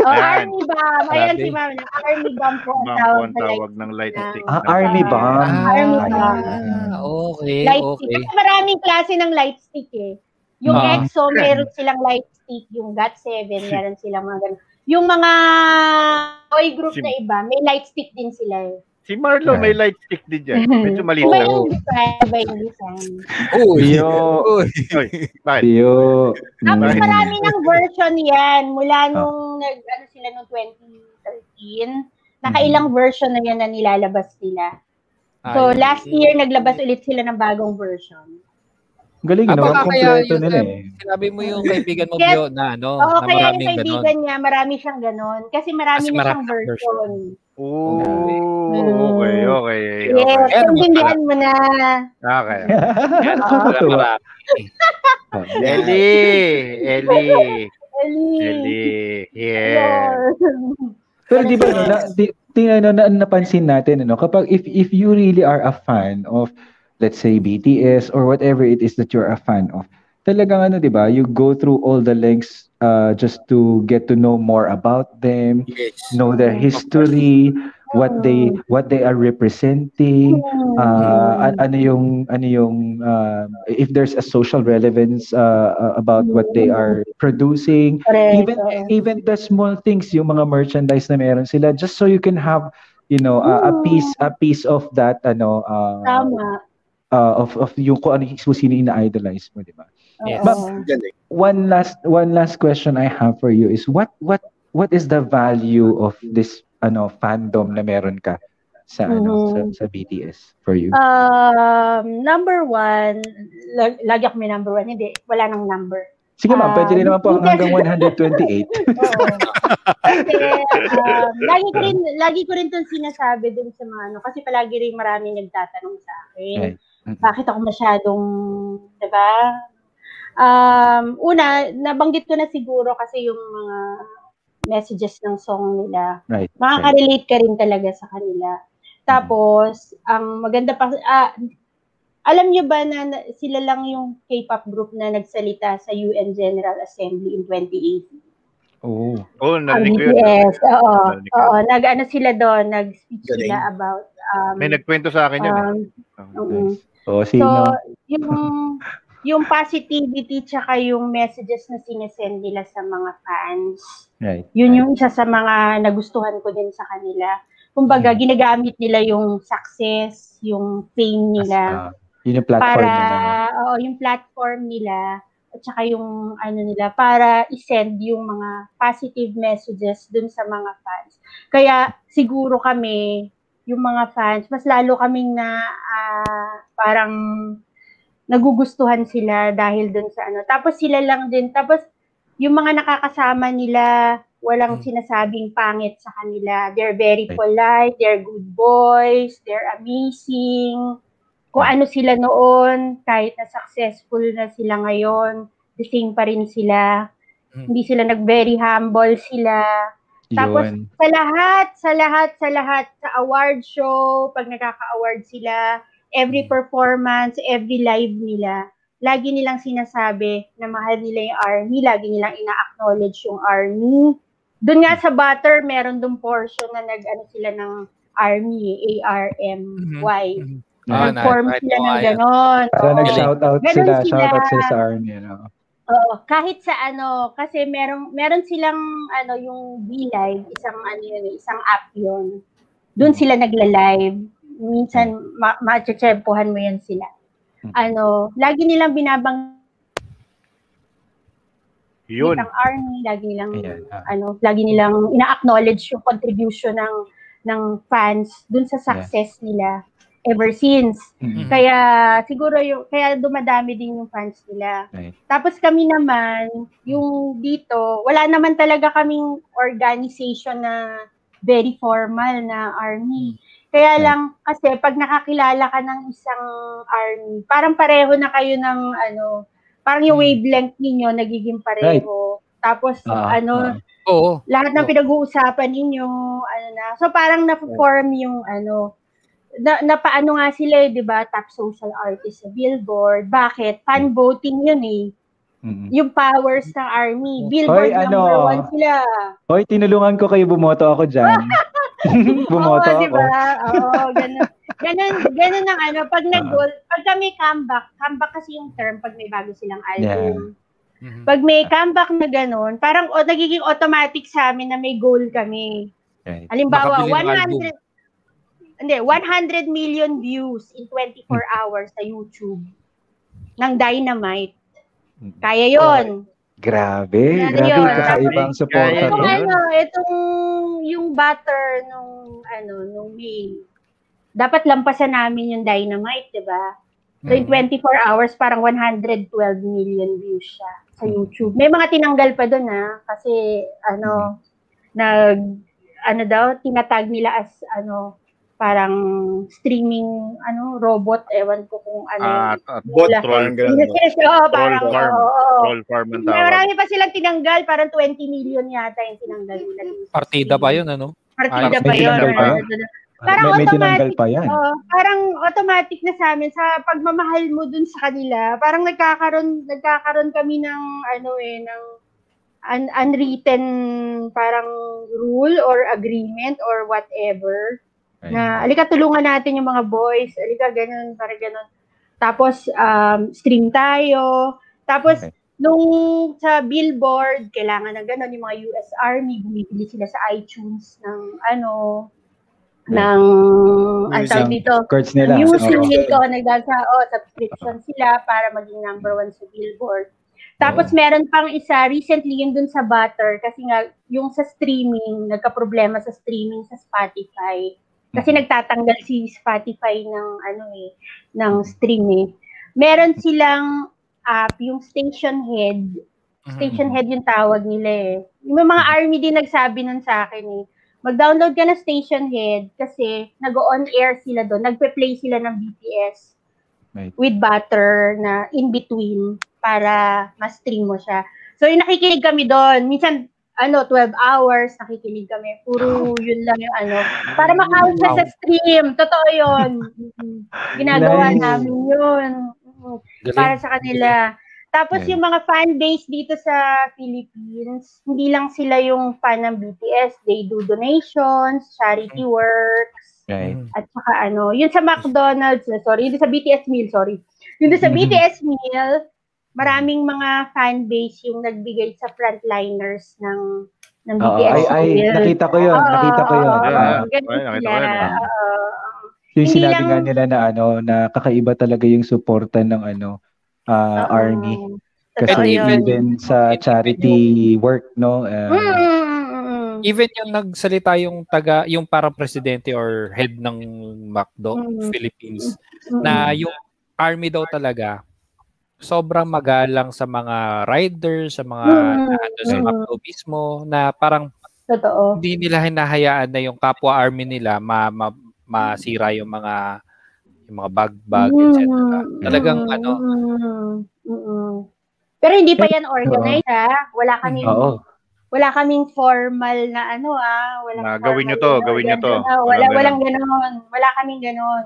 E: Oh,
A: Ayan.
E: Army Bomb. Ayan
C: Grabe.
E: si Ma'am. Army Bomb po ang
A: Bang po
E: tawag
A: ang
E: na
A: tawag ng light stick. Diba?
B: Ah, Army bomb.
E: Army
B: Ayan.
E: bomb.
C: ah, okay, Eh,
E: light stick.
C: okay.
E: Kasi maraming klase ng light stick eh. Yung
C: Ah.
E: EXO, meron silang light stick. Yung GOT7, meron silang mga ganun. Yung mga boy group
A: Si-
E: na iba, may light stick din sila eh.
A: Si Marlo may light stick din dyan. Medyo maliit
E: Iba
A: lang.
E: yung design, iba yung design.
C: Uy,
B: Bio.
C: uy.
A: Bakit?
B: Bio.
E: Tapos
B: Mm.
E: marami ng version yan. Mula nung nag, ano sila nung 2013, nakailang version na yan na nilalabas nila. So
C: Ay.
E: last year, naglabas ulit sila ng bagong version.
B: Galing,
C: Ah,
B: no?
C: baka kaya
B: Kompleto
C: yun,
B: nila
C: eh.
B: eh.
C: Sinabi mo yung kaibigan mo,
E: Yes.
C: Bio, na ano, na
E: Oo, kaya yung
C: maraming ganon.
E: kaibigan niya, marami siyang ganon. Kasi marami
C: Kasi
E: na siyang
C: maraming
E: version.
A: Oh, okay, okay, okay.
E: Yes,
C: Kaya naman
E: intindihan mo na. Ah,
A: Okay.
B: Nakakatuwa. Oh.
C: Marami.
A: Ellie! Ellie!
E: Eli.
A: Ellie! Yeah!
B: Pero di ba, no, na, di- tingnan no, na, napansin natin, ano, kapag if, if you really are a fan of, let's say, BTS or whatever it is that you're a fan of, talagang ano, di ba, you go through all the lengths uh, just to get to know more about them,
C: Yes.
B: know their history, what they what they are representing,
E: Mm.
B: uh, a- ano yung ano yung uh, if there's a social relevance uh, uh, about what they are producing even
E: uh,
B: even the small things yung mga merchandise na meron sila just so you can have you know uh, a piece a piece of that ano uh,
E: Tama.
B: uh, of of yung kung ano kung sino ina-idolize mo di ba
C: Yes.
E: Oo.
D: Galing.
B: one last one last question I have for you is what what what is the value of this ano fandom na meron ka sa ano sa,
E: Mm-hmm.
B: sa BTS for you?
E: Um, number one, lag- lagi ako may number one. Hindi, wala nang number.
B: Sige ma'am, pwede rin naman po
E: um,
B: hanggang 128.
E: Oo. kasi, um, lagi ko rin, lagi ko rin itong sinasabi dun sa mga ano, kasi palagi rin marami nagtatanong sa akin.
B: Right. Mm-mm.
E: Bakit ako masyadong, di ba? Um, una, nabanggit ko na siguro kasi yung mga messages ng song nila
B: Right. right.
E: makaka-relate ka rin talaga sa kanila. Tapos, ang maganda pa, ah, alam niyo ba na na- sila lang yung K-pop group na nagsalita sa UN General Assembly in 2018?
B: Oh.
A: Oo, oh,
E: Ang
A: narinig ko yun.
E: BTS, oo.
A: Narinig ko
E: Oo,
A: yun.
E: nag-ano sila doon, nag-speech
D: Galing.
E: sila about, um,
A: May nagkwento sa akin yun. eh.
E: um, oo.
B: Oh, sino?
E: So, yung yung positivity tsaka yung messages na sinesend nila sa mga fans,
B: right.
E: yun yung isa sa mga nagustuhan ko din sa kanila. Kumbaga, ginagamit nila yung success, yung fame
B: Ah,
E: nila
B: yun yung platform
E: para
B: nila.
E: oo, yung platform nila at saka yung ano nila para i-send yung mga positive messages dun sa mga fans. Kaya siguro kami yung mga fans mas lalo kaming na ah, parang nagugustuhan sila dahil dun sa ano. Tapos sila lang din tapos yung mga nakakasama nila walang sinasabing pangit sa kanila. They're very
B: Hmm. Right.
E: polite, they're good boys, they're amazing kung ano sila noon, kahit na successful na sila ngayon, the same pa rin sila.
C: Mm.
E: Hindi sila nag-very humble sila. Tapos,
B: Yun.
E: sa lahat, sa lahat, sa lahat, sa award show, pag nagkaka-award sila, every performance, every live nila, lagi nilang sinasabi na mahal nila yung army, lagi nilang ina-acknowledge yung army. Doon nga sa butter, meron doon portion na nag-ano sila ng army, A-R-M-Y.
C: Ah, na-
E: Nag-form
C: kahit
E: sila
C: mo
E: ng
C: kaya.
E: ganon.
B: Para
E: Oo.
B: nag-shoutout
E: Ganun
B: sila,
E: sila.
B: shoutout sila sa army, ano.
E: Oo, kahit sa ano, kasi merong meron silang ano yung V-Live, isang ano yun, isang app yun. Doon
B: Hmm.
E: sila nagla-live. Minsan ma- ma-chechempohan mo yan sila.
B: Mhm.
E: Ano, lagi nilang binabanggit
A: Yun.
E: ang army, lagi nilang
B: Ayan. ah.
E: ano, lagi nilang ina-acknowledge yung contribution ng ng fans dun sa success nila ever since.
B: Mm.
E: Kaya siguro yung kaya dumadami din yung fans nila.
B: Right.
E: Tapos kami naman yung dito, wala naman talaga kaming organization na very formal na army.
B: Mm.
E: Kaya
B: Right.
E: lang kasi pag nakakilala ka ng isang army, parang pareho na kayo ng ano, parang yung
C: Mm.
E: wavelength ninyo nagiging pareho. Tapos
B: Ah,
E: ano,
B: ah.
C: Oo.
E: lahat
B: Oh.
E: ng
C: Oo.
E: pinag-uusapan ninyo, ano na. So parang na-form yung ano, na, napaano nga sila, eh, di ba, top social artist sa Billboard. Bakit?
B: Hmm.
E: Fan voting yun eh.
B: Mm.
E: Yung powers ng army. Billboard
B: Hoy, ano?
E: number one sila.
B: Hoy, tinulungan ko kayo bumoto ako dyan. bumoto
E: Oo, di
B: ako.
E: ba? Oo, ganun. Ganun, ganun ang ano, pag nag
B: Ah.
E: pag kami comeback, comeback kasi yung term pag may bago silang
B: Yeah.
E: album.
C: Mhm.
E: Pag may comeback na ganun, parang o, nagiging automatic sa amin na may goal kami.
B: Right.
E: Halimbawa,
C: Makabili ng
E: 100 hindi, 100 million views in 24 hours sa YouTube ng Dynamite.
B: Mm.
E: Kaya yon.
B: Grabe,
E: Ano
B: grabe
E: yun?
B: kakaibang
A: Kaya
B: supporter.
E: Itong
A: yun.
E: ano, itong yung butter nung ano, nung May. Dapat lampasan namin yung Dynamite, 'di ba?
C: Mm-hmm.
E: So
A: Mm.
E: in 24 hours parang 112 million views siya sa
B: Mm.
E: YouTube. May mga tinanggal pa doon ha kasi
A: Mm.
E: ano nag ano daw tinatag nila as ano parang streaming ano robot ewan ko kung ano.
A: Ah, t-
D: Bot
E: Wala.
D: troll.
E: Yes, yes, oo, parang
A: Troll farm.
E: oo, oo.
A: troll farm ang tawag.
E: Marami pa silang tinanggal, parang 20 million yata yung tinanggal nila.
C: Partida pa yun, ano?
E: Partida
C: Ah,
E: pa
B: may
E: yun.
B: tinanggal pa yun?
E: ano, Parang
B: May, may tinanggal
E: automatic,
B: pa yan.
E: Oo, parang automatic na sa amin sa pagmamahal mo dun sa kanila. Parang nagkakaroon nagkakaroon kami ng ano eh ng un- unwritten parang rule or agreement or whatever
B: Right.
E: na alika tulungan natin yung mga boys, alika ganun para ganun. Tapos um, stream tayo. Tapos
B: Okay.
E: nung sa billboard, kailangan ng ganun, yung mga US Army, bumibili sila sa iTunes ng ano, ng, ang
D: Music.
E: tawag dito,
B: Records nila.
E: music,
B: Oo.
E: oh. nagdasa, oh, subscription sila para maging number one sa billboard. Tapos meron pang isa, recently yun dun sa Butter, kasi nga, yung sa streaming, nagka-problema sa streaming sa Spotify. Kasi nagtatanggal si Spotify ng ano eh, ng stream eh. Meron silang app, yung station head.
C: Mm-hmm.
B: Mm-hmm.
E: Station head yung tawag nila eh. Yung mga army din nagsabi nun sa akin eh. Mag-download ka ng station head kasi nag-on air sila doon. Nagpe-play sila ng BTS
B: Right.
E: with butter na in between para ma-stream mo siya. So yung nakikinig kami doon, minsan ano, 12 hours, nakikinig kami. Puro yun lang yung ano. Para makawin siya sa stream. Totoo yun. Mhm. Ginagawa
B: Nice.
E: namin yun. Mhm. Para sa kanila. Tapos
B: Yeah.
E: yung mga fan base dito sa Philippines, hindi lang sila yung fan ng BTS. They do donations, charity
B: Mm.
E: works,
B: Right.
E: at saka ano, yun sa McDonald's, na- sorry, yun sa BTS meal, sorry. Yun doon sa
B: Mhm.
E: BTS meal, maraming mga fan base yung nagbigay sa frontliners ng ng
B: Oo,
E: BTS
B: ay, ay,
E: meal.
B: nakita ko yun.
E: Oo,
B: Nakita ko yun.
E: oo, oo,
B: Ah,
E: ganun
A: Ay, nakita ko
E: sila.
A: yun,
B: ah.
E: Oo.
B: yung
E: Hindi
B: sinabi
E: lang-
B: nga nila na ano, na kakaiba talaga yung suporta ng ano, ah,
E: Oo.
B: army.
E: Totoo
B: Kasi
E: yun.
B: even sa charity work, no? ah,
E: Mm, mm, mm, mm.
C: Even yung nagsalita yung taga yung parang presidente or head ng MacDo
E: Mm.
C: Philippines
E: Mm,
C: na yung army daw talaga sobrang magalang sa mga riders, sa mga
E: Mm.
C: naando sa
E: Mm.
C: MacDo mismo na parang
E: totoo.
C: hindi nila hinahayaan na yung kapwa army nila ma, ma- masira yung mga yung mga bag-bag, etc.
E: Mm,
C: Talagang
E: mm,
C: ano,
E: mm, mm, mm. Pero hindi pa yan organized ha. Wala kaming
B: Oo.
E: wala kaming formal na ano ah, wala
A: Na, gawin nyo to, gawin nyo to.
E: wala
A: Walang
E: walang ganoon. Wala kaming ganoon.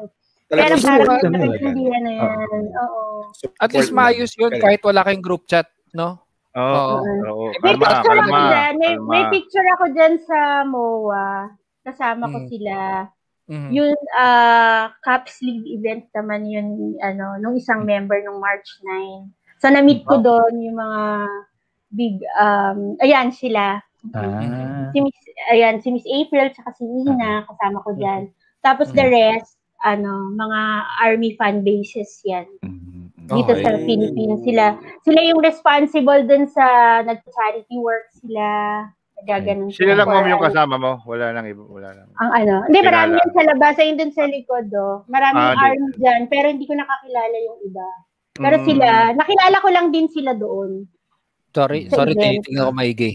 E: Pero
D: Talagang
E: parang
B: support lang yun.
E: nakaintindihan na yan. eh. Oo.
D: support
C: at least
D: lang.
C: maayos yun kahit wala kayong group chat, no?
A: Oo.
C: Oo.
A: Oo.
E: May
A: Kalma,
E: picture ako
A: kalma,
E: dyan. May,
A: kalma.
E: may picture ako dyan sa MOA. Kasama ko
C: Mm.
E: sila.
C: Mhm.
A: Mm.
E: Yun, ah, Caps League event naman yun, ano, nung
A: Mm.
E: isang member nung March 9. So, na-meet ko doon yung mga big, um, ayan sila.
B: Ah.
E: si Miss, ayan, si Miss April tsaka si
A: Ah.
E: Nina, kasama ko dyan. Tapos the
A: Mm.
E: rest, ano, mga army fan bases yan.
B: Mm-hmm.
E: Dito
C: Okay.
E: sa Philippines sila. Sila yung responsible dun sa nag-charity work sila. Nagaganon
A: Sila lang ma'am, yung
E: Parang-
A: kasama mo. Wala nang iba. Wala nang.
E: Ang ano. Hindi,
A: Kilala.
E: marami yan sa labas. Ayun dun sa likod, oh. Maraming
A: Ah, di-
E: army dyan. Pero hindi ko nakakilala yung iba. Pero
A: Mm.
B: Mm.
E: sila, nakilala ko lang din sila doon.
C: Sorry,
E: Sa
C: sorry,
E: event.
C: tinitingnan ko maigi.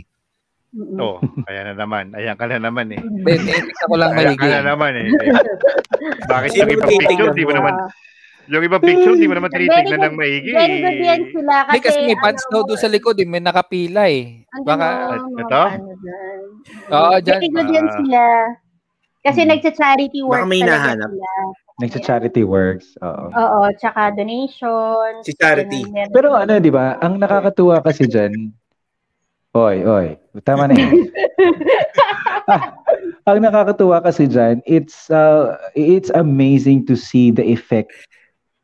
E: Mm-mm.
A: Oo. Ayan na naman. Ayan ka na naman eh.
C: Hindi, tinitingnan ko lang
A: Ayan ka
C: maigi.
A: na naman eh. Bakit yung
D: Sino
A: ibang
D: titignan
A: picture, di mo
D: mo?
A: naman, yung ibang picture, di mo naman
E: Very
A: tinitignan
E: good-
A: ng maigi.
E: Ah,
A: eh.
E: Very good yan sila.
C: Hindi, kasi may
E: ano,
C: fans daw doon sa likod, eh. may nakapila eh.
E: Ang
C: Baka,
E: ganon, mga
A: Ito?
E: ano dyan.
C: Oo, dyan.
E: Very good yan
A: Ah.
E: sila. Kasi
B: Mm.
E: nagsa-charity work
D: Baka may
E: talaga
D: hinahanap.
E: sila.
B: Nagsa-charity works. Oo.
E: Oo, tsaka donation.
D: Si Charity.
B: Pero ano, di ba? Ang nakakatuwa kasi dyan, oy, oy, tama na yun. Ah, ang nakakatuwa kasi dyan, it's, uh, it's amazing to see the effect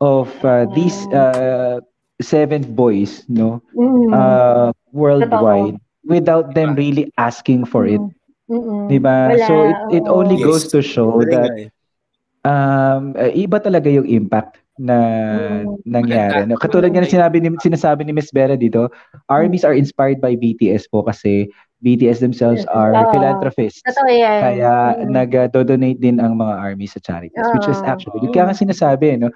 B: of uh, these
E: Oh.
B: uh, seven boys, no?
E: Mm.
B: Uh, worldwide without them really asking for it.
E: Mm-mm.
B: Di ba?
E: Mm. Wala,
B: So it, it
E: oo.
B: only
D: Yes.
B: goes to show
D: Galing
B: that
D: nga eh.
B: um eh, iba talaga yung impact na
E: Mm.
B: nangyari.
C: Maganda.
B: No? Katulad nga na sinabi ni sinasabi ni Miss Vera dito, armies are inspired by BTS po kasi BTS themselves
E: Yes.
B: are
E: Oo.
B: philanthropists.
E: Totoo yan.
B: Kaya
E: Mm.
B: nag-donate din ang mga army sa charities which is
E: Oo.
B: actually yun kaya nga sinasabi no.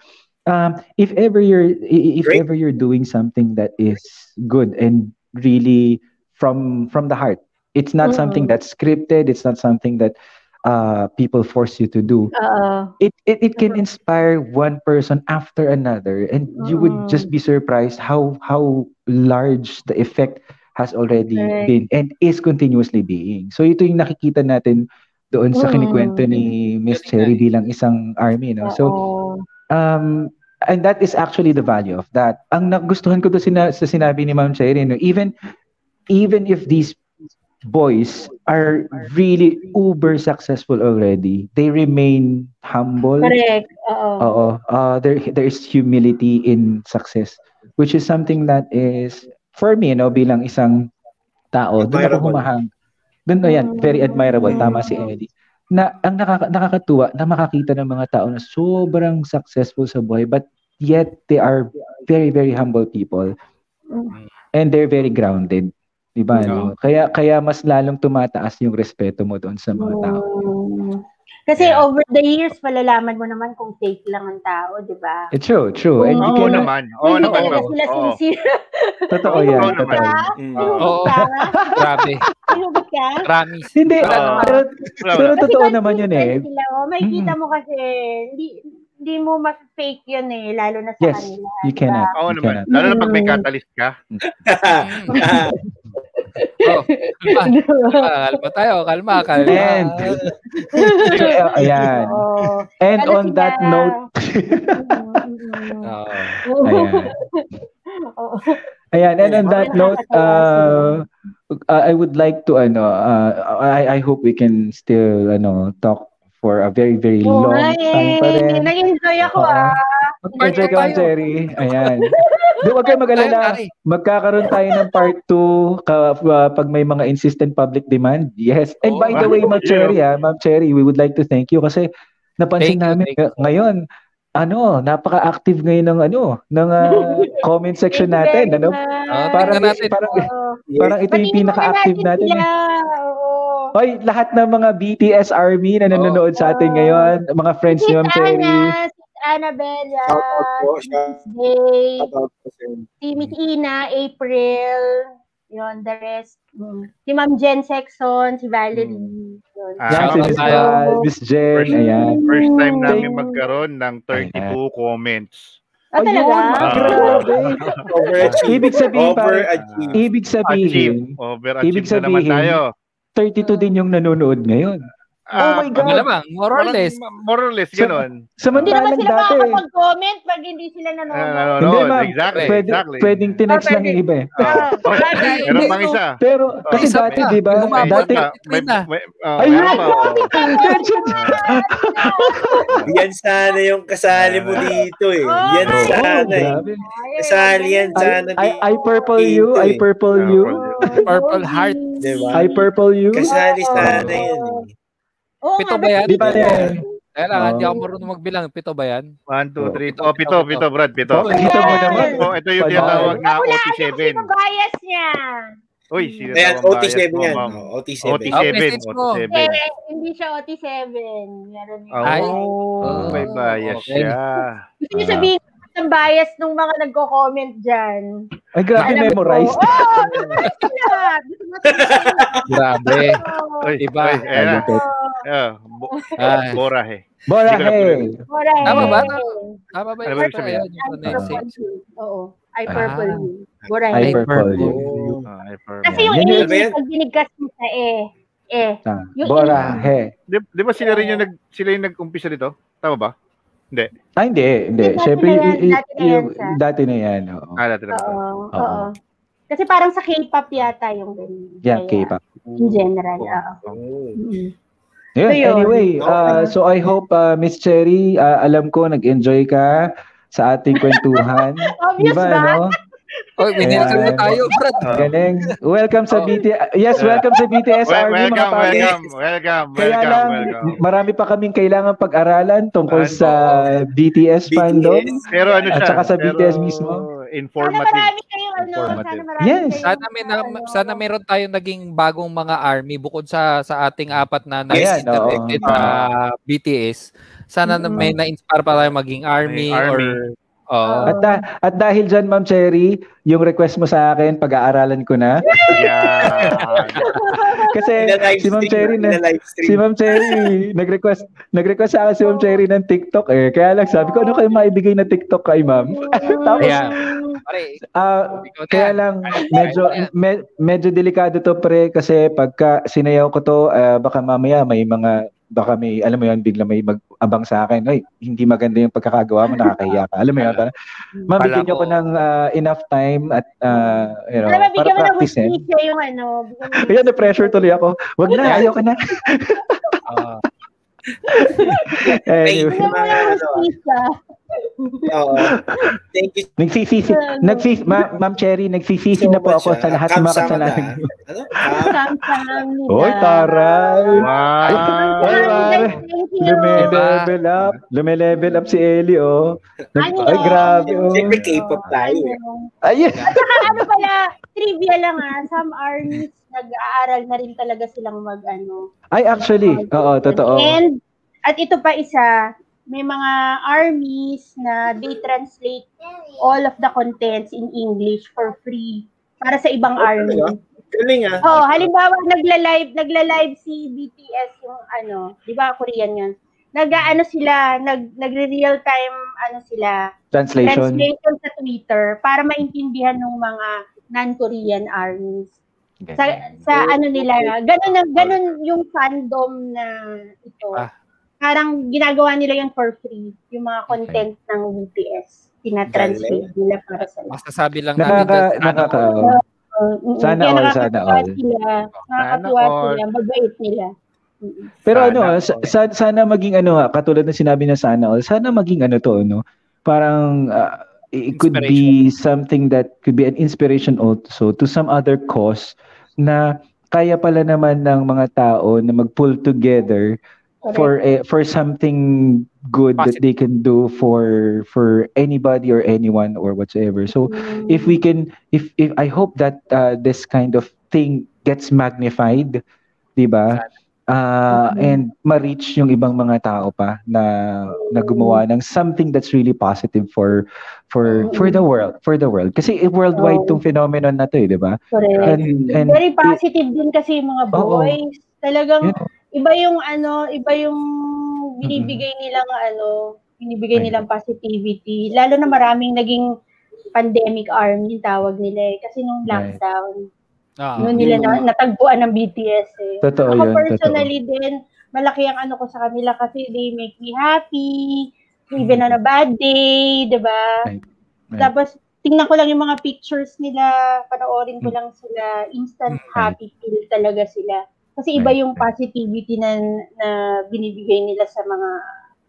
B: Um, if ever you're i- i- if
D: Great.
B: ever you're doing something that is good and really from from the heart. It's not something
E: Mm.
B: that's scripted, it's not something that uh people force you to do
E: Oo.
B: it, it it can inspire one person after another and you would just be surprised how how large the effect has already
E: Correct.
B: been and is continuously being so ito yung nakikita natin doon sa
E: Mm.
B: kinikwento ni Miss
C: Galing
B: Cherry
C: nga eh.
B: bilang isang army no so
E: Oo.
B: um and that is actually the value of that ang nagustuhan ko to sina- sa sinabi ni Ma'am Cherry no even even if these boys are really uber successful already they remain humble
E: Correct. Oo.
B: Oo. Uh, there, there is humility in success, which is something that is, for me, no, bilang isang tao, doon ako
D: Admirable.
B: humahang. Doon, ayan, very admirable.
E: Mm.
B: Tama si Ellie. Na, ang nakaka- nakakatuwa na makakita ng mga tao na sobrang successful sa buhay, but yet they are very, very humble people.
E: Mm.
B: And they're very grounded. 'Di ba?
A: Oo.
B: no? Kaya kaya mas lalong tumataas yung respeto mo doon sa mga tao.
E: Oo. Mm. Kasi
C: Yeah.
E: over the years, malalaman mo naman kung fake lang ang tao, di ba?
B: Eh, true, true. And
A: Oo
B: hindi ka-
A: naman. Oo
E: Hindi
A: naman.
E: talaga
A: bro.
E: sila
A: Oo.
E: sincere.
B: Totoo
A: Oo
B: yan.
A: naman.
B: Totoo yan.
F: Mm.
C: Oo.
E: Sinugot ka?
C: Grabe.
E: Sinugot ka?
C: Promise.
B: Hindi,
A: Oo.
B: pero,
A: Wala,
B: pero
A: wala.
E: Kasi
B: totoo
E: kahit
B: naman yun eh. Mm.
E: friends Sila, oh, may kita mo kasi, hindi, hindi mo ma-fake yun eh, lalo na sa
B: Yes,
E: kanila.
B: You
E: diba?
B: cannot.
A: Oo
B: you
A: naman.
B: cannot.
A: Lalo na pag may catalyst ka.
C: Oh, kalma, kalma, kalma tayo. Kalma, kalma.
B: And, Eh, ayan.
E: Ah. Oo.
B: And
E: Lalo
B: on
E: sila-
B: that note,
E: Mm, mm,
C: Oo.
E: mm.
B: ayan.
E: Oo.
B: Ayan, and on that note, uh, uh, I would like to, ano, uh, I, I hope we can still, ano, talk for a very, very
E: Oo
B: long
E: nga
B: time pa
E: eh.
B: rin.
E: Nag-enjoy ako
B: Oo.
E: ah.
B: Mag-enjoy ka, Ma'am
C: Part two tayo.
B: Cherry. eh. Ayan. Di, huwag kayo
C: Tayo,
B: mag-alala.
C: pare.
B: Magkakaroon tayo ng part 2 pag may mga insistent public demand. Yes. And
C: Oh,
B: by the way, Ma'am
A: yeah.
B: Cherry, ah, Ma'am Cherry, we would like to thank you kasi napansin
C: Thank you,
B: namin
C: thank you.
B: ngayon, ano, napaka-active ngayon ng ano, ng ah, comment section
E: Thank
B: natin,
E: you very
B: ano?
E: much.
C: Ah,
B: Parang
C: Tingnan natin.
B: parang
E: Oo.
B: parang ito yung
E: Patingin
B: pinaka-active
E: naman
B: natin.
E: sila.
B: eh.
E: Oo.
B: Hoy, lahat ng mga BTS army na nanonood sa atin ngayon, mga friends
E: Si
B: ni Ma'am Cherry.
E: Ana, si Annabella,
D: Shout out po. Shout
E: si Jay,
D: out po sa inyo.
E: si Miss Ina, April, yun, the rest. Mm. Si Ma'am Jen Sexton, si Valerie.
D: Mm.
E: yun.
A: Ah,
B: Yan, si
C: Shoutout
B: Miss
C: tayo.
B: Val, Miss Jen, ayan.
A: First time
E: Mm.
A: namin magkaroon ng 32
B: Ayan.
A: comments.
E: Ah, talaga?
A: Ah.
B: Grabe.
D: Overachieve.
B: Ibig sabihin, parang,
D: Overachieve.
B: ibig sabihin,
A: Achieve. Overachieve
B: Ibig
A: na naman
B: sabihin,
A: tayo.
B: 32 din yung nanonood ngayon.
A: Ah,
B: Oh my God.
C: Malamang, more or
A: parang
C: less.
A: More or less,
B: So,
A: ganun.
E: Hindi naman
B: Samantalang
E: sila
B: dati,
E: makakapag-comment pag hindi sila
A: Ah,
E: nanonood.
A: nanonood.
B: Hindi, ma'am.
A: Exactly.
B: pwede,
A: exactly.
B: pwedeng tinext
E: Ah,
B: lang yung iba eh.
A: Ah,
E: Ah,
A: meron pang Oh. isa.
B: Pero kasi
C: Isa
B: dati,
C: pa.
B: di ba?
C: Lumabot
B: Dati,
C: pa.
A: may,
C: na.
A: may, ah,
B: Ayun!
A: meron pa, oh.
D: Yan sana yung kasali mo dito eh. Yan
E: Oh,
B: oh,
D: sana eh.
B: grabe.
D: Kasali yan
B: I,
D: sana
B: I,
D: dito.
B: I purple you, I purple you,
C: Purple heart.
D: Diba?
B: I purple you.
D: Kasali
E: Oh.
D: sana yan eh.
C: Pito ba yan?
B: Di ba yan?
C: Kaya lang, hindi
B: Oo.
A: Oh.
C: ako marunong magbilang. Pito ba yan?
A: One, two, three. Oh, pito, pito, Brad, pito.
B: Oh, kita mo naman.
A: Oh, ito yung tinatawag na
E: ano
A: OT7.
E: Sino bias niya?
A: Uy, sino
D: Ayan,
A: tawag bias
D: OT7
A: mo,
D: yan.
A: ma'am?
D: Oh, OT7.
C: Ah,
A: OT7.
C: message mo.
A: OT7.
E: Eh, hindi siya OT7. Meron yung-
C: Ay.
A: Oh, may bias
C: Okay.
A: siya.
E: Gusto niyo sabihin ang bias ng mga nagko-comment dyan.
B: Ay, grabe,
E: Alam ko,
B: memorized.
E: Oo, oh, memorized sila. Gusto mo sabihin
C: Grabe.
E: ko.
A: Uy,
C: Iba.
A: uy, ayan na.
E: Oo,
A: Ah, bo-
C: Diba? Ay.
A: Bora eh.
B: Bora,
A: Hindi ko na-
B: hey.
E: Alright.
C: Tama ba? Tama
A: Ano ba
C: ba yung
A: ibig
C: purple?
A: sabihin?
C: Ayun, yung
E: I
C: ano yung six.
E: purple you. Oo. I purple
C: Ah.
E: you. Alright.
B: I
C: Ay,
B: purple you.
D: Oh.
A: Ah, ay, per-
E: Kasi yung
B: Yan
D: yun,
E: age,
D: ba yan?
E: pag binigkas mo sa eh. Eh.
B: Ah, Bora, hey.
A: Di, di ba sila rin yung nag sila yung nag-umpisa dito? Tama ba?
B: Ay, hindi, hindi.
E: Dati
B: Siyempre,
E: na yan,
B: i- i-
E: dati na yan
B: yung-
E: siya.
B: dati na yan. oo.
A: Ah, dati na ba?
E: Oo.
B: Oo.
E: Oo. Kasi parang sa K-pop yata yung ganun.
B: Yeah,
E: Kaya,
B: K-pop.
E: In general, oo.
D: Oh.
E: Mm.
B: Yun,
E: So, yun.
B: anyway, uh, so I hope uh, Miss Cherry, uh, alam ko nag-enjoy ka sa ating kwentuhan.
E: Obvious
B: Diba,
E: ba?
B: no?
C: Oy, Oh, may dinakal na
B: Ayan.
C: tayo, Brad.
B: Galing. Welcome sa
C: Oh.
B: BTS. Yes, welcome sa BTS
A: Wel-
B: Army, mga
A: welcome,
B: pare.
A: welcome, welcome,
B: Kaya
A: welcome,
B: lang,
A: welcome.
B: marami pa kaming kailangan pag-aralan tungkol
A: Ano?
B: sa BTS fandom.
D: BTS.
A: Pero ano
B: At
A: siya?
B: saka sa
A: pero
B: BTS mismo.
E: Sana
A: Informative.
E: marami kayong ano. Sana
A: Informative.
E: marami
B: Yes.
E: kayong-
C: Sana may na,
E: ano,
C: sana meron tayong naging bagong mga army bukod sa sa ating apat na
B: Ayan,
C: na- affected
A: oo.
C: na BTS. Sana na may na-inspire pa tayo maging army,
A: May army.
C: or oh, oo.
B: At, da- at dahil dyan, Ma'am Cherry, yung request mo sa akin, pag-aaralan ko na.
A: Yeah.
B: Kasi
D: Ina-live
B: si Ma'am
D: stream,
B: Cherry na,
D: ina-live stream.
B: Si Ma'am Cherry, nag-request, nag-request sa akin si Ma'am Cherry ng TikTok eh. Kaya lang sabi ko, ano kayo maibigay na TikTok kay Ma'am? Tapos,
C: Ayan. Pare,
B: ah,
C: ikaw na
B: kaya
C: yan.
B: lang,
C: Ano,
B: medyo,
C: ano yan?
B: me- medyo delikado to pre, kasi pagka sinayaw ko to, ah, baka mamaya may mga, baka may, alam mo yun, bigla may mag-abang sa akin, ay, hindi maganda yung pagkakagawa mo, nakakahiya ka. Alam mo yun, parang, Ma'am,
C: Kala
B: bigyan niyo
C: ko-
B: ko ng ah, enough time at, ah, you know,
E: Para
B: para
E: mabigyan mo ng
B: practice eh.
E: hustisya yung ano. bigyan mo ng
B: Ayan, na-pressure tuloy ako. Wag na, ayoko na.
C: Ah,
B: Anyway.
E: Bigyan mo ng hustisya.
D: Oo. Thank you.
B: Nagsisisi, nagsisi, ma- Ma'am Cherry, nagsisisi
D: so
B: na po
D: much,
B: ako sa
D: ah.
B: lahat ng mga
D: Kamsama na.
B: kasalanan.
D: Ano?
E: Kamsahamnida.
B: Oy, taray!
A: Wow.
B: Ay,
E: Kamsahamnida,
B: pare.
E: Thank you.
B: Lume-level up. Lume-level up si Ellie, oh.
E: Ano
B: Ay,
E: yun?
B: grabe,
D: Ah,
B: oh.
D: Siyempre K-pop tayo eh.
E: Ano?
B: Ay,
E: Saka ano pala, trivia lang ah, some armies nag-aaral na rin talaga silang mag ano.
B: ay actually, oo, totoo.
E: And, at ito pa isa, may mga armies na they translate all of the contents in English for free para sa ibang
B: Oh,
E: army.
D: Galing ah.
E: Oh, halimbawa nagla-live, nagla-live si BTS yung ano, 'di ba Korean 'yan. Nag-aano sila, nag nagre-real time ano sila,
B: Translation.
E: translation sa Twitter para maintindihan ng mga non-Korean armies. Sa sa ano nila, ganun ang ganun yung fandom na ito.
C: Ah.
E: Parang ginagawa nila yan for free, yung mga content ng BTS. Tinatranslate nila para sa
C: Masasabi lang
B: Nakaka,
C: natin dyan, sana
B: nakaka,
C: all.
E: Mm-mm.
B: Ah, Sana
E: Kaya
B: all,
E: nakakatuwa
B: sana all.
E: Sila, nakakatuwa
A: Sana all.
E: sila, mabait nila. Mm-mm.
B: Pero
A: Sana
B: ano,
A: all.
B: sa- sa- sana maging ano ha, katulad ng sinabi na sana all, sana maging ano to, no? Parang ah, it could be something that could be an inspiration also to some other cause na kaya pala naman ng mga tao na mag-pull together for eh, for something good that they can do for for anybody or anyone or whatsoever. So
E: Mm.
B: if we can if if I hope that uh, this kind of thing gets magnified, 'di ba? Uh,
E: Mhm.
B: and ma-reach yung ibang mga tao pa na na gumawa ng something that's really positive for for
E: Mm-hmm.
B: for the world, for the world. Kasi eh, worldwide
E: Oo.
B: tong phenomenon na 'to, eh, 'di ba?
E: Correct.
B: And and
E: Very positive din kasi yung mga
B: Oo.
E: boys. Talagang
B: Yun.
E: iba yung ano, iba yung binibigay nilang ano, binibigay
B: Right.
E: nilang positivity. Lalo na maraming naging pandemic army yung tawag nila eh. Kasi nung
B: Right.
E: lockdown,
C: Ah.
E: noon nila na, natagpuan ng BTS eh.
B: totoo
E: Ako
B: 'yun, totoo.
E: personally din, malaki ang ano ko sa kanila kasi they make me happy, even on a bad day, di ba?
B: Right. Right.
E: Tapos, tingnan ko lang yung mga pictures nila, panoorin
B: Hmm.
E: ko lang sila, instant
B: Right.
E: happy feel talaga sila. Kasi iba
B: Right.
E: yung positivity na, na binibigay nila sa mga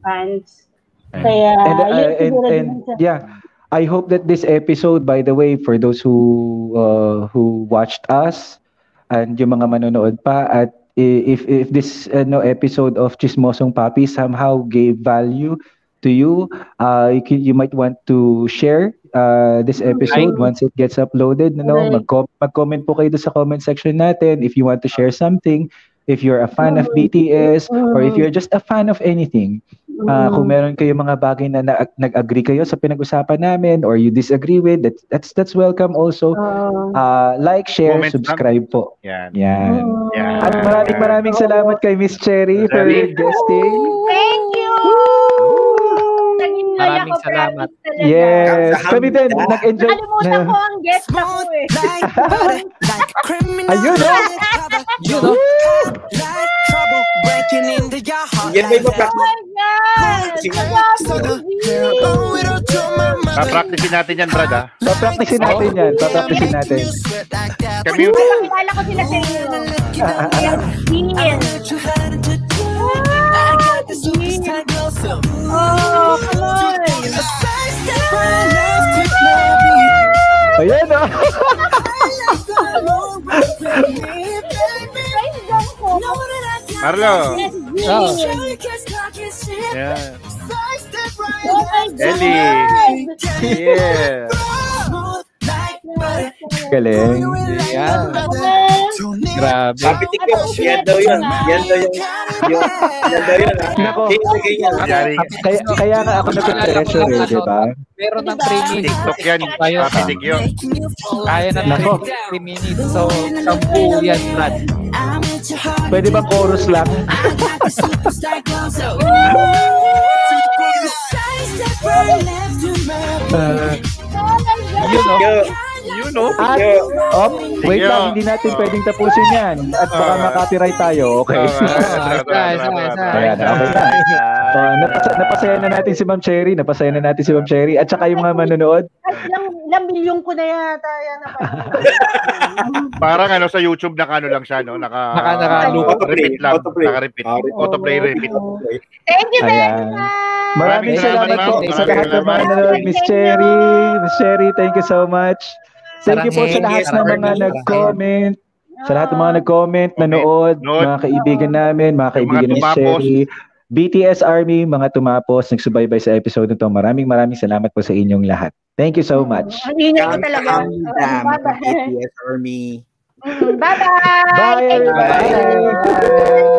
E: fans.
B: Right.
E: Kaya,
B: and, uh,
E: yun
B: and,
E: siguro din
B: and
E: sa-
B: yeah i hope that this episode by the way for those who uh, who watched us and yung mga manonood pa at i- if if this uh, no episode of Chismosong Papi somehow gave value to you uh you, can, you might want to share uh this
E: Mm-hmm.
B: episode
E: Right.
B: once it gets uploaded no
E: Right.
B: mag-com- mag-comment po kayo doon sa comment section natin if you want to share something if you're a fan of
E: Right.
B: BTS or if
E: Mm.
B: you're just a fan of anything Ah,
E: Mm.
B: kung meron kayo mga bagay na, na nag-agree kayo sa pinag-usapan namin or you disagree with, that, that's that's welcome also.
E: Oo.
B: Ah, like, share,
A: Comment lang.
B: subscribe po.
A: Yan.
B: Yan.
E: Oo.
A: Yan.
B: At maraming maraming salamat kay Miss Cherry for
A: Cherry.
B: guesting.
E: Thank you! Nag-enjoy
C: Maraming
E: ako,
C: salamat.
E: promise talaga.
B: Yes. Kami din, nag-enjoy.
E: Nakalimutan ko ang guest ako eh.
F: like butter, like criminal.
B: Ayun, oh.
F: undercover. You
C: Woo!
F: don't like trouble breaking into your heart.
D: Yan ba yung
F: like that.
E: Oh my God!
D: Sige.
F: So
E: Salamat,
F: the-
E: Gigi!
F: Owe it all to my mother.
A: Papraktisin natin yan, ah. brada.
B: Papraktisin natin yan. Papraktisin natin.
A: Kami yung...
E: Ay, Nakilala ko sila sa inyo. Yes, Jean.
B: Ah,
E: Oh, come on!
B: Ayun, oh.
E: Guys, jump ko.
A: Marlo.
E: Yes,
C: Oh.
E: Jean.
A: Yeah.
E: Oh my God!
A: Ellie. Yeah.
B: Galing.
C: Grabe.
F: Diba?
D: Sabi ni Coach, yan daw yun. Yan daw yun. Yun- Yan daw yun. ah.
B: Nako.
D: Okay, sige yan.
A: Yari.
B: Kaya, kaya nga ako nag-treasure eh, di ba?
C: Meron ng 3 minutes.
A: TikTok yan. Papitik yun.
C: Kaya na
B: Nako.
C: 3 minutes. So, sampu yan, Brad.
B: Pwede ba chorus lang? Ah,
C: Yun, oh.
D: Yo,
A: Yun, oh.
B: At, oh.
D: Yeah.
B: op, wait
A: Yeah.
B: lang, hindi natin pwedeng tapusin yan. At baka
A: Ah.
B: makapiright tayo, okay? So, Ah, napasa, napasaya na natin si Ma'am Cherry, napasaya na natin si Ma'am Cherry, at saka yung mga manonood.
E: Guys, ilang- ilang bilyon ko na yata yan napanood.
A: Parang ano sa YouTube naka ano lang siya no, naka
C: Naka- naka-
A: repeat lang,
D: autoplay,
A: naka repeat,
D: autoplay.
A: autoplay repeat.
E: Thank you,
B: Ayan.
E: Tessa!
A: Maraming
B: Maraming salamat
A: salamat,
B: po
A: ma'am.
B: sa lahat ng
A: Maraming
B: mga
A: salamat.
B: nanonood. Miss Cherry, Miss Cherry, thank you so much. Thank you po sa
D: Sarangin,
B: lahat
D: yes,
B: ng mga
D: sarangin.
B: nag-comment. Sa lahat ng mga nag-comment,
A: Comment,
B: nanood,
A: note.
B: mga kaibigan namin, mga kaibigan ni Miss
A: tumapos.
B: Cherry, BTS Army, mga tumapos, nagsubaybay sa episode nito. Maraming maraming salamat po sa inyong lahat. Thank you so much.
E: Ang ingay ko
D: Kami,
E: talaga.
D: kami,
E: Oh,
D: dam,
E: Bye-bye.
D: ATS Army.
E: Mm, Bye-bye.
B: Bye,
E: Thank you.
B: everybody!
E: Bye.